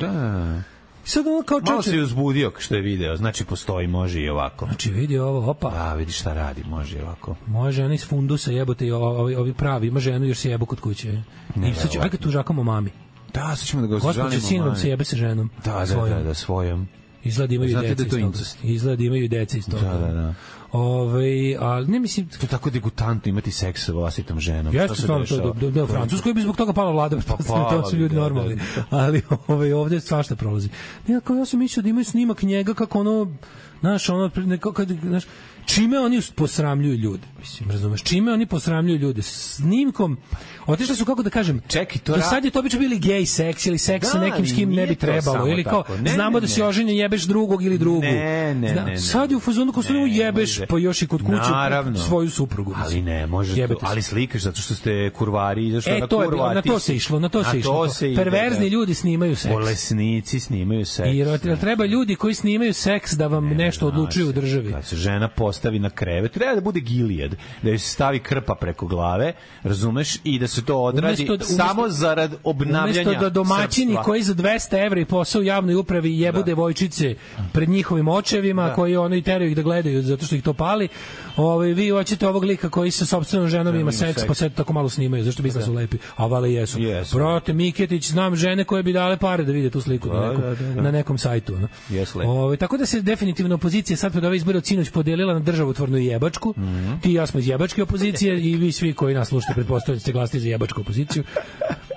da sad ono kao čoče... Malo se je uzbudio što je video, znači postoji, može i ovako. Znači vidi ovo, opa. Da, vidi šta radi, može i ovako. Moja žena iz fundusa jebote i ovi, ovi pravi, ima ženu još se jebo kod kuće. Ne, I sad ću, ajde tužakamo mami. Da, sad ćemo da ga uzžanimo mami. Gospod sinom se jebe sa ženom. Da, da, svojom. da, da, svojom. Izgleda imaju Znate deca da iz toga. Izgleda imaju deca iz toga. Da, da, da. Ove, ali ne mislim... To je tako degutantno imati seks sa vlastitom ženom. Jeste stvarno to, da, da, da, u Francuskoj bi zbog toga pala vlada, pa, pa <laughs> to su ljudi da, normalni. Da, da. Ali ove, ovde svašta prolazi. Nekako ja sam mislio da imaju snimak njega kako ono, znaš, ono, nekako, kad, znaš, čime oni posramljuju ljude mislim razumeš čime oni posramljuju ljude snimkom otišli su kako da kažem čeki to do sad je to obično bili gej seks ili seks da, sa nekim s kim ne bi trebalo ili kao tako. ne, znamo ne, da si oženjen jebeš drugog ili drugu ne ne Zna, ne, ne sad je u fazonu ko su jebeš može. pa još i kod kuće Naravno. svoju suprugu ali ne može Jebete to, ali slikaš zato što ste kurvari zato što e, na to je, kurva, na to se išlo na to se na išlo to se ide, perverzni da. ljudi snimaju seks bolesnici snimaju seks i treba ljudi koji snimaju seks da vam nešto odlučuju u državi kad se žena postavi na krevet. Treba da bude gilijad, da joj se stavi krpa preko glave, razumeš, i da se to odradi umesto, da, umesto, samo zarad obnavljanja Umesto da domaćini srpstva. koji za 200 evra i posao u javnoj upravi jebu da. devojčice pred njihovim očevima, da. koji ono i teraju ih da gledaju zato što ih to pali, ovaj, vi hoćete ovog lika koji sa sobstvenom ženom ima seks, seks, pa se tako malo snimaju, zašto bi da. su lepi, a vale jesu. Jesu. Brate, Miketić, znam žene koje bi dale pare da vide tu sliku da, na, nekom, da, da, da. na nekom sajtu. No. Jesu lepi. Ovaj, tako da se definitivno opozicija sad pred ove izbore od sinoć podelila na državotvornu i jebačku. Mm -hmm. Ti i ja smo iz jebačke opozicije i vi svi koji nas slušate pretpostavljate ste glasiti za jebačku opoziciju.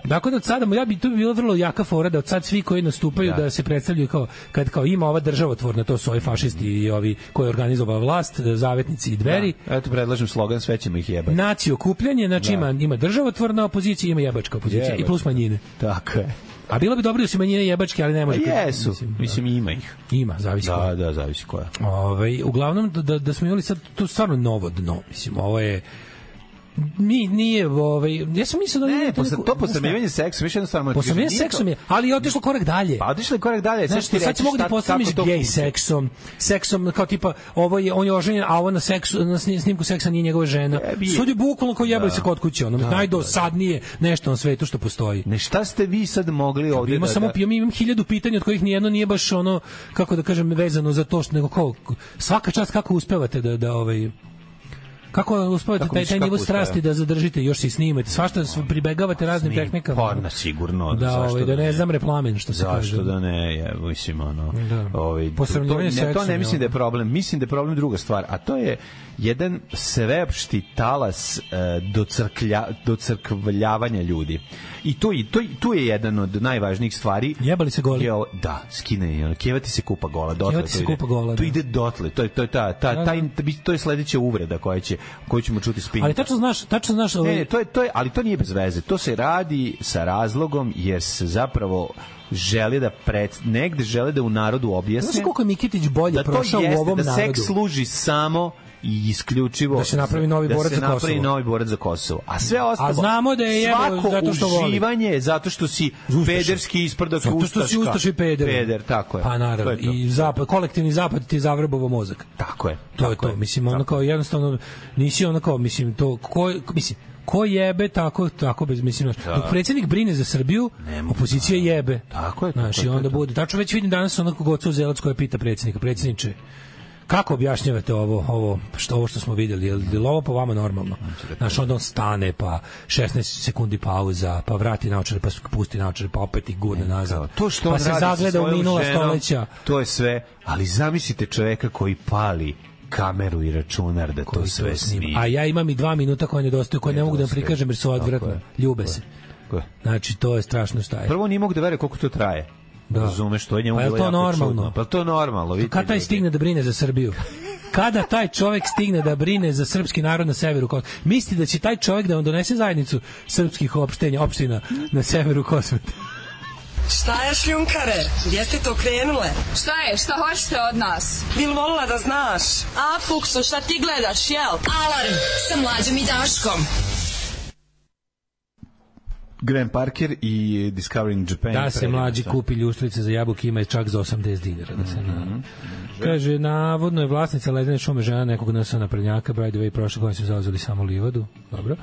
Dakle, da od sada, ja bi, to bi bilo vrlo jaka fora da od sad svi koji nastupaju da, da se predstavljaju kao, kad kao ima ova državotvorna, to su ovi fašisti i ovi koji organizovao vlast, e, zavetnici i dveri. Da. Eto, predlažem slogan, sve ćemo ih jebati. Nacije okupljanje, znači da. ima, ima državotvorna opozicija, ima jebačka opozicija Jebačka. i plus manjine. Tako je. A bilo bi dobro da su manjine jebačke, ali ne može. A jesu, mislim, mislim ima ih. Ima, zavisi da, koja. Da, zavisi koja. Ove, uglavnom, da, da smo imali sad tu stvarno novo dno, mislim, ovo je mi nije ovaj ja sam mislio da ne, posle, to posramljivanje seksom više jednostavno posramljivanje seksom je ali je otišlo korak dalje pa otišlo je korak dalje znaš ti sad mogu da posramiš gej seksom seksom kao tipa ovo je on je oženjen a ovo na seksu na snimku seksa nije njegova žena sud je bukvalno kao jebali da. se kod kuće ono da, najdosadnije nešto na svetu što postoji ne šta ste vi sad mogli ovde Pa ima da, samo da, ja mi imam hiljadu pitanja od kojih ni jedno nije baš ono kako da kažem vezano za to što nego kao svaka čast kako uspevate da da ovaj Kako uspevate Kako taj, misliš, taj kako nivo uspeva? strasti da zadržite, još se i snimate? Svašta s- pribegavate raznim Snim- tehnikama. Pa, na sigurno, Da, zašto ovaj, da da ne ne? zamre plamen, što se kaže. Zašto da ne, je, mislim, ono... Da. Ovaj, Po to- to, sravnjivanju s ne, to seksom, ne jel? mislim da je problem. Mislim da je problem druga stvar, a to je jedan svepšti talas e, docrklja, docrkvljavanja ljudi. I to, i to, tu je jedan od najvažnijih stvari. Jebali se goli. Je ovo- da, skine, je ono, kevati se kupa gola. Dotle Kevati to se ide. kupa gola, To da. ide dotle. To je, to je, ta, ta, taj, to je sledeća uvreda koja će, koju ćemo čuti s Pinka. Ali tačno znaš, tačno znaš, Ne, ovaj- ne, to je, to je, ali to nije bez veze. To se radi sa razlogom jer se zapravo žele da pred, negde žele da u narodu objasne znaš koliko je Mikitić bolje da to prošao jeste, u ovom da narodu. seks služi samo i isključivo Da se napravi novi borac da za se napravi Kosovo. novi borac za Kosovo. A sve ostalo... A znamo da je jebo svako zato što voli. uživanje je zato što si pederski isprdak Zato što si ustaška. ustaš i peder. Peder, tako je. Pa naravno. To je to. I zapad, kolektivni zapad ti je zavrbovo mozak. Tako je. To je to. Mislim, ono kao jednostavno, nisi ono kao, mislim, to, ko, mislim, ko jebe tako tako bez mislim znaš, Da. dok predsednik brine za Srbiju opozicija jebe Tako je, tako znaš je, i to je onda to. bude tačno već vidim danas onako Gocu Uzelac koja pita predsednika predsedniče kako objašnjavate ovo ovo što ovo što smo videli je li je li ovo po vama normalno da znaš onda on stane pa 16 sekundi pauza pa vrati naočare pa pusti naočare pa opet ih gurne nazad E, to što pa on se radi sa zagleda u svojom minula ženom, stoleća To je sve, ali zamislite čoveka koji pali kameru i računar da to koji sve snima. A ja imam i dva minuta koja nedostaju, koja ne mogu da vam prikažem jer su odvratne. je. Ljube se. Ko je? Znači, to je strašno šta je. Prvo nije mogu da veruje koliko to traje. Da. Da. Razumeš, to je njemu Pa je bilo to jako normalno? čudno. Pa to je normalno, vidite. Kad taj ljudi. stigne da brine za Srbiju? Kada taj čovek stigne da brine za srpski narod na severu Kosova? Misli da će taj čovek da vam donese zajednicu srpskih opštenja, opština na severu Kosova? Šta je šljunkare? Gdje ste to krenule? Šta je? Šta hoćete od nas? Bil volila da znaš? A, Fuksu, šta ti gledaš, jel? Alarm sa mlađom i Daškom. Graham Parker i Discovering Japan. Da se Predivno, mlađi šta? kupi ljuštrice za jabuke ima je čak za 80 dinara. Da se na... Kaže, navodno je vlasnica ledene šume žena nekog nasa naprednjaka, by the way, prošle godine su zauzeli samo livadu, dobro.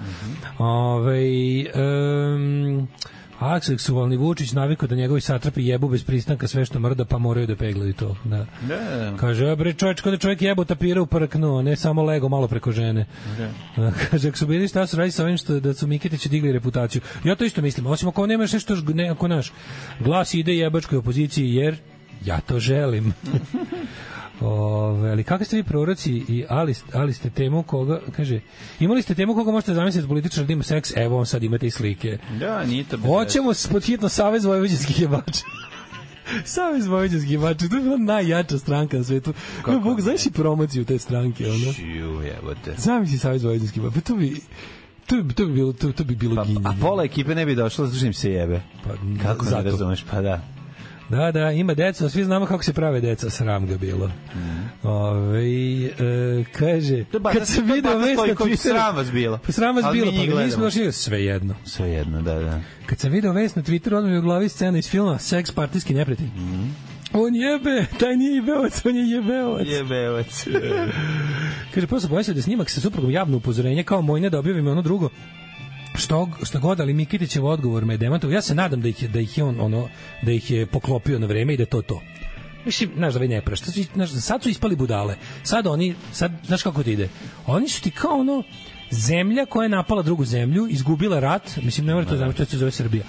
Ovaj, Ove, um, Akseksualni Vučić navikao da njegovi satrapi jebu bez pristanka sve što mrda, pa moraju da peglaju to. Da. Da. Kaže, a bre, čovječ, kada čovjek jebu tapira u prknu, a ne samo lego malo preko žene. A, Kaže, ako su bili šta su radi sa ovim što, da su Mikitići digli reputaciju. Ja to isto mislim, osim ako nemaš nešto, ž- ne, ako naš glas ide jebačkoj opoziciji, jer ja to želim. <laughs> Ove, ali kakvi ste vi proroci i ali, ali ste temu koga, kaže, imali ste temu koga možete zamisliti političar da ima seks, evo vam sad imate i slike. Da, nije to bez Hoćemo s- pod hitno Savez <laughs> vojvođanskih jebača. Savez vojvođanskih jebača, to je bila najjača stranka na svetu. Kako Bog, znaš i promociju te stranke, ono? veze. Čiju, jebote. Zamisli Savez vojvođanskih jebača, pa to bi... To bi, to bi bilo to, to bi bilo Pa, ginjenje. a pola ekipe ne bi došlo, zato što im se jebe. Pa, Kako zato. ne razumeš? Pa da. Da, da, ima deca, svi znamo kako se prave deca, sram ga bilo. Ove, e, kaže, Mhm. To je baš- da kad sam to je video baš vest na Stojković, Twitteru, sram vas bilo. Pa sram vas Ali mi bilo, njih pa ga nismo gledamo. došli, sve jedno. Sve jedno, da, da. Kad sam video vest na Twitteru, odmah mi je u glavi scena iz filma Seks partijski neprijatelj. On jebe, taj nije jebeovac, on je jebeovac. Jebevac. Kaže, prvo sam pomislio da je snimak sa suprugom javno upozorenje, kao moj ne da objavim ono drugo. Što, što god, ali Mikitićev odgovor me je demantovao. Ja se nadam da ih, je, da ih je on, ono, da ih je poklopio na vreme i da je to to. Mislim, znaš da vi ne prašta. Znaš, sad su ispali budale. Sad oni, sad, znaš kako to ide? Oni su ti kao ono, zemlja koja je napala drugu zemlju, izgubila rat, mislim, ne mora Da. to znači, to se zove Srbija.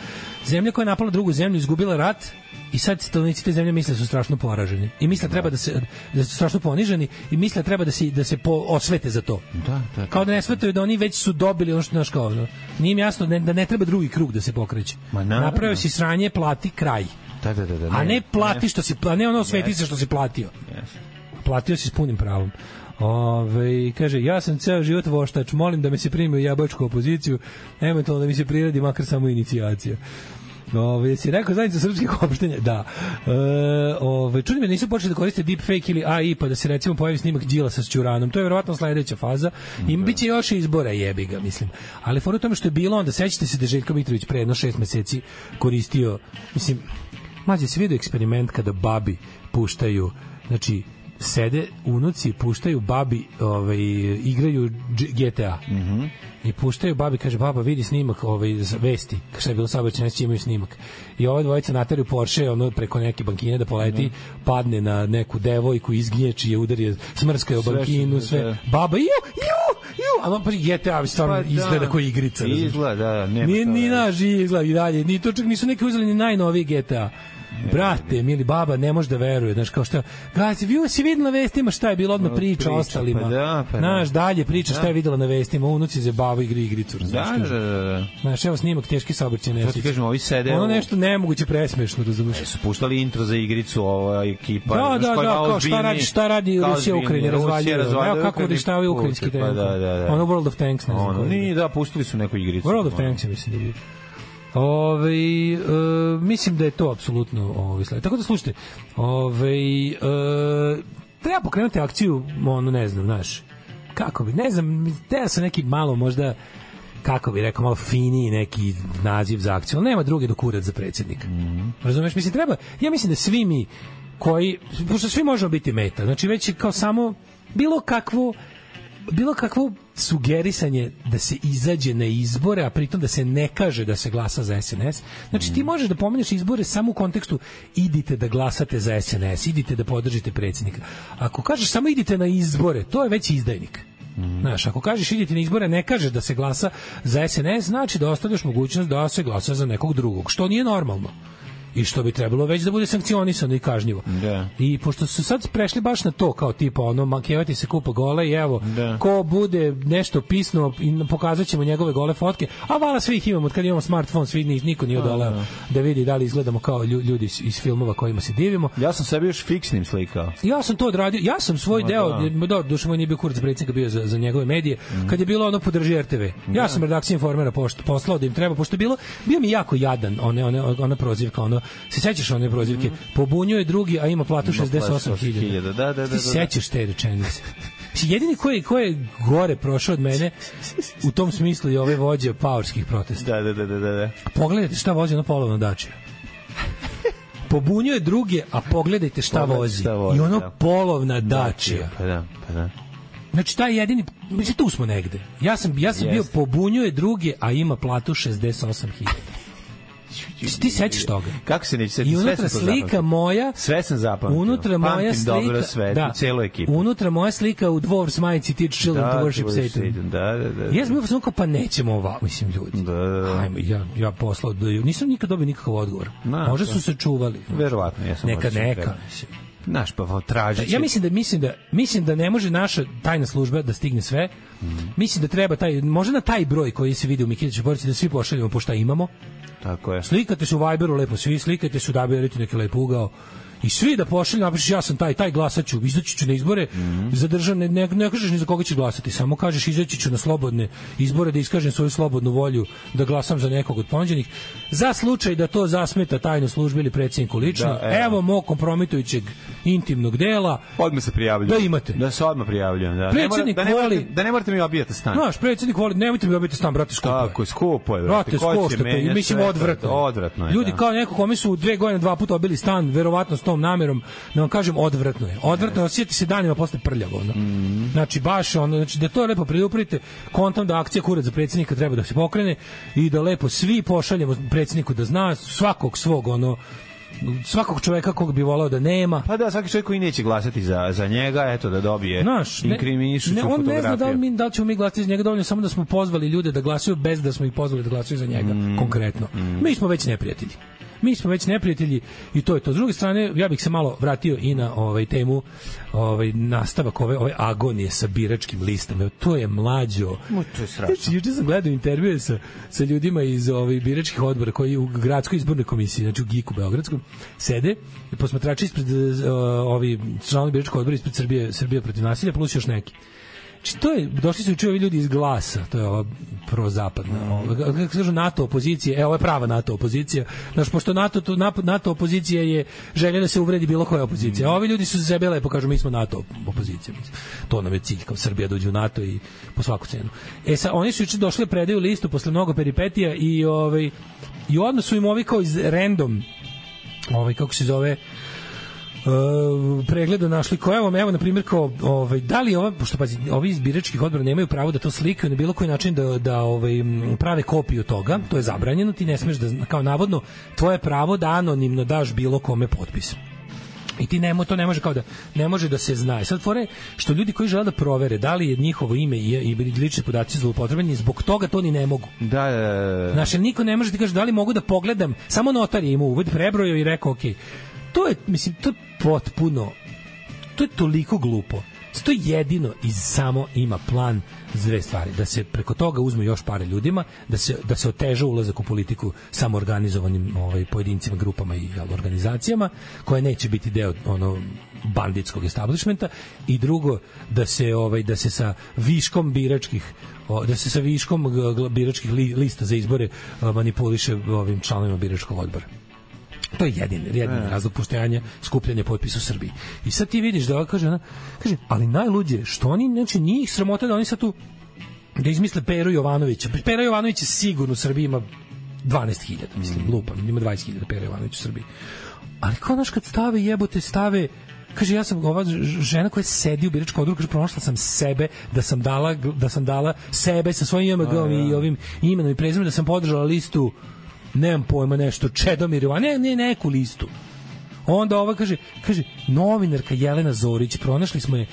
Zemlja koja je napala drugu zemlju, izgubila rat, I sad stanovnici te zemlje misle da su strašno poraženi. I misle da treba da se da su strašno poniženi i misle da treba da se da se po, osvete za to. Da, da. Kao da ne shvataju da oni već su dobili ono što naš kao. ono, Nije im jasno da ne, da ne treba drugi krug da se pokreće. Ma, naravno. Napravio si sranje, plati kraj. <laughs> Da, da, da, da. A ne plati što si, a ne ono osveti se što si platio. Yes. Platio si s punim pravom. Ove, kaže, ja sam ceo život voštač, molim da me se primi u jabačku opoziciju, eventualno da mi se priradi makar samo inicijacija. Ove, jesi rekao zajednica srpskih opštenja? Da. E, ove, čudi me da nisu počeli da koriste deepfake ili AI, pa da se recimo pojavi snimak Đila sa Ćuranom. To je verovatno sledeća faza. I bit će još izbora, jebi ga, mislim. Ali for u tome što je bilo, onda sećate se da je Željko Mitrović pre jedno šest meseci koristio, mislim, Mađe, si vidio eksperiment kada babi puštaju, znači, sede unuci, puštaju babi, ovaj, igraju G- GTA. Mm Mhm. -hmm. I puštaju babi, kaže, baba, vidi snimak ovaj, z- vesti, šta je bilo saobraćaj, neće imaju snimak. I ova dvojica nateraju Porsche, ono, preko neke bankine da poleti, Mhm. padne na neku devojku, izgnječi je, udari je, smrska je o Sve što- bankinu, sve. sve. Baba, ju, ju, ju, ali on pa GTA stvarno Pa pa, da. izgleda kao igrica. razumeš? Izgleda, da, da, nema Ni, šta ni da na živi izgleda i dalje. Ni to čak nisu neki uzeli ni najnoviji GTA. Brate, mili baba, ne može da veruje, znaš, kao šta, ga, si, vi- si videla na vestima šta je bilo odmah Pa, priča, priča, pa ostalima. da, pa da. Znaš, dalje priča šta Da. je videla na vestima, unuci zabavaju igri igricu, razumiješ? Da, da, da, da. Znaš, evo snimak teški saobraćaj Zato ti nesreće. kažem, ovi sede... Ono u- nešto nemoguće presmešno, razumeš? su puštali intro za igricu ova ekipa. Da, Pa, znaš, da, koja je da, malo kao šta ozbiljniji, radi, šta radi kao Rusija ozbiljniji. Ukrajini, Rusija razvaljuje. Evo razvaljuje kako Ukrajinu i uništavaju puče, ukrajinski pa trenutno. Da, da, da. Ono World of Tanks, ne znam Ono, koji je. ni, da, pustili su neku igricu. World of Tanks, ja mislim da bi. Ove, e, mislim da je to apsolutno ovaj sled. Tako da slušajte, ove, e, treba pokrenuti akciju, ono ne znam, znaš, kako bi, ne znam, teo sam neki malo možda, kako bi rekao, malo finiji neki naziv za akciju, ali nema druge do kurac za predsjednika. Razumeš? Mislim, treba, ja mislim da svi mi koji, pošto svi možemo biti meta, znači već je kao samo bilo kakvo bilo kakvo sugerisanje da se izađe na izbore, a pritom da se ne kaže da se glasa za SNS. Znači ti možeš da pomeneš izbore samo u kontekstu idite da glasate za SNS, idite da podržite predsjednika. Ako kažeš samo idite na izbore, to je već izdajnik. Znaš, ako kažeš idite na izbore, ne kažeš da se glasa za SNS, znači da ostavljaš mogućnost da se glasa za nekog drugog, što nije normalno i što bi trebalo već da bude sankcionisano i kažnjivo. Da. I pošto su sad prešli baš na to, kao tipa ono, makevati se kupa gole i evo, Da. ko bude nešto pisnuo, i pokazat ćemo njegove gole fotke, a vala svi ih imamo, od kad imamo smartfon, svi ni- niko nije odoleo da, vidi da li izgledamo kao lju- ljudi iz, iz filmova kojima se divimo. Ja sam sebi još fiksnim slikao. Ja sam to odradio, ja sam svoj Ma deo, da. da, da dušo moj nije bio kurac predsjednika, bio za, za njegove medije, kad je bilo ono podrži RTV. Ja Da. sam redakciji informera pošto, poslao da im treba, pošto je bilo, bio mi jako jadan one, one, ona prozivka, ono, se sećaš one prozivke, pobunjuje drugi, a ima platu Mhm. Ima platu 68.000. 68.000, da, da, da, Ti da, da. sećaš te rečenice. Mislim, jedini koji, koji je gore prošao od mene, u tom smislu je ove vođe paorskih Da, protesta. da, da, da, da. da. Pogledajte šta vozi ono polovno dače. Pobunjuje druge, a pogledajte šta, Pogledajte vozi. šta vozi, I ono da. polovna dačija. Pa da, pa da. Znači taj jedini, mislim tu smo negde. Ja sam ja sam bio Jeste. pobunjuje druge, a ima platu 68.000. Ti- Ti sećaš toga? Kako se neće I setiti? Sve sam to unutra slika zapamtio. moja Sve sam zapamtio. Unutra moja Pamtim slika, dobro sve, da. celu ekipu. Unutra moja slika u Dwarfs majici Teach Children to Worship Satan. Da, da, da. Ja sam bio fazon kao, pa nećemo ova, mislim ljudi. Da, da, da. Ajmo, ja, ja poslao, da, nisam nikad dobio nikakav odgovor. Na, Možda to- su se čuvali. Da, Verovatno, ja sam da Neka, možda neka. čekao. Znaš, pa tražit će. Ja mislim da mislim da mislim da ne može naša tajna služba da stigne sve. Mhm. Mislim da treba taj možda na taj broj koji se vidi u Mikiću Borci da svi pošaljemo po šta imamo. Tako je. Slikate su u Viberu lepo, svi slikate su da bi radite neki lep ugao. I svi da pošalju, napišeš ja sam taj, taj glasaću, izaći ću na izbore, Mhm. za državne, ne, ne kažeš ni za koga ćeš glasati, samo kažeš izaći ću na slobodne izbore da iskažem svoju slobodnu volju da glasam za nekog od ponuđenih. Za slučaj da to zasmeta tajnu službi ili predsjedniku lično, Da, evo. evo. mog kompromitujućeg intimnog dela, Odmah se prijavljujem. Da imate. Da se odmah prijavljujem, da. Predsjednik da ne morate, voli- Da ne morate mi obijati stan. Znaš, predsjednik voli, nemojte mi dobiti stan, brate, skupo je. Tako, je, skupo je. brate. Brate, Ko će skošta to, i menjati mislim sve to? odvratno. je. Odvratno je, Ljudi da. kao neko kome su u dve godine dva puta obili stan, verovatno s tom namerom, da vam kažem, odvratno je. Odvratno je, osjeti se danima posle prljavo. Ono. Mhm. Znači, baš ono, znači da to lepo preduprite, kontam da akcija kurac za predsjednika treba da se pokrene i da lepo svi pošaljemo predsjedniku da zna svakog svog, ono, svakog čoveka kog bi volao da nema. Pa da, svaki čovjek koji neće glasati za, za njega, eto da dobije Naš, inkriminišu ne, on ne zna da, li fotografiju. mi, da li ćemo mi glasati za njega, dovoljno je samo da smo pozvali ljude da glasaju bez da smo ih pozvali da glasaju za njega, Mm, konkretno. Mi smo već neprijatelji. Mi smo već neprijatelji i to je to. S druge strane, ja bih se malo vratio i na ovaj temu ovaj nastavak ove ove agonije sa biračkim listama. Evo, To je mlađo. Mu, to je strašno. Znači, juče sam gledao intervjue sa, sa ljudima iz ovih biračkih odbora koji u gradskoj izbornoj komisiji, znači u GIK-u Beogradskom, sede i posmatrači ispred eh, ovi članovi biračkog odbora ispred Srbije, Srbije protiv nasilja plus još neki. Znači, to je, došli su juče ovi ljudi iz glasa, to je ova prozapadna, ova, kako se kažu, NATO opozicija, e, ovo je prava NATO opozicija, znaš, pošto NATO, tu- nap- NATO opozicija je želja da se uvredi bilo koja opozicija, a ovi ljudi su za sebe lepo kažu, mi smo NATO opozicija, mislim. to nam je cilj, kao Srbija dođe u NATO i po svaku cenu. E, sa, oni su juče došli da predaju listu posle mnogo peripetija i, ovaj, i odmah su im ovi kao iz random, ovaj, kako se zove, e, pregleda našli koja vam evo na primjer kao ovaj da li ova pošto pazi ovi iz biračkih odbora nemaju pravo da to slikaju na bilo koji način da da ovaj m, prave kopiju toga to je zabranjeno ti ne smeš da kao navodno tvoje pravo da anonimno daš bilo kome potpis I ti nemo, to ne može kao da ne može da se zna. I sad fore što ljudi koji žele da provere da li je njihovo ime i, i lični podaci zloupotrebljeni, zbog toga to ni ne mogu. Da, da, da. da. Znaš, jer niko ne može ti kaže da li mogu da pogledam, samo notar je imao uvid, prebrojao i rekao, ok, to je, mislim, to je potpuno, to je toliko glupo. To jedino i samo ima plan za dve stvari, da se preko toga uzme još pare ljudima, da se, da se oteža ulazak u politiku samoorganizovanim ovaj, pojedincima, grupama i jel, organizacijama, koje neće biti deo ono, banditskog establishmenta i drugo da se ovaj da se sa viškom biračkih o, da se sa viškom gl- biračkih li, lista za izbore a, manipuliše ovim članovima biračkog odbora. To je jedini, jedini e. razlog postojanja skupljanja potpisa u Srbiji. I sad ti vidiš da ova kaže, ona, kaže, ali najluđe je što oni, znači njih sramota da oni sad tu da izmisle Peru Jovanovića. Pera Jovanović je sigurno u Srbiji ima 12.000, mislim, mm. lupam, ima 20.000 Pera Jovanović u Srbiji. Ali kao naš kad stave jebote, stave kaže ja sam ova žena koja sedi u biračkom odboru kaže pronašla sam sebe da sam dala da sam dala sebe sa svojim IMG-om ja. i ovim imenom i prezimenom da sam podržala listu nemam pojma nešto, Čedomir Jovanović, ne, ne, neku listu. Onda ova kaže, kaže, novinarka Jelena Zorić, pronašli smo je,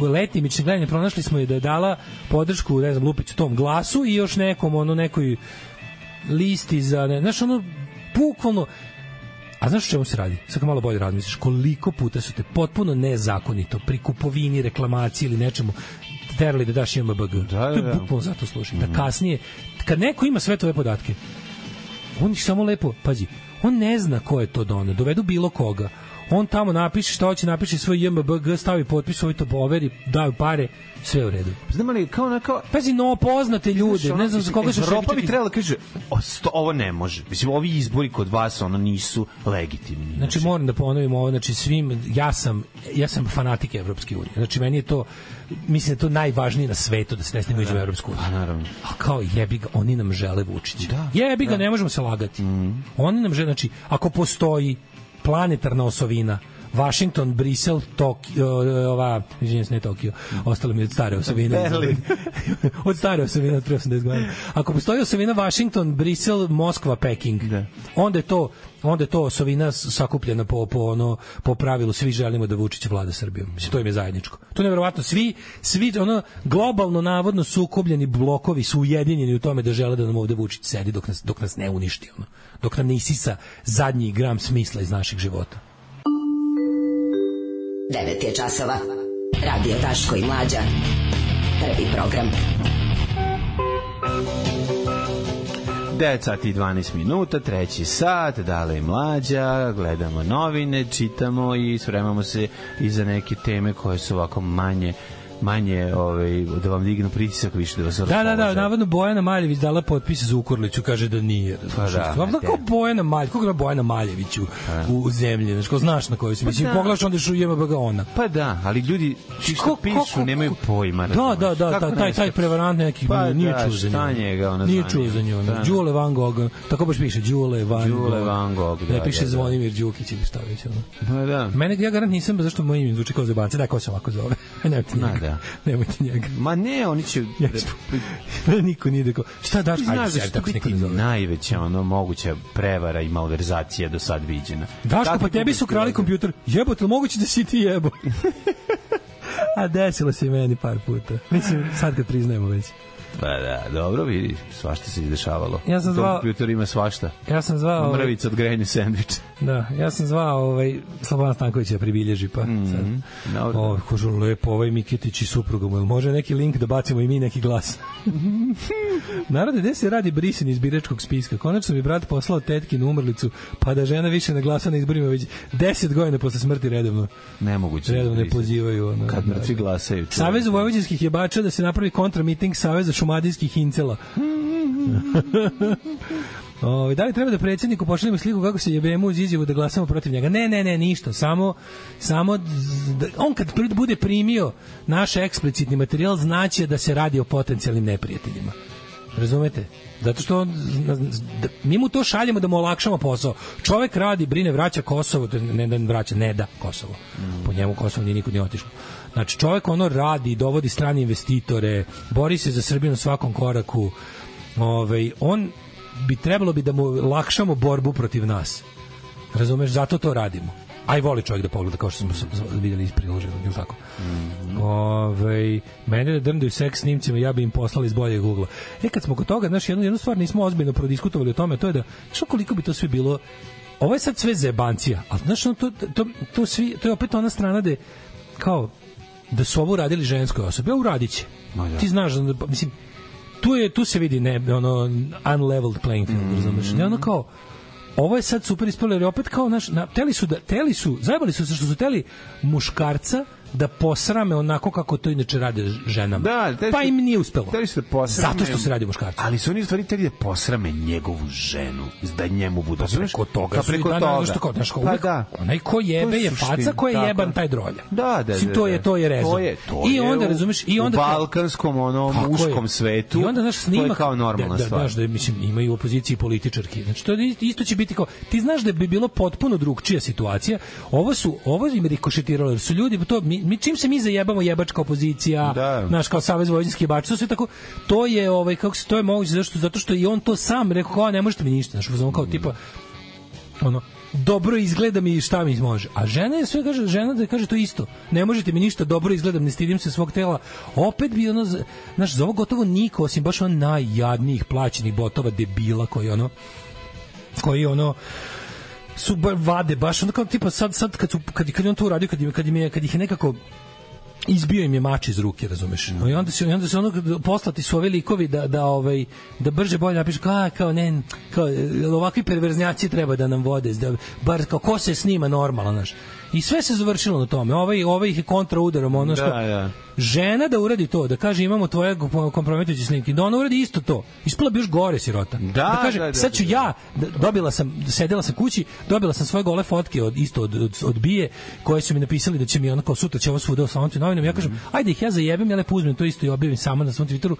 letnimično gledanje, pronašli smo je da je dala podršku, ne znam, Lupiću tom glasu i još nekom, ono, nekoj listi za, ne, znaš, ono, bukvalno, A znaš o čemu se radi? Sad malo bolje razmisliš. Koliko puta su te potpuno nezakonito pri kupovini, reklamaciji ili nečemu terali da daš IMBG. Da, da, da. To je bukvalno zato slušaj. Da kasnije, kad neko ima sve tvoje podatke, on ih samo lepo, pazi, on ne zna ko je to doneo, dovedu bilo koga. On tamo napiše šta hoće, napiše svoj JMBG, stavi potpis, ovaj to poveri, daju pare, sve u redu. Znam ali kao na kao Pazi, no poznate ljude, Znaš, ono, ne znam za koga su Evropa bi trebala da kaže, o, sto, ovo ne može. Mislim ovi izbori kod vas ono nisu legitimni. Znači moram da ponovim ovo, znači svim ja sam ja sam fanatik Evropske unije. Znači meni je to mislim da je to najvažnije na svetu da se ne snemo da, u Evropsku uniju. Pa naravno. A kao jebi ga, oni nam žele Vučića. Da, jebi ga, da. ne možemo se lagati. Mm. Oni nam žele, znači ako postoji planetarna osovina, Washington, Brisel, Tokio, ova, izvinjam se, ne Tokio, ostalo mi od stare osovine. Berlin. <laughs> od stare osovine, od 80 godina. Ako postoji osovina Washington, Brisel, Moskva, Peking, da. onda je to onda je to osovina sakupljena po, po, ono, po pravilu svi želimo da Vučić vlada Srbijom. Mislim, to im je zajedničko. To je nevjerovatno. Svi, svi ono, globalno navodno sukobljeni blokovi su ujedinjeni u tome da žele da nam ovde Vučić sedi dok nas, dok nas ne uništi. Ono. Dok nam ne isisa zadnji gram smisla iz naših života. 9 je časova. Radio Taško i Mlađa. Prvi program. 9 sati i 12 minuta, treći sat, dale i mlađa, gledamo novine, čitamo i spremamo se i za neke teme koje su ovako manje manje ovaj, da vam dignu pritisak više da vas Da, da, da, navodno Bojana Maljević dala potpis za Ukorliću, kaže da nije. Pa da, Pa. da, da, kao Bojana Maljević, koga ima Bojana Maljević u, u zemlji, znaš, ko znaš na koju si, mislim, pa da. pogledaš onda što jema baga ona. Pa da, ali ljudi što ko, pišu, ko, ko, nemaju pojma. Da, da, da, ta, taj, taj prevarant neki, pa, nije da, čuo za njega. Njega, ona nije čuo za njega. Da. Đule Van Gogh, tako baš piše, Đule Van Đule Gogh. Van Gogh, da, ne piše da, da. Zvonimir Đukić ili šta već. Pa da. Mene, ja garant nisam, zašto moje ime zvuči kao zebanca, da, ko se ovako zove. <laughs> Ne, Ma da. Nemojte njega. Ma ne, oni će... Ja da, <laughs> niko nije rekao, šta daš? Ti znaš da će to biti najveća ono, moguća prevara i malverzacija do sad viđena. Daško, pa tebi su krali kompjuter. Jebote, li moguće da si ti jebo? <laughs> A desilo se i meni par puta. Mislim, sad kad priznajemo već. Pa da, dobro vidi, svašta se dešavalo. Ja sam zvao... Kompjuter ima svašta. Ja sam zvao... Mrvica od grejne sandviča. Da, ja sam zvao ovaj, Slobodan Stanković da pribilježi, pa mm -hmm. sad. Dobro. O, kožu, lepo, ovaj Mikitić i supruga mu. Može neki link da bacimo i mi neki <laughs> glas. Narode, gde se radi brisin iz biračkog spiska? Konačno mi brat poslao tetkinu umrlicu, pa da žena više ne glasa na izborima već 10 godina posle smrti redovno. <laughs> Nemoguće. Redovno ne pozivaju. Ono, Kad mrtvi da, glasaju. Savez vojvođanskih jebača da se napravi kontramiting Saveza šumadijskih incela. Ove, da li treba da predsedniku pošaljemo sliku kako se jebemo uz izjavu da glasamo protiv njega? Ne, ne, ne, ništa. Samo, samo da, on kad bude primio naš eksplicitni materijal, znaće da se radi o potencijalnim neprijateljima. Razumete? Zato što on, da, mi mu to šaljemo da mu olakšamo posao. Čovek radi, brine, vraća Kosovo, ne da vraća, ne da Kosovo. Po njemu Kosovo nije nikud nije otišlo. Znači, čovek ono radi, dovodi strane investitore, bori se za Srbiju na svakom koraku. Ove, Ovaj, on bi trebalo bi da mu lakšamo borbu protiv nas. Razumeš, zato to radimo. a i voli čovjek da pogleda kao što smo vidjeli iz priloženog, ili tako? Mm. Ove, mene da drndaju seks snimcima, ja bi im poslali iz boljeg ugla. E, kad smo kod toga, znaš, jednu, jednu stvar nismo ozbiljno prodiskutovali o tome, to je da, što koliko bi to sve bilo ovo je sad sve zebancija, ali znaš, ono, to, to, to, svi, to je opet ona strana da kao, da su ovo uradili ženskoj osobi, a uradit će. Ma, da. Ti znaš, da, mislim, tu, je, tu se vidi ne, ono, unleveled playing field, mm -hmm. razumeš? Ne, ono kao, ovo je sad super ispalo, jer opet kao, naš, na, teli su, da, teli su, zajebali su se što su teli muškarca, da posrame onako kako to inače rade ženama. Da, te pa im nije uspelo. Teli su da posrame, Zato što se radi muškarcu. Ali su oni u stvari teli da posrame njegovu ženu, da njemu budu. Pa preko toga. Pa preko toga. Da, što kao, znaš, kao, pa, da. onaj ko jebe je faca, ko je tako. jeban taj drolja. Da, da, da, to je, to je rezon. To je, to I onda, razumeš, i onda... U balkanskom, onom, muškom svetu, I onda, znaš, snima, to je kao normalna da, stvar. Da, znaš, da, mislim, imaju u opoziciji političarki. Znači, to isto će biti kao, ti znaš da bi bilo potpuno drugčija situacija. Ovo su, ovo im rikošetiralo, jer su ljudi, to mi, mi čim se mi zajebamo jebačka opozicija, da. naš kao savez vojvođanskih bač, to sve tako to je ovaj kako se to je moguće zašto zato što i on to sam rekao kao ne možete mi ništa, znači uzmemo kao tipa ono dobro izgledam i šta mi može. A žena je sve kaže, žena da kaže to isto. Ne možete mi ništa, dobro izgledam, ne stidim se svog tela. Opet bi ono, znaš, za ovo gotovo niko, osim baš on najjadnijih plaćenih botova debila koji ono, koji ono, su ba, vade baš onda kao tipa sad sad kad su kad kad on to uradio kad im kad im je kad ih je nekako izbio im je mač iz ruke, razumeš? No, I onda se i onda se ono poslati su ovi likovi da da ovaj da brže bolje napišu kao kao ne kao ovakvi perverznjaci treba da nam vode, da bar kako se snima normalno, znaš. I sve se završilo na tome. Ovaj ovaj ih je kontra udarom, ono što da, da. žena da uradi to, da kaže imamo tvoje kompromitujuće snimke, da ona uradi isto to. Ispala bi još gore sirota. Da, da kaže, da, da, sad ću da, da. ja, dobila sam, sedela sam kući, dobila sam svoje gole fotke od, isto od, od, od bije, koje su mi napisali da će mi onako sutra će ovo svuda oslamati novinom. Ja kažem, Mhm. ajde ih ja zajebem, ja lepo uzmem to isto i objavim sama na svom Twitteru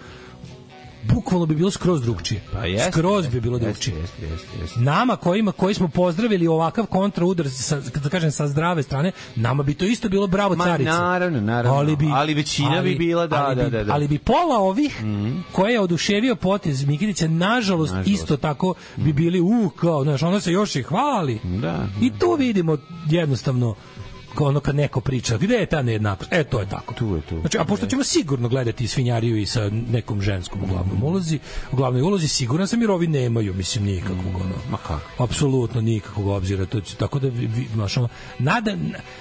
bukvalno bi bilo skroz drugčije. Pa jeste, skroz bi bilo drugčije. Jeste, jeste, jeste. Nama kojima koji smo pozdravili ovakav kontraudar sa da kažem sa zdrave strane, nama bi to isto bilo bravo Ma, carice. naravno, naravno. Ali bi ali većina ali, bi bila da, ali da, bi, da, da. Ali bi pola ovih mm -hmm. koje je oduševio potez Mikitića nažalost, nažalost. isto tako bi bili u uh, kao, znaš, ono se još i hvali. Da. I tu vidimo jednostavno ono kad neko priča, gde je ta nejednakost? E, to je tako. Tu je tu. Znači, a pošto ćemo sigurno gledati svinjariju i sa nekom ženskom Mm. uglavnom ulozi, u glavnoj ulozi siguran sam jer ovi nemaju, mislim, nikakvog ono. Mm. Ma kako? Apsolutno nikakvog obzira. To će, tako da, vi, znaš, ono, nada,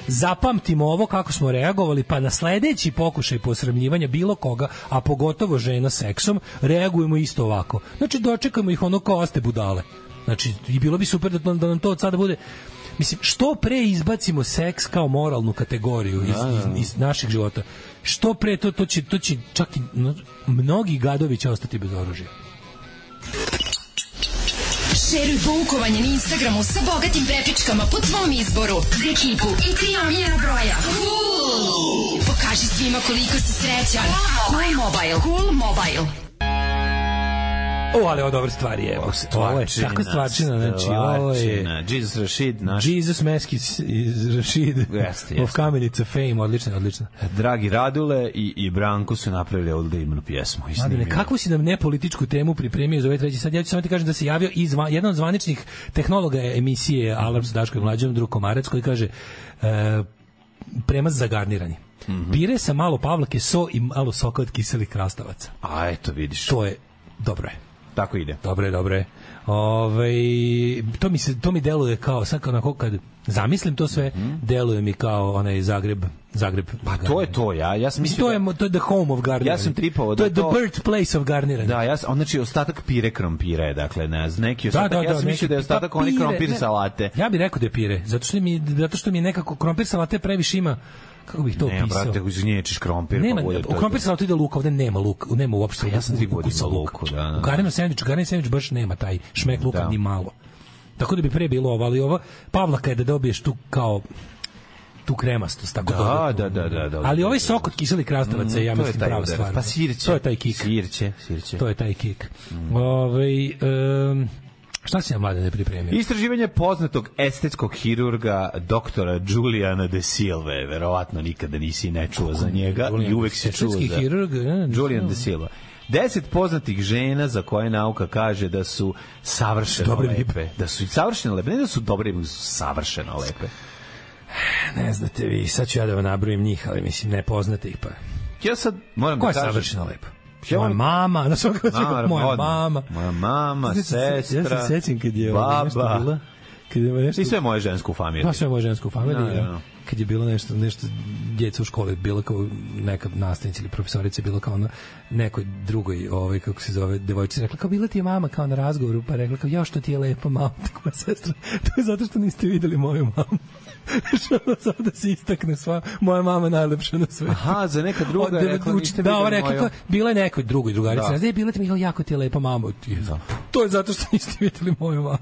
zapamtimo ovo kako smo reagovali, pa na sledeći pokušaj posramljivanja bilo koga, a pogotovo žena seksom, reagujemo isto ovako. Znači, dočekamo ih ono kao ste budale. Znači, i bilo bi super da, da nam to od sada bude mislim što pre izbacimo seks kao moralnu kategoriju iz, iz, iz naših života što pre to to će to će čak i mnogi gadovi će ostati bez oružja Šeruj poukovanje na Instagramu sa bogatim prepičkama po tvom izboru za ekipu i tri omljena broja. Cool! Pokaži svima koliko si srećan. Cool Mobile. Cool Mobile. O, ali ovo dobre stvari je. O, stvarčina, ovo je tako stvarčina, znači, ovo je... Jesus Rashid, naš... Jesus Meskis iz Rashid. Jeste, jeste. Of Kamenica Fame, odlično, odlično. Dragi Radule i, i Branko su napravili ovde divnu pjesmu. Adine, kako si nam nepolitičku temu pripremio za ovaj treći sad? Ja ću samo ti kažem da se javio iz, jedan od zvaničnih tehnologa emisije Alarm sa Daškom Mlađom, drug Komarac, koji kaže e, prema zagarnirani. Mm Mhm. -hmm. Pire sa malo pavlake so i malo soka od kiselih krastavaca. A eto vidiš. To je dobro je tako ide. Dobre, dobre. Ove, to mi se to mi deluje kao sad onako kad zamislim to sve, mm -hmm. deluje mi kao onaj Zagreb Zagreb. Mhm. Pa to je to, ja. Ja sam da- mislio to je to je the home of garniranje. Ja sam tripovao da to je the birthplace of garniranje. Da, ja sam, on znači ostatak pire krompira je, dakle, ne, neki ostatak. Da, da, da, ja sam mislio da je ostatak pa, oni krompir ne, salate. Ja bih rekao da je pire, zato što mi zato što mi nekako krompir salate previše ima kako bih to ne, opisao. Ne, brate, uznječiš krompir. Nema, da- pa bolje, Pa u krompir salatu ide luka, ovde nema luka, nema uopšte. Ja sam tri godine luka. Da, da. U garenu sandviču, garenu sandviču baš nema taj šmek luka da. ni malo. Tako da bi pre bilo ovo, ali ovo, Pavlaka je da dobiješ tu kao tu kremastost tako da, dodatno. Da, da, da, da. Ali ovaj sok od kiselih krastavaca mm, ja mislim prava udar. stvar. Pa sirće. To je taj kik. Sirće, sirće. To je taj kik. Mm. Ovaj um, Šta si nam mladene pripremio? Istraživanje poznatog estetskog hirurga doktora Juliana de Silve. Verovatno nikada nisi ne čuo za njega Julian, i uvek se čuo za... Hirurg, E, ne, Julian de Silva. 10 poznatih žena za koje nauka kaže da su savršeno dobre da lepe. Da su savršeno lepe. Ne da su dobre, nego su savršeno lepe. ne znate vi, sad ću ja da vam nabrojim njih, ali mislim, ne poznate ih pa. Ja sad moram Ko da je kažem... savršeno lepo? Moja mama, na svakom Naravno, moja odmah. mama. Moja mama, Znači, se- sestra, Ja se sećam kad je ovo nešto baba. bilo. Kad je nešto... I sve moje žensko u familiji. Pa sve moje žensko u familiji. Da, ja. da, da. Kad je bilo nešto, nešto djeca u školi, bila kao neka nastavnica ili profesorica, bila kao na nekoj drugoj, ovaj, kako se zove, devojčici, rekla kao, bila ti je mama kao na razgovoru, pa rekla kao, jo što ti je lepa mama, <laughs> tako moja sestra, to je zato što niste videli moju mamu. <laughs> Što ono samo da se istakne sva, moja mama je najlepša na svetu. Aha, za neka druga Od- je rekla, uč- niste da, videli ova rekla, moju. kao, bila je nekoj drugoj drugarici, Da. da. da je bila ti mi kao, jako ti je lepa mama. Ti- To je zato što niste videli moju mamu.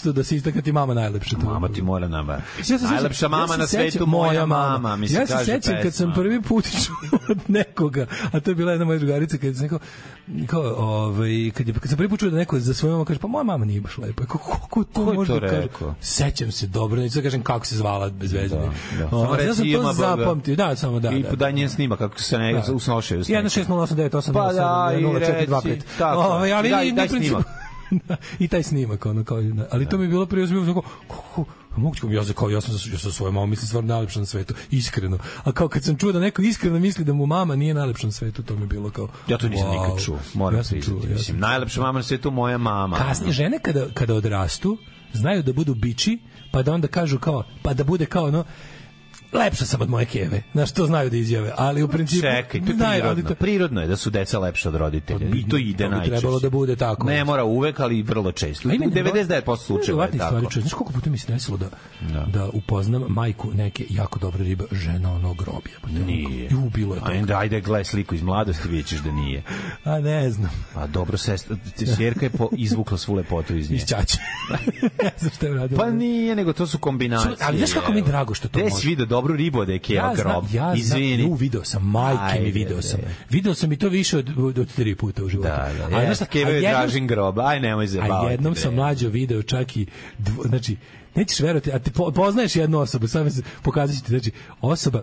Što da se istakne ti mama najlepša. to je Mama ti mora nama. ja se sećam- Najlepša mama ja se na sećam- svetu, moja mama. mi se ja se kaže sećam kad sam pesma. prvi put čuo od nekoga, a to je bila jedna moja drugarica, kad sam rekao, kao, ovaj, kad, je, kad sam prvi put čuo da neko za svoju mamu kaže, pa moja mama nije baš lepa. Kako, kako to Ko je može to da kaže? rekao? Sećam se dobro, neću da kažem kako se zvala bez veze. Da, Da. O, Samo ja sam reci to ima Boga. zapamtio, da, samo da. I da. daj njen snima kako se ne Da. usnošaju. s 1 6 0 8 9 8 Pa da, i 0 4 2 5. reci, tako. Ovaj, ali I daj- ni- ni daj u principu- snimak. <laughs> Da, I taj snimak, ono, kao, da. ali to mi je bilo prije, ja sam bio kao, kako, moguće kao, ja sam kao, ja sam, za- ja sam svojom mamom, mislim, stvarno najlepša na svetu, iskreno. A kao kad sam čuo da neko iskreno misli da mu mama nije najlepša na svetu, to mi je bilo kao, Ja to nisam wow. nikad čuo, moram Ja sam priznati. čuo, ja Mislim, najlepša mama na svetu, moja mama. Kasnije žene kada kada odrastu znaju da budu biči, pa da onda kažu kao pa da bude kao ono lepša sam od moje keve. Znaš, to znaju da izjave, ali u principu... Čekaj, to je znaju, ali prirodno. Prirodno je da su deca lepša od roditelja. I to ide to bi najčešće. trebalo da bude tako. Ne mora uvek, ali vrlo često. U A ima 99% slučajeva je neverovatnih tako. stvari, čovječe. Znaš koliko puta mi se desilo da, da. upoznam majku neke jako dobre ribe, žena pa ono groblje. Nije. Ju, bilo je Ajde, ajde, gledaj sliku iz mladosti, vidjet ćeš da nije. A ne znam. Pa dobro, <laughs> sestra, sjerka je po, izvukla svu lepotu iz nje. Iz <laughs> čače. ne znam šta je uradila. Pa nije, nego to su kombinacije. Ču- ali znaš kako mi je evo. drago što to Gde može? si vidio dobru ribu od Ikea ja grob? Znam, ja Izvini. Znam, ju, video sam, majke mi Ajde, video sam. bre. Video sam i to više od, od, od tri puta u životu. Da, A da, znaš jeste, šta, a Keva je jednom- Dražin grob, aj nemoj zabavati. A jednom bre. sam mlađo video čak i dvo, znači nećeš verovati, a ti po, poznaješ jednu osobu, sam se pokazaću ti, znači osoba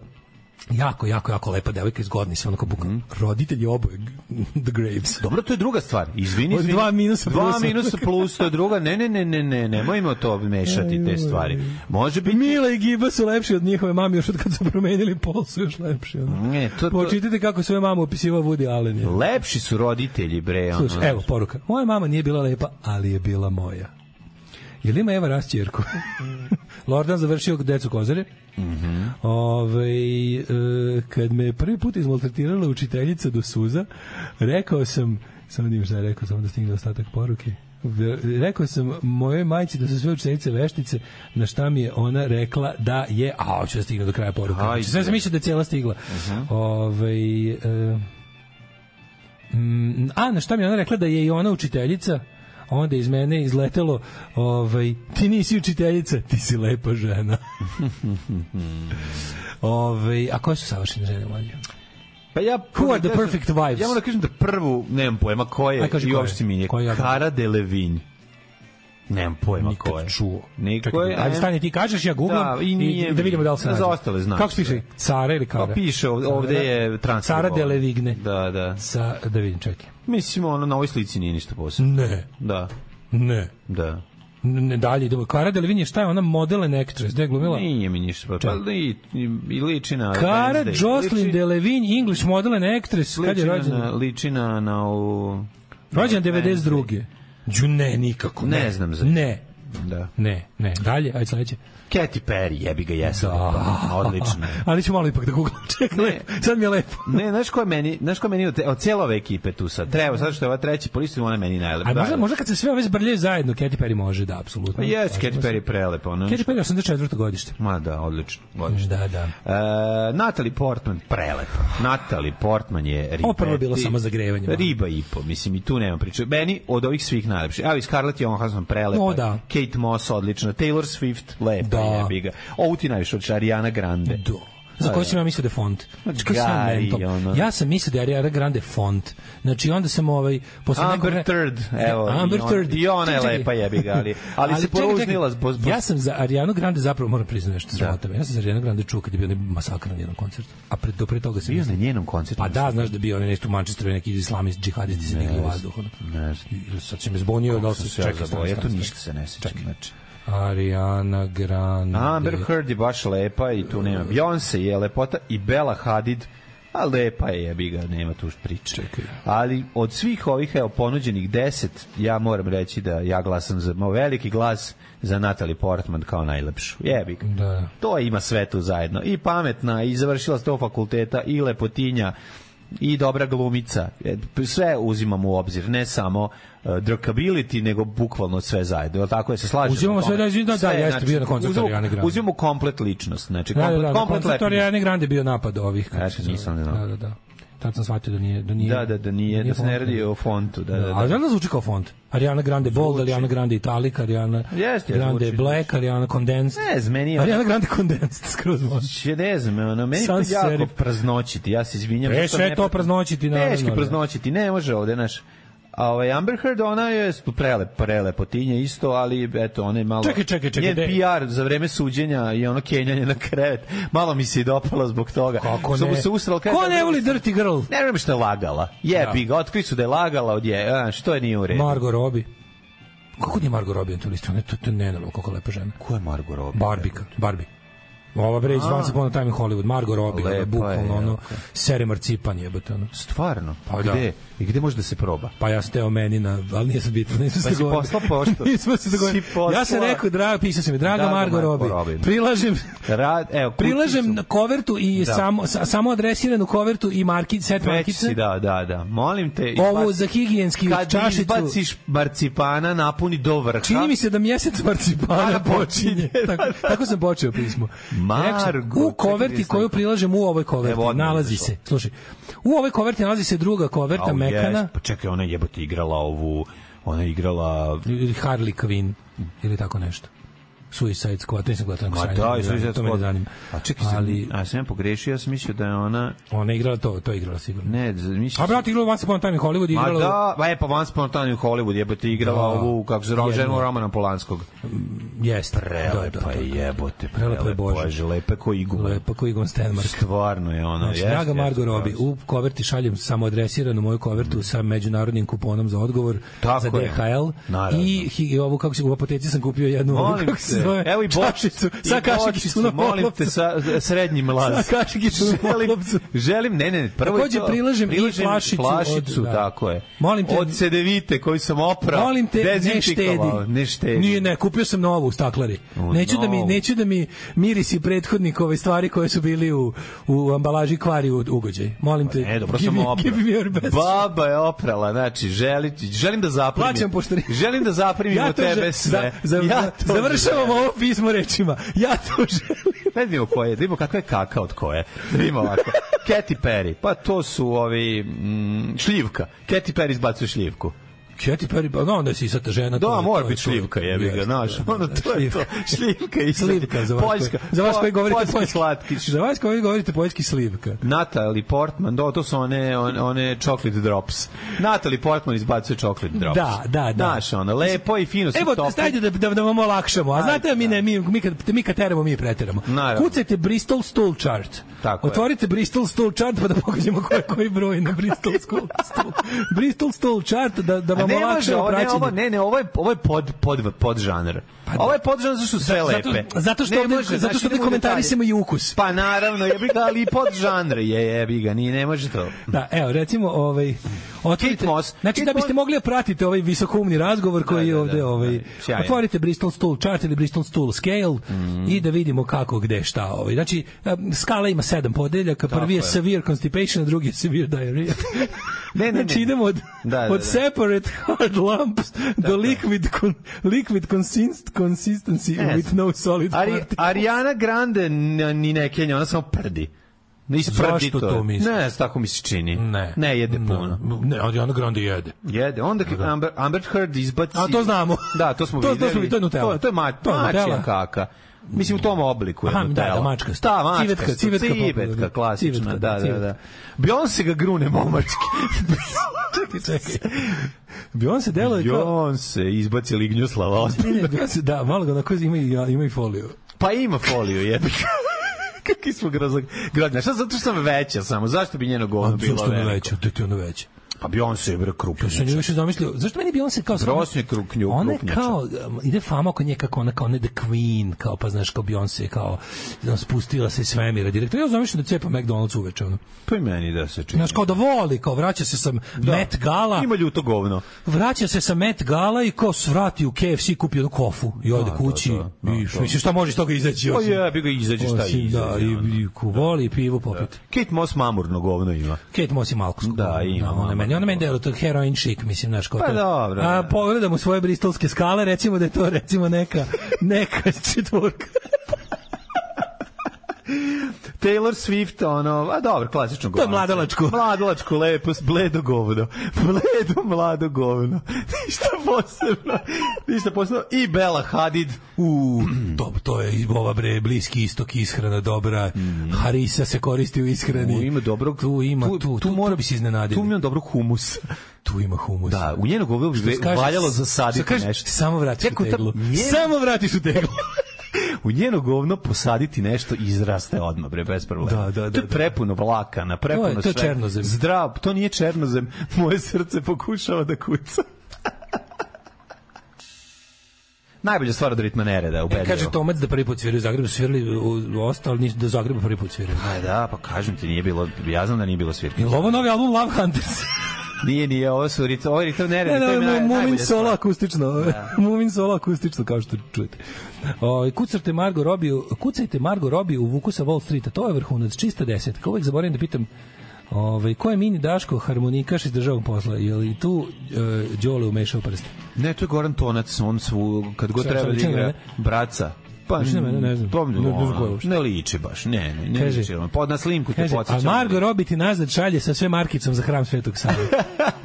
jako, jako, jako lepa devojka iz godni se onako bukvalno Mhm. roditelji oboje <laughs> the graves. Dobro, to je druga stvar. Izvini, Od izvini. dva minusa Dva plusa. minusa plus, to je druga. Ne, ne, ne, ne, ne, nemojmo to mešati, te stvari. Može biti... Mila i Giba su lepši od njihove mame još od kad su promenili pol su još lepši. Ono. Ne, to, to... Počitajte kako svoje mamu opisivao Woody Allen. Je. Lepši su roditelji, bre. ono. Slušaj, evo poruka. Moja mama nije bila lepa, ali je bila moja. Jel ima Eva <laughs> Rast ćerku? Lordan završio decu kozare. Ovaj, e, kad me je prvi put izmaltretirala učiteljica do suza, rekao sam, samo nije šta je rekao, samo da stigne ostatak poruke. Ve- Rekao sam mojoj majci da su sve učiteljice veštice, na šta mi je ona rekla da je, a hoću da stigne do kraja poruke. Ajde. Sve sam mislio da je cijela stigla. Ovaj, e, Mm, a na šta mi je ona rekla da je i ona učiteljica a onda je iz mene izletelo ovaj, ti nisi učiteljica ti si lepa žena ovaj, a koje su savršene žene mlađe? Pa ja Who are the ja sam- perfect wives? Ja moram da kažem da prvu, nemam pojma ko je, Aj, kaži i ko je. uopšte mi je, Ko je ja- da. Kara Delevingne. Nemam pojma Nikad ko je. čuo. Niko Čekaj, je. ajde stani ti kažeš, ja googlam Da, i, i nije i da vidimo da li se mi. nađe. Za ostale znam Kako se piše? sve. Cara ili Kara? Pa piše ovde, ovde je transfer. Cara Delevingne. Da, da. Sa, da vidim, čekaj. Mislim, ono, na ovoj slici nije ništa posebno. Ne, Da, ne. da. Ne, dalje idemo. Cara Delevingne, šta je ona model and actress? Gde je glumila? Nije mi ništa. Pa, pa i, i, i liči na... Cara Wednesday. Jocelyn Liči- Delevingne, English model and actress. Kad liči je na- rođena? Liči na, na ovu... Rođen 92. Đu ne, nikako. Ne znam za- Ne, Da. ne, ne. Dalje, ajde sledeće. Katy Perry, jebi ga, jesam. Da. Odlično. <laughs> Ali ću malo ipak da googlam. Čekaj, lepo. sad mi je lepo. Ne, znaš ko je meni, znaš ko je meni od, te- od cele ove ekipe tu sad. Treba, sad što je ova treći po listu, ona je meni najlepša. A možda, možda kad se sve ove zbrljaju zajedno, Katy Perry može, da, apsolutno. Da, Pa jes, Katy Perry je prelepa, ona. Katy Perry je 84. godište. Ma da, odlično, odlično. Da, da. E, Natalie Portman, prelepa. Natalie Portman je riba. Ovo prvo je bilo da. samo zagrevanje, malo. Riba i po, mislim, i tu nema priče. Meni od ovih svih najlepše. Evo, i Scarlett Johansson, prelepa. O, da. Kate Moss, odlično. Taylor Swift, lepa Da. jebi ga. Ovo ti najviše od Ariana Grande. Do. Za koju sam ja mislio da je font. Znači, kao sam ja Gari, mental. ono. Ja sam mislio da je Ariana Grande font. Znači, onda sam ovaj... Posle Amber nekog Third, evo, Amber i ona- Third. i ona je Čekaj, lepa, čekaj. jebi <laughs> ga, ali- ali se čekaj, čekaj. poružnila zbog- Da. zbog- Ja sam za Arianu Grande zapravo, moram priznati nešto, sramota me. Ja sam za Arianu Grande čuo kad je bio onaj masakr na jednom koncertu. A pred, do pre toga sam... Bio na njenom koncertu. Pa da, znaš da bio onaj nešto u Manchesteru, neki islamisti, džihadisti se digli u vazduh. ono. Ne znam. Ili sad se me zbunio, da li Sam se se ja čeka zaboravio, ja tu ništa se ne sećam. znači. Ariana Grande. Amber Heard je baš lepa i tu nema. Beyoncé je lepota i Bella Hadid a lepa je, jebi ga, nema tu priče. Čekaj. Ali od svih ovih evo, ponuđenih deset, ja moram reći da ja glasam za moj veliki glas za Natalie Portman kao najlepšu. Jebi ga. Da. To ima sve tu zajedno. I pametna, i završila sto fakulteta, i lepotinja, i dobra glumica. E, Sve uzimamo u obzir, ne samo uh, drkability, nego bukvalno sve zajedno. Jel tako je se slažemo? Uzimamo sve, da, da, da, jeste bio na koncertu znači, uzimamo- Ariane Grande. Uzimamo komplet ličnost, znači Da, komplet, da, da, komplet komplet lepinje. Ariane Grande bio napad ovih. kako Eto, se zove. nisam znao. Da, da, da. Tad sam shvatio da nije... Da, nije, Da, da, da nije, da se ne font, radi nego- o fontu, da, da, da. A da zvuči kao font. Ariana Grande Bold, Ariana Grande Italic, Ariana Jeste, Grande zvuči, Black, Ariana Condensed. Ne znam, meni je... Ariana Grande Condensed, <laughs> skroz može. Ja ne znam, ono, meni je to Sans jako serif. praznoćiti, ja se izvinjam. E, što sve ne- to praznoćiti, naravno, Teški da. praznoćiti, ne može ovde, znaš. A ovaj Amber Heard, ona je tu prelep, prelepotinje isto, ali eto, ona je malo... Čekaj, čekaj, čekaj, Njen gde- PR za vreme suđenja i ono kenjanje na krevet, malo mi se i dopalo zbog toga. Kako Što mu ne? se usralo da- krevet. Ko ne voli Dirty Girl? Ne vjerujem što je lagala. Jebi Da. ga, otkrili su da je lagala od je, a, što je nije u redu. Margot Robbie. Kako nije Margot Robbie na toj listi? Ona je to, to je nenormalno, koliko lepa žena. Ko je Margot Robbie? Barbika, Barbie. Ova bre iz A. Once Upon a Time in Hollywood, Margot Robbie, Lepa ona je, je bukvalno ono, jako. seri marcipan jebote ono. Stvarno? Pa da. gde? I gde može da se proba? Pa ja sam teo meni na, ali nije sad bitno, nisam Pa se si dogovorio. poslao poštu. <laughs> Nismo se dogovorili. Si poslao- Ja sam rekao, draga, pisao sam mi, draga Draga Margo Margo Robi, Robbie. prilažem, Rad, evo, kutiju prilažem sam- na kovertu i Da. samo, sa, samo adresiranu kovertu i marki, set Već markice. si, da, da, da. Molim te, Ovu izbaci- za higijenski kad čašicu. izbaciš marcipana, napuni do vrha. Čini mi se da mjesec marcipana Ana <laughs> počinje. počinje. tako, tako sam počeo pismo. Margo, Rekao sam, čekaj, u koverti nisam- koju prilažem u ovoj koverti Evo, odmah nalazi izašlo. se, slušaj, u ovoj koverti nalazi se druga koverta, Au, mekana, jes, pa čekaj, ona je jebote igrala ovu, ona je igrala... ili Harley Quinn, ili tako nešto. Suicide Squad, to nisam gledao tako Ma sranje, da, ne i zanima, sve to me ne zanima. A čekaj, ali... Ali- a sam ja pogrešio, ja sam mislio da je ona... Ona je igrala to, to je igrala sigurno. Ne, z- mislio A brate, igrala u Once Upon a Time in Hollywood, Ma igrala... da, ba je pa Once Upon a Time u Hollywood jebote igrala Da. ovu, kako se zove, ženu Jednu. Romana Polanskog. Jeste. da, da, Prelepa da, je da. jebote, Prelepa je Bože. lepa ko igula. Lepa koji Igon Stenmark. Stvarno je ona, Znači, jeste. pa draga jeste, Margo pravo Robi, si. u koverti šaljem samo adresiranu moju kovertu sa međunarodnim kuponom za odgovor Tako za je. DHL Naravno. i, hi- i ovu kako se u apoteci sam kupio jednu ovu, Molim kako se te, zove, evo i bočicu, čašicu sa kašikicu na molim te polovcu. sa srednjim Sa laz. kašikicu na želim, polovcu. želim, ne, ne, prvo Takođe je to, prilažem i flašicu od- flašicu da. tako je. Molim te- od sedevite koju sam oprao. Molim te, ne štedi. dezinfikovao, Ne štedi. Nije, ne, kupio sam novu u staklari. U, neću, da mi, novu. neću da mi mirisi prethodnik ove stvari koje su bili u, u ambalaži kvari u ugođaj. Molim te, E, dobro give sam me- oprao. give me your best. Baba je oprala, znači, želi, želim da zaprimim. Plaćam poštarinu. <laughs> Želim da zaprimim od žel- tebe sve. Za, za, ja to završavamo želim. ovo pismo rečima. Ja <laughs> to želim. Ne vidimo koje, da vidimo kakva je kaka od koje. Da vidimo ovako. Katy Perry, pa to su ovi mm, šljivka. Katy Perry izbacuje šljivku. Katy Perry, pa no, onda si sad žena. to Da, je- mora to je biti to. šljivka, jebi ga, Jeste, znaš. da, da, Ono, to je to. šljivka. Šljivka i slivka za vas. Poljska. koji- Za vas koji Po- govorite poljski poljski. slatki. Za vas koji govorite poljski slivka. Natalie Portman, do, to su one, one, one chocolate drops. Natalie Portman izbacuje chocolate drops. Da, da, da. Znaš, ona, lepo i fino se Evo, topi. stajte da, da, da vam olakšamo. A znate, da mi, ne, mi, mi, kad, mi kad teramo, mi preteramo. Naravno. Kucajte Bristol Stool Chart. Tako je. Otvorite Bristol Stool Chart pa da pokažemo ko je koji broj na Bristol Stool, stool Bristol Stool Chart da, da A vam ne može, olakšamo ovo, ne, praćenje. ovo, ne, ne, ovo je, ovo je pod, pod, pod žanar. da. Ovo je pod žanar zato što su sve Zato, lepe. zato što Ne ovde, može, zato znači, što ovde idemo u komentarisimo detalje. i ukus. Pa naravno, jebi ga, ali i pod žanr je, jebi ga, nije, ne može to. Da, evo, recimo, ovaj, otvorite, Kate Moss. znači Kate da biste Moss- mogli da pratite ovaj visokoumni razgovor koji Da, je da, ovde, da, ovaj, da, sjajno. otvorite Bristol Stool Chart ili Bristol Stool Scale i da vidimo kako, gde, šta. Ovaj. Znači, em, skala ima sedam podeljaka, prvi je, je. severe constipation, a drugi je severe diarrhea. <laughs> Ne, ne, ne. znači, idemo od, Da, da, od da. separate hard lumps do liquid, con, liquid consist, consistency Ne with znam. no solid Ari, particles. Ariana Grande n- ni ne kenja, ona samo prdi. Ne isprdi Zašto to misliš? Ne, tako mi se čini. Ne. Ne jede puno. Ne, Ariana Grande jede. Jede. Onda kad Amber, Amber Heard izbaci... Da, A to znamo. Da, to smo To- to videli. smo videli, to je Nutella. To, to je ma, To je mačja Nutella. kaka. Mislim, u tom obliku je Aha, da, Nutella. da, mačka. Da, mačka. Civetka, civetka popularna. Civetka, klasična. Civetka, da, da, civetka. da. Beyoncé ga grune momački. Čekaj, čekaj. Beyoncé deluje <laughs> kao... Beyoncé izbaci Lignjuslava. Ne, ne, Beyoncé, da, malo ga onako ima i, ima i foliju. Pa ima foliju, jebi ga. <laughs> Kakvi smo grozak. Grodnja. Šta zato što sam veća samo? Zašto bi njeno govno A bilo zašto ne veliko? veće? Tek ti Da, ono veće. Pa Beyoncé je bre krupnjača. Ja sam nju više zamislio. Zašto meni Beyoncé kao Grosnje krupnju, Ona je kao um, ide fama oko nje kako ona kao ne the queen, kao pa znaš kao Beyoncé je kao znam, spustila se iz svemira direktno. Ja zamišljam da cepa McDonald's uveče ono. Pa i meni da se čini. Znaš kao da voli, kao vraća se sa da. Met Gala. Ima ljuto govno. Vraća se sa Met Gala i kao svrati u KFC i kupi jednu kofu i ode Da, kući. da, da, da, i, da. Mislim šta može iz toga izaći? Pa osim- je, bi ga izađe šta osim, izađe. Da, i, i ku voli pivo popiti. Kate Moss mamurno govno ima. Kate Moss ima alkohol. Da, ima. Da, ona je meni, ona meni deluje to heroin chic, mislim, znaš, kao Pa to. dobro, A da. pogledam u svoje bristolske skale, recimo da je to <laughs> recimo neka neka četvorka. <clears throat> Taylor Swift, ono, a dobro, klasično govno. je mladalačko. Mladalačko, lepo, s- bledo govno. <laughs> Bledo, mlado govno. <laughs> Ništa posebno. Ništa posebno. I Bela Hadid. U, to, to je i ova bre, bliski istok ishrana dobra. Harisa se koristi u ishrani. Mhm. U, ima dobrog- Tu ima, tu- tu, tu, mora bi se iznenadili. Tu mi je dobro humus. Tu ima humus. Da, u njenu govno bi Što kaže- valjalo što zasaditi kaže, nešto. Samo vratiš u Jako ta- teglu. njeno- Samo vratiš u teglu. <laughs> u njeno govno posaditi nešto i izraste odmah bre bez problema. Da, da, da, to je da. prepuno vlakana, prepuno To je- to je svega. černozem. Zdrav, to nije černozem. <laughs> Moje srce pokušava da kuca. <laughs> Najbolja stvar od ritma nereda, ubedljivo. Kaže Tomac da prvi put sviraju u Zagrebu, svirali u, u ostali, nisu da u Zagrebu prvi put sviraju. Pa da, pa kažem ti, nije bilo, ja znam da nije bilo svirke. Je li ovo novi album Love <laughs> Hunters? Nije, nije, ovo su rit, ovo je ritam nereda, Ne, to ne, je ne, naj, najbolja Mumin stvar. Da. solo akustično. <laughs> Mumin solo akustično, kao što čujete. O, kucate Margo Robiju, kucajte Margo Robiju u Vuku sa Wall Streeta. To je vrhunac, čista desetka. Uvek zaboravim da pitam Ove, ko je mini Daško harmonikaš iz državnog posla? Je li tu e, Đole umešao prste? Ne, to je Goran Tonac, on svu, kad god Šta, treba da šta, čime, igra, ne? braca. Pa, Liči na mene, ne znam. pomnju, Ne, ne znam ono, ko je uopšte. ne liči baš, ne, ne, ne Kaže- liči. ono. Pa na slimku te Kaže, a podsjeća. Margo Robi ti nazad šalje sa sve markicom za hram <laughs> Svetog Save.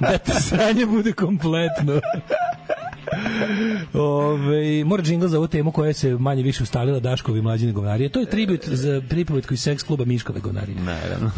da te sranje bude kompletno. Ove, mora džingl za ovu temu koja se manje više ustalila Daškovi mlađine govnarije. To je tribut za pripovetku iz seks kluba Miškove govnarije. E. Naravno.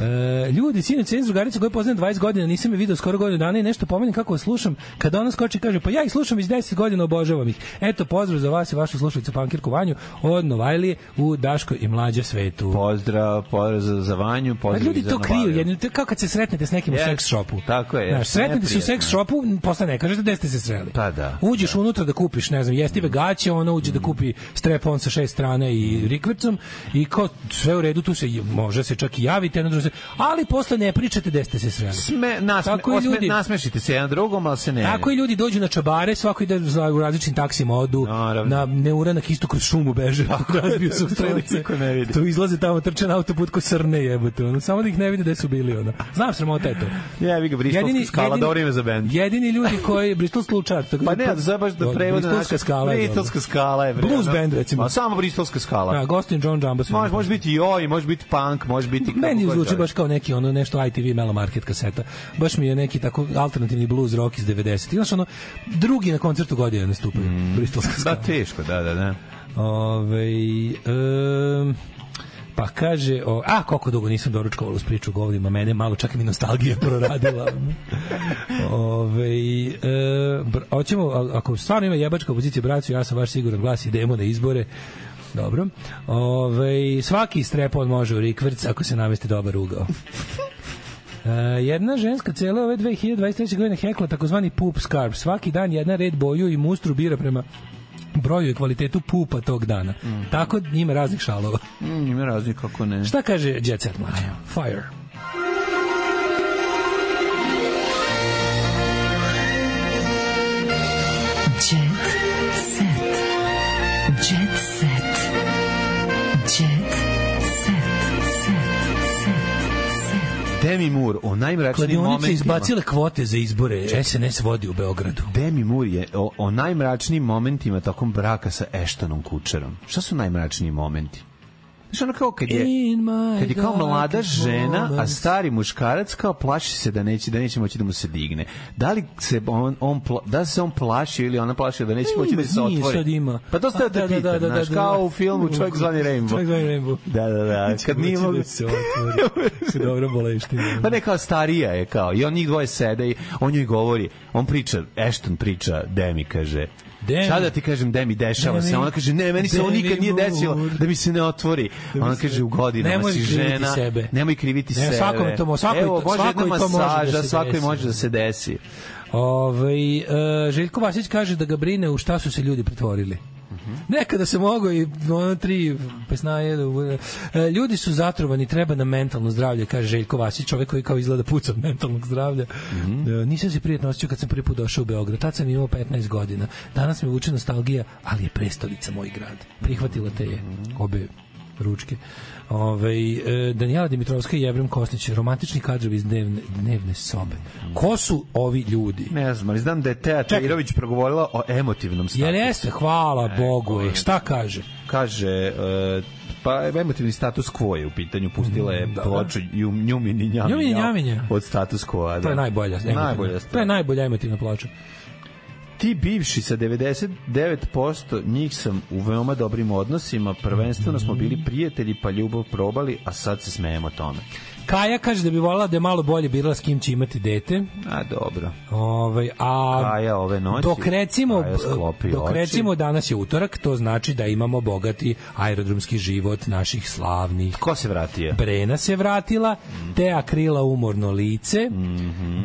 E, ljudi, sinoć sam iz drugaricu koju poznajem 20 godina, nisam je video skoro godinu dana i nešto pomenem kako vas slušam. Kada ona skoči i kaže, pa ja ih slušam već 10 godina, obožavam ih. Eto, pozdrav za vas i vašu slušalicu Pankirku Vanju od Novajlije u Daško i mlađe svetu. Pozdrav, pozdrav za, za Vanju, Pa pozdrav i ljudi za to kriju, Novaliju. jedni, to je kao kad se sretnete s nekim Jest, u seks shopu. tako je, Znaš, jest, sretnete se u neprijatno je. seks shopu, posle ne kažete gde ste se sreli. Pa da. Mm. Uđeš unutra da kupiš, ne znam, jestive gaće, ona uđe da kupi strep-on sa šest strana Mm. i rikvercom i kao sve u redu, tu se može se čak i javiti, jedno drugo se, ali posle ne pričate gde ste se sreli. Sme, nasme, Tako i osme, ljudi. nasmešite se jedan drugom, ali se ne. Tako i ljudi dođu na čabare, svako ide za- u različitim taksima odu, Naravno. na neuranak isto kroz šumu beže, tako razbiju su To strelice. niko ne vidi. Tu izlaze tamo, trče na autoput ko srne jebote, ono, samo da ih ne vidi gde su bili. Ono. Znam sramota je to. Ja, vi ga bristolski skala, dobro ime za bend. Jedini ljudi koji, Bristol Slučar, tako Pa ne, da sad baš da prevode Bristolska skala. je dobro. Bristolska skala je. bre, Blues ono. band, recimo. Ma, samo Bristolska skala. Da, Gostin John Jamba su. Može, može biti joj, može biti punk, može biti... Meni kako god zvuči želiš. baš kao neki ono nešto ITV Melo Market kaseta. Baš mi je neki tako alternativni blues rock iz 90-ih. Znaš ono, drugi na koncertu godine nastupaju. Bristolska skala. Da, teško, da, da, da. Ove, um, pa kaže, o, a koliko dugo nisam doručkovala uz priču o govnima, mene malo čak i mi nostalgija proradila. Ove, e, br, hoćemo, a- ako stvarno ima jebačka opozicija bracu, ja sam vaš siguran glas, idemo na izbore. Dobro. Ove, svaki strepon može u rikvrc ako se namesti dobar ugao. E, jedna ženska cela ove 2023. godine hekla takozvani poop scarf. Svaki dan jedna red boju i mustru bira prema broju i kvalitetu pupa tog dana. Tako ima raznih šalova. Mm, ima raznih kako ne. Šta kaže Jet Set Mlađe? Fire. Jet set. Jet set. Jet set. Demi Moore, o najmračnijim Kladionice momentima... izbacile kvote za izbore. SNS vodi u Beogradu. Demi Moore je o, o najmračnijim momentima tokom braka sa Eštonom Kučerom. Šta su najmračniji momenti? Znaš, ono kao kad je... In my Kad je kao mlada darkest žena, a moments. stari muškarac kao plaši se da neće da neće moći da mu se digne. Da li se on on pla, da se on plaši ili ona plaši da neće Pa moći ima, da se nije, otvori. sad ima. Pa to ste A, da, da, da, da, da, kao u filmu Čovjek zvani Rainbow. <laughs> Čovjek zvani Rainbow. Da, da, da. Kad nije Moći mogu... da se <laughs> otvori. Dobro boleština. Pa ne, kao starija je kao. I on njih dvoje sede i on njoj govori. On priča, Ashton priča, Demi kaže De Šta da ti kažem, da mi dešava de se. Ona kaže, ne, meni se ovo nikad nije desilo da mi se ne otvori. Da Ona kaže, u godinama si žena. Sebe. Nemoj kriviti sebe. Svakome to, svako Evo, to, svako može to može da masaža, se svakoj desi. može da se desi. Ove, e, Željko Vasić kaže da ga brine u šta su se ljudi pretvorili. Nekada se mogo i ono tri pesnaje. da uve- E, Ljudi su zatrovani, treba nam mentalno zdravlje, kaže Željko Vasić, čovek koji kao izgleda puca od mentalnog zdravlja. E, Nisam se prijetno osjećao kad sam prvi put došao u Beograd. Tad sam imao 15 godina. Danas me vuče nostalgija, ali je prestolica moj grad. Prihvatila te je obe ručke. Ove, e, Danijela Dimitrovska i Jevrem Kosnić, romantični kadrovi iz dnevne, dnevne sobe. Ko su ovi ljudi? Ne znam, ali znam da je Teja Tajirović progovorila o emotivnom statusu. Jer jeste, hvala Bogu. E, šta kaže? Kaže, e, pa emotivni status quo je u pitanju, pustila je ploču Ju- Njumini Njaminja. Njumini Njaminja. Od status quo, da. To je najbolja. emotivna. Najbolja To je najbolja emotivna plača. ti bivši sa 99% njih sam u veoma dobrim odnosima, prvenstveno smo bili prijatelji pa ljubav probali, a sad se smejemo tome. Kaja kaže da bi volala da je malo bolje birala s kim će imati dete. A dobro. Ovaj a Kaja ove noći. dok recimo Kaja sklopi dok oči. recimo danas je utorak, to znači da imamo bogati aerodromski život naših slavnih. Ko se vratio? Brena se vratila, Teja krila umorno lice,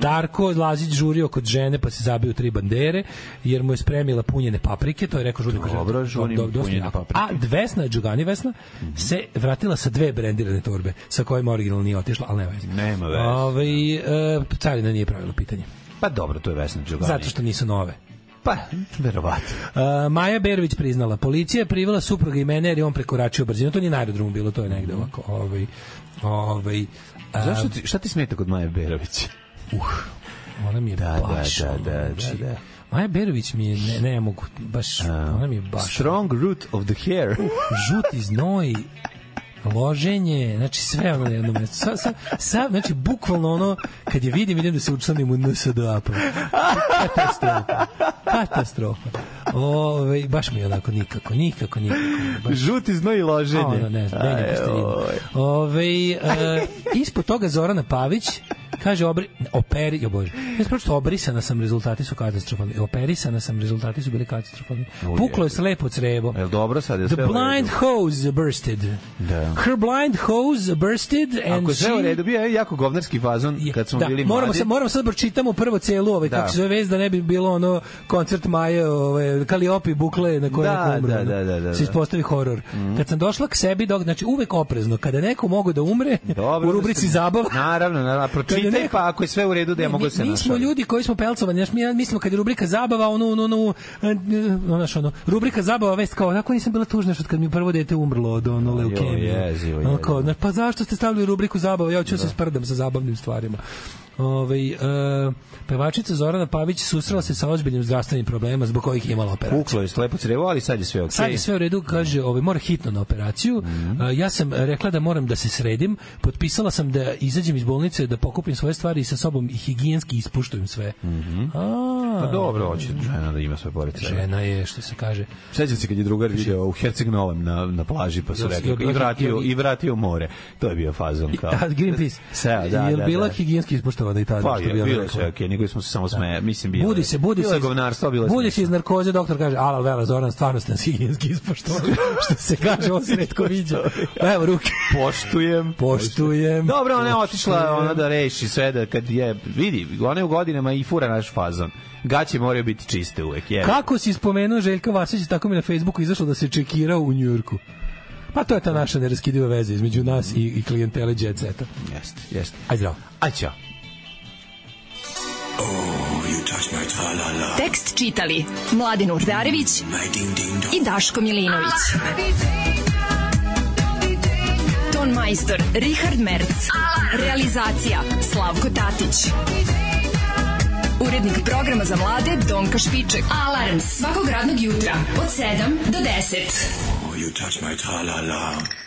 Darko Lazić žurio kod žene pa se zabio u tri bandere, jer mu je spremila punjene paprike, to je rekao žurio kod žene. Dobro, žurim Dob- dosta punjene jako. paprike. A Vesna, Đugani Vesna, se vratila sa dve brendirane torbe, sa kojima originalno nije otišla, ali nema veze. Nema veze. Ovaj, e, carina nije pravilo pitanje. Pa dobro, to je Vesna Đugani. Zato što nisu nove. Pa, verovatno. E, Maja Berović priznala, policija je privela supruga i mene jer je on prekoračio brzinu. To nije na aerodromu bilo, to je negde ovako. Ovaj, ovaj, a, Zašto ti, šta ti smeta kod Maje Berović? Ona mi je Da, baš... da, da, da, znači, da. Maja Berović mi je, ne, ne mogu, baš, ona mi je baš... Strong root of the hair. žuti znoj, loženje, znači sve ono na jednom mjestu. Sa, sa, sa, znači, bukvalno ono, kad je vidim, idem da se učlanim u NSDAP. Katastrofa. Katastrofa. Ove, baš mi je onako nikako, nikako, nikako. Baš, Žuti znoj i loženje. A, ono, ne znam, Benja Aj, Posteljina. oj. Ove, e, ispod toga Zorana Pavić kaže obri, operi, jo bože, ja sam pročito, obrisana sam, rezultati su katastrofalni. Operisana sam, rezultati su bili katastrofalni. Puklo je slepo crevo. Jel dobro sad? Je The sve u redu? blind hose bursted. Da. Her blind hose bursted and Ako je sve u she- redu, bio je jako govnarski fazon kad smo da, bili moramo mladi. se moramo sad da pročitamo prvo celu ovaj Da. kako se zove vez da ne bi bilo ono koncert Maje ovaj Kaliopi bukle na kojoj Da, neko umre. da, da, ono. da, da, se da. Mhm. ispostavi horor. Kad sam došla k sebi dok znači uvek oprezno kada neko mogu da umre Dobro, u rubrici da se- zabava. Naravno, naravno, pročitaj Kad je neko- pa ako je sve u redu da ja Ne, mogu mi- da se mi, smo našalim. ljudi koji smo pelcovani, znaš, mi ja mislimo kad je rubrika zabava, ono, ono, ono, e, ono, znaš, ono, rubrika zabava, vest kao, onako nisam bila tužna što kad mi prvo dete umrlo od ono leukemije. jezivo, Ono jezivo. kao, znaš, pa zašto ste stavili rubriku zabava, ja ću da se sprdam sa zabavnim stvarima. Ove, e, pevačica Zorana Pavić susrela se sa ozbiljnim zdravstvenim problemima zbog kojih je imala operaciju. Puklo je slepo crevo, ali sad je sve okej. znači. Sad je sve u redu, kaže, ovaj, mora hitno na operaciju. Mhm. A, ja sam e, rekla da moram da se sredim. Potpisala sam da izađem iz bolnice, da pokupim svoje stvari i sa sobom i higijenski ispuštujem sve. A, Mhm. Pa dobro, hoće žena da ima sve pored sebe. Žena je, što se kaže. Sećam se kad je drugar video u Herceg Novom na, na plaži, pa su Jel- rekli, jel- i vratio, jel- i vratio u more. To je bio fazon kao... Da, Greenpeace. Sve, da, Jel da, bila da. higijenski ispoštovana i tada? Pa što je, bi ona bilo rekla? Da. sve okej, nego smo se samo smeje. Mislim, bilo Budi je- se, budi bilo se. je govnarstvo, bilo je Budi se smešno. iz narkoze, doktor kaže, ala, vela, Zoran, stvarno ste nas higijenski ispoštovan. <laughs> što se kaže, on se redko viđa. Evo, ruke. Poštujem. Poštujem. Dobro, ona je Poštujem. otišla ona da reši sve da kad je vidi, ona je u godinama i fura naš fazon. Gaće moraju biti čiste uvek, je. Kako si spomenuo Željka Vasića, tako mi je na Facebooku izašlo da se čekirao u Njujorku. Pa to je ta naša neraskidiva veza između nas i, i klijentele jet seta. Jeste, jeste. Ajde zdravo. Aj ćao. Tekst čitali Mladin Urdarević i Daško Milinović. Ton majstor Richard Merc. Realizacija Slavko Tatić. Urednik programa za mlade Donka Špiček. Alarms svakog radnog jutra od 7 do 10. Oh, you touch my tra-la-la.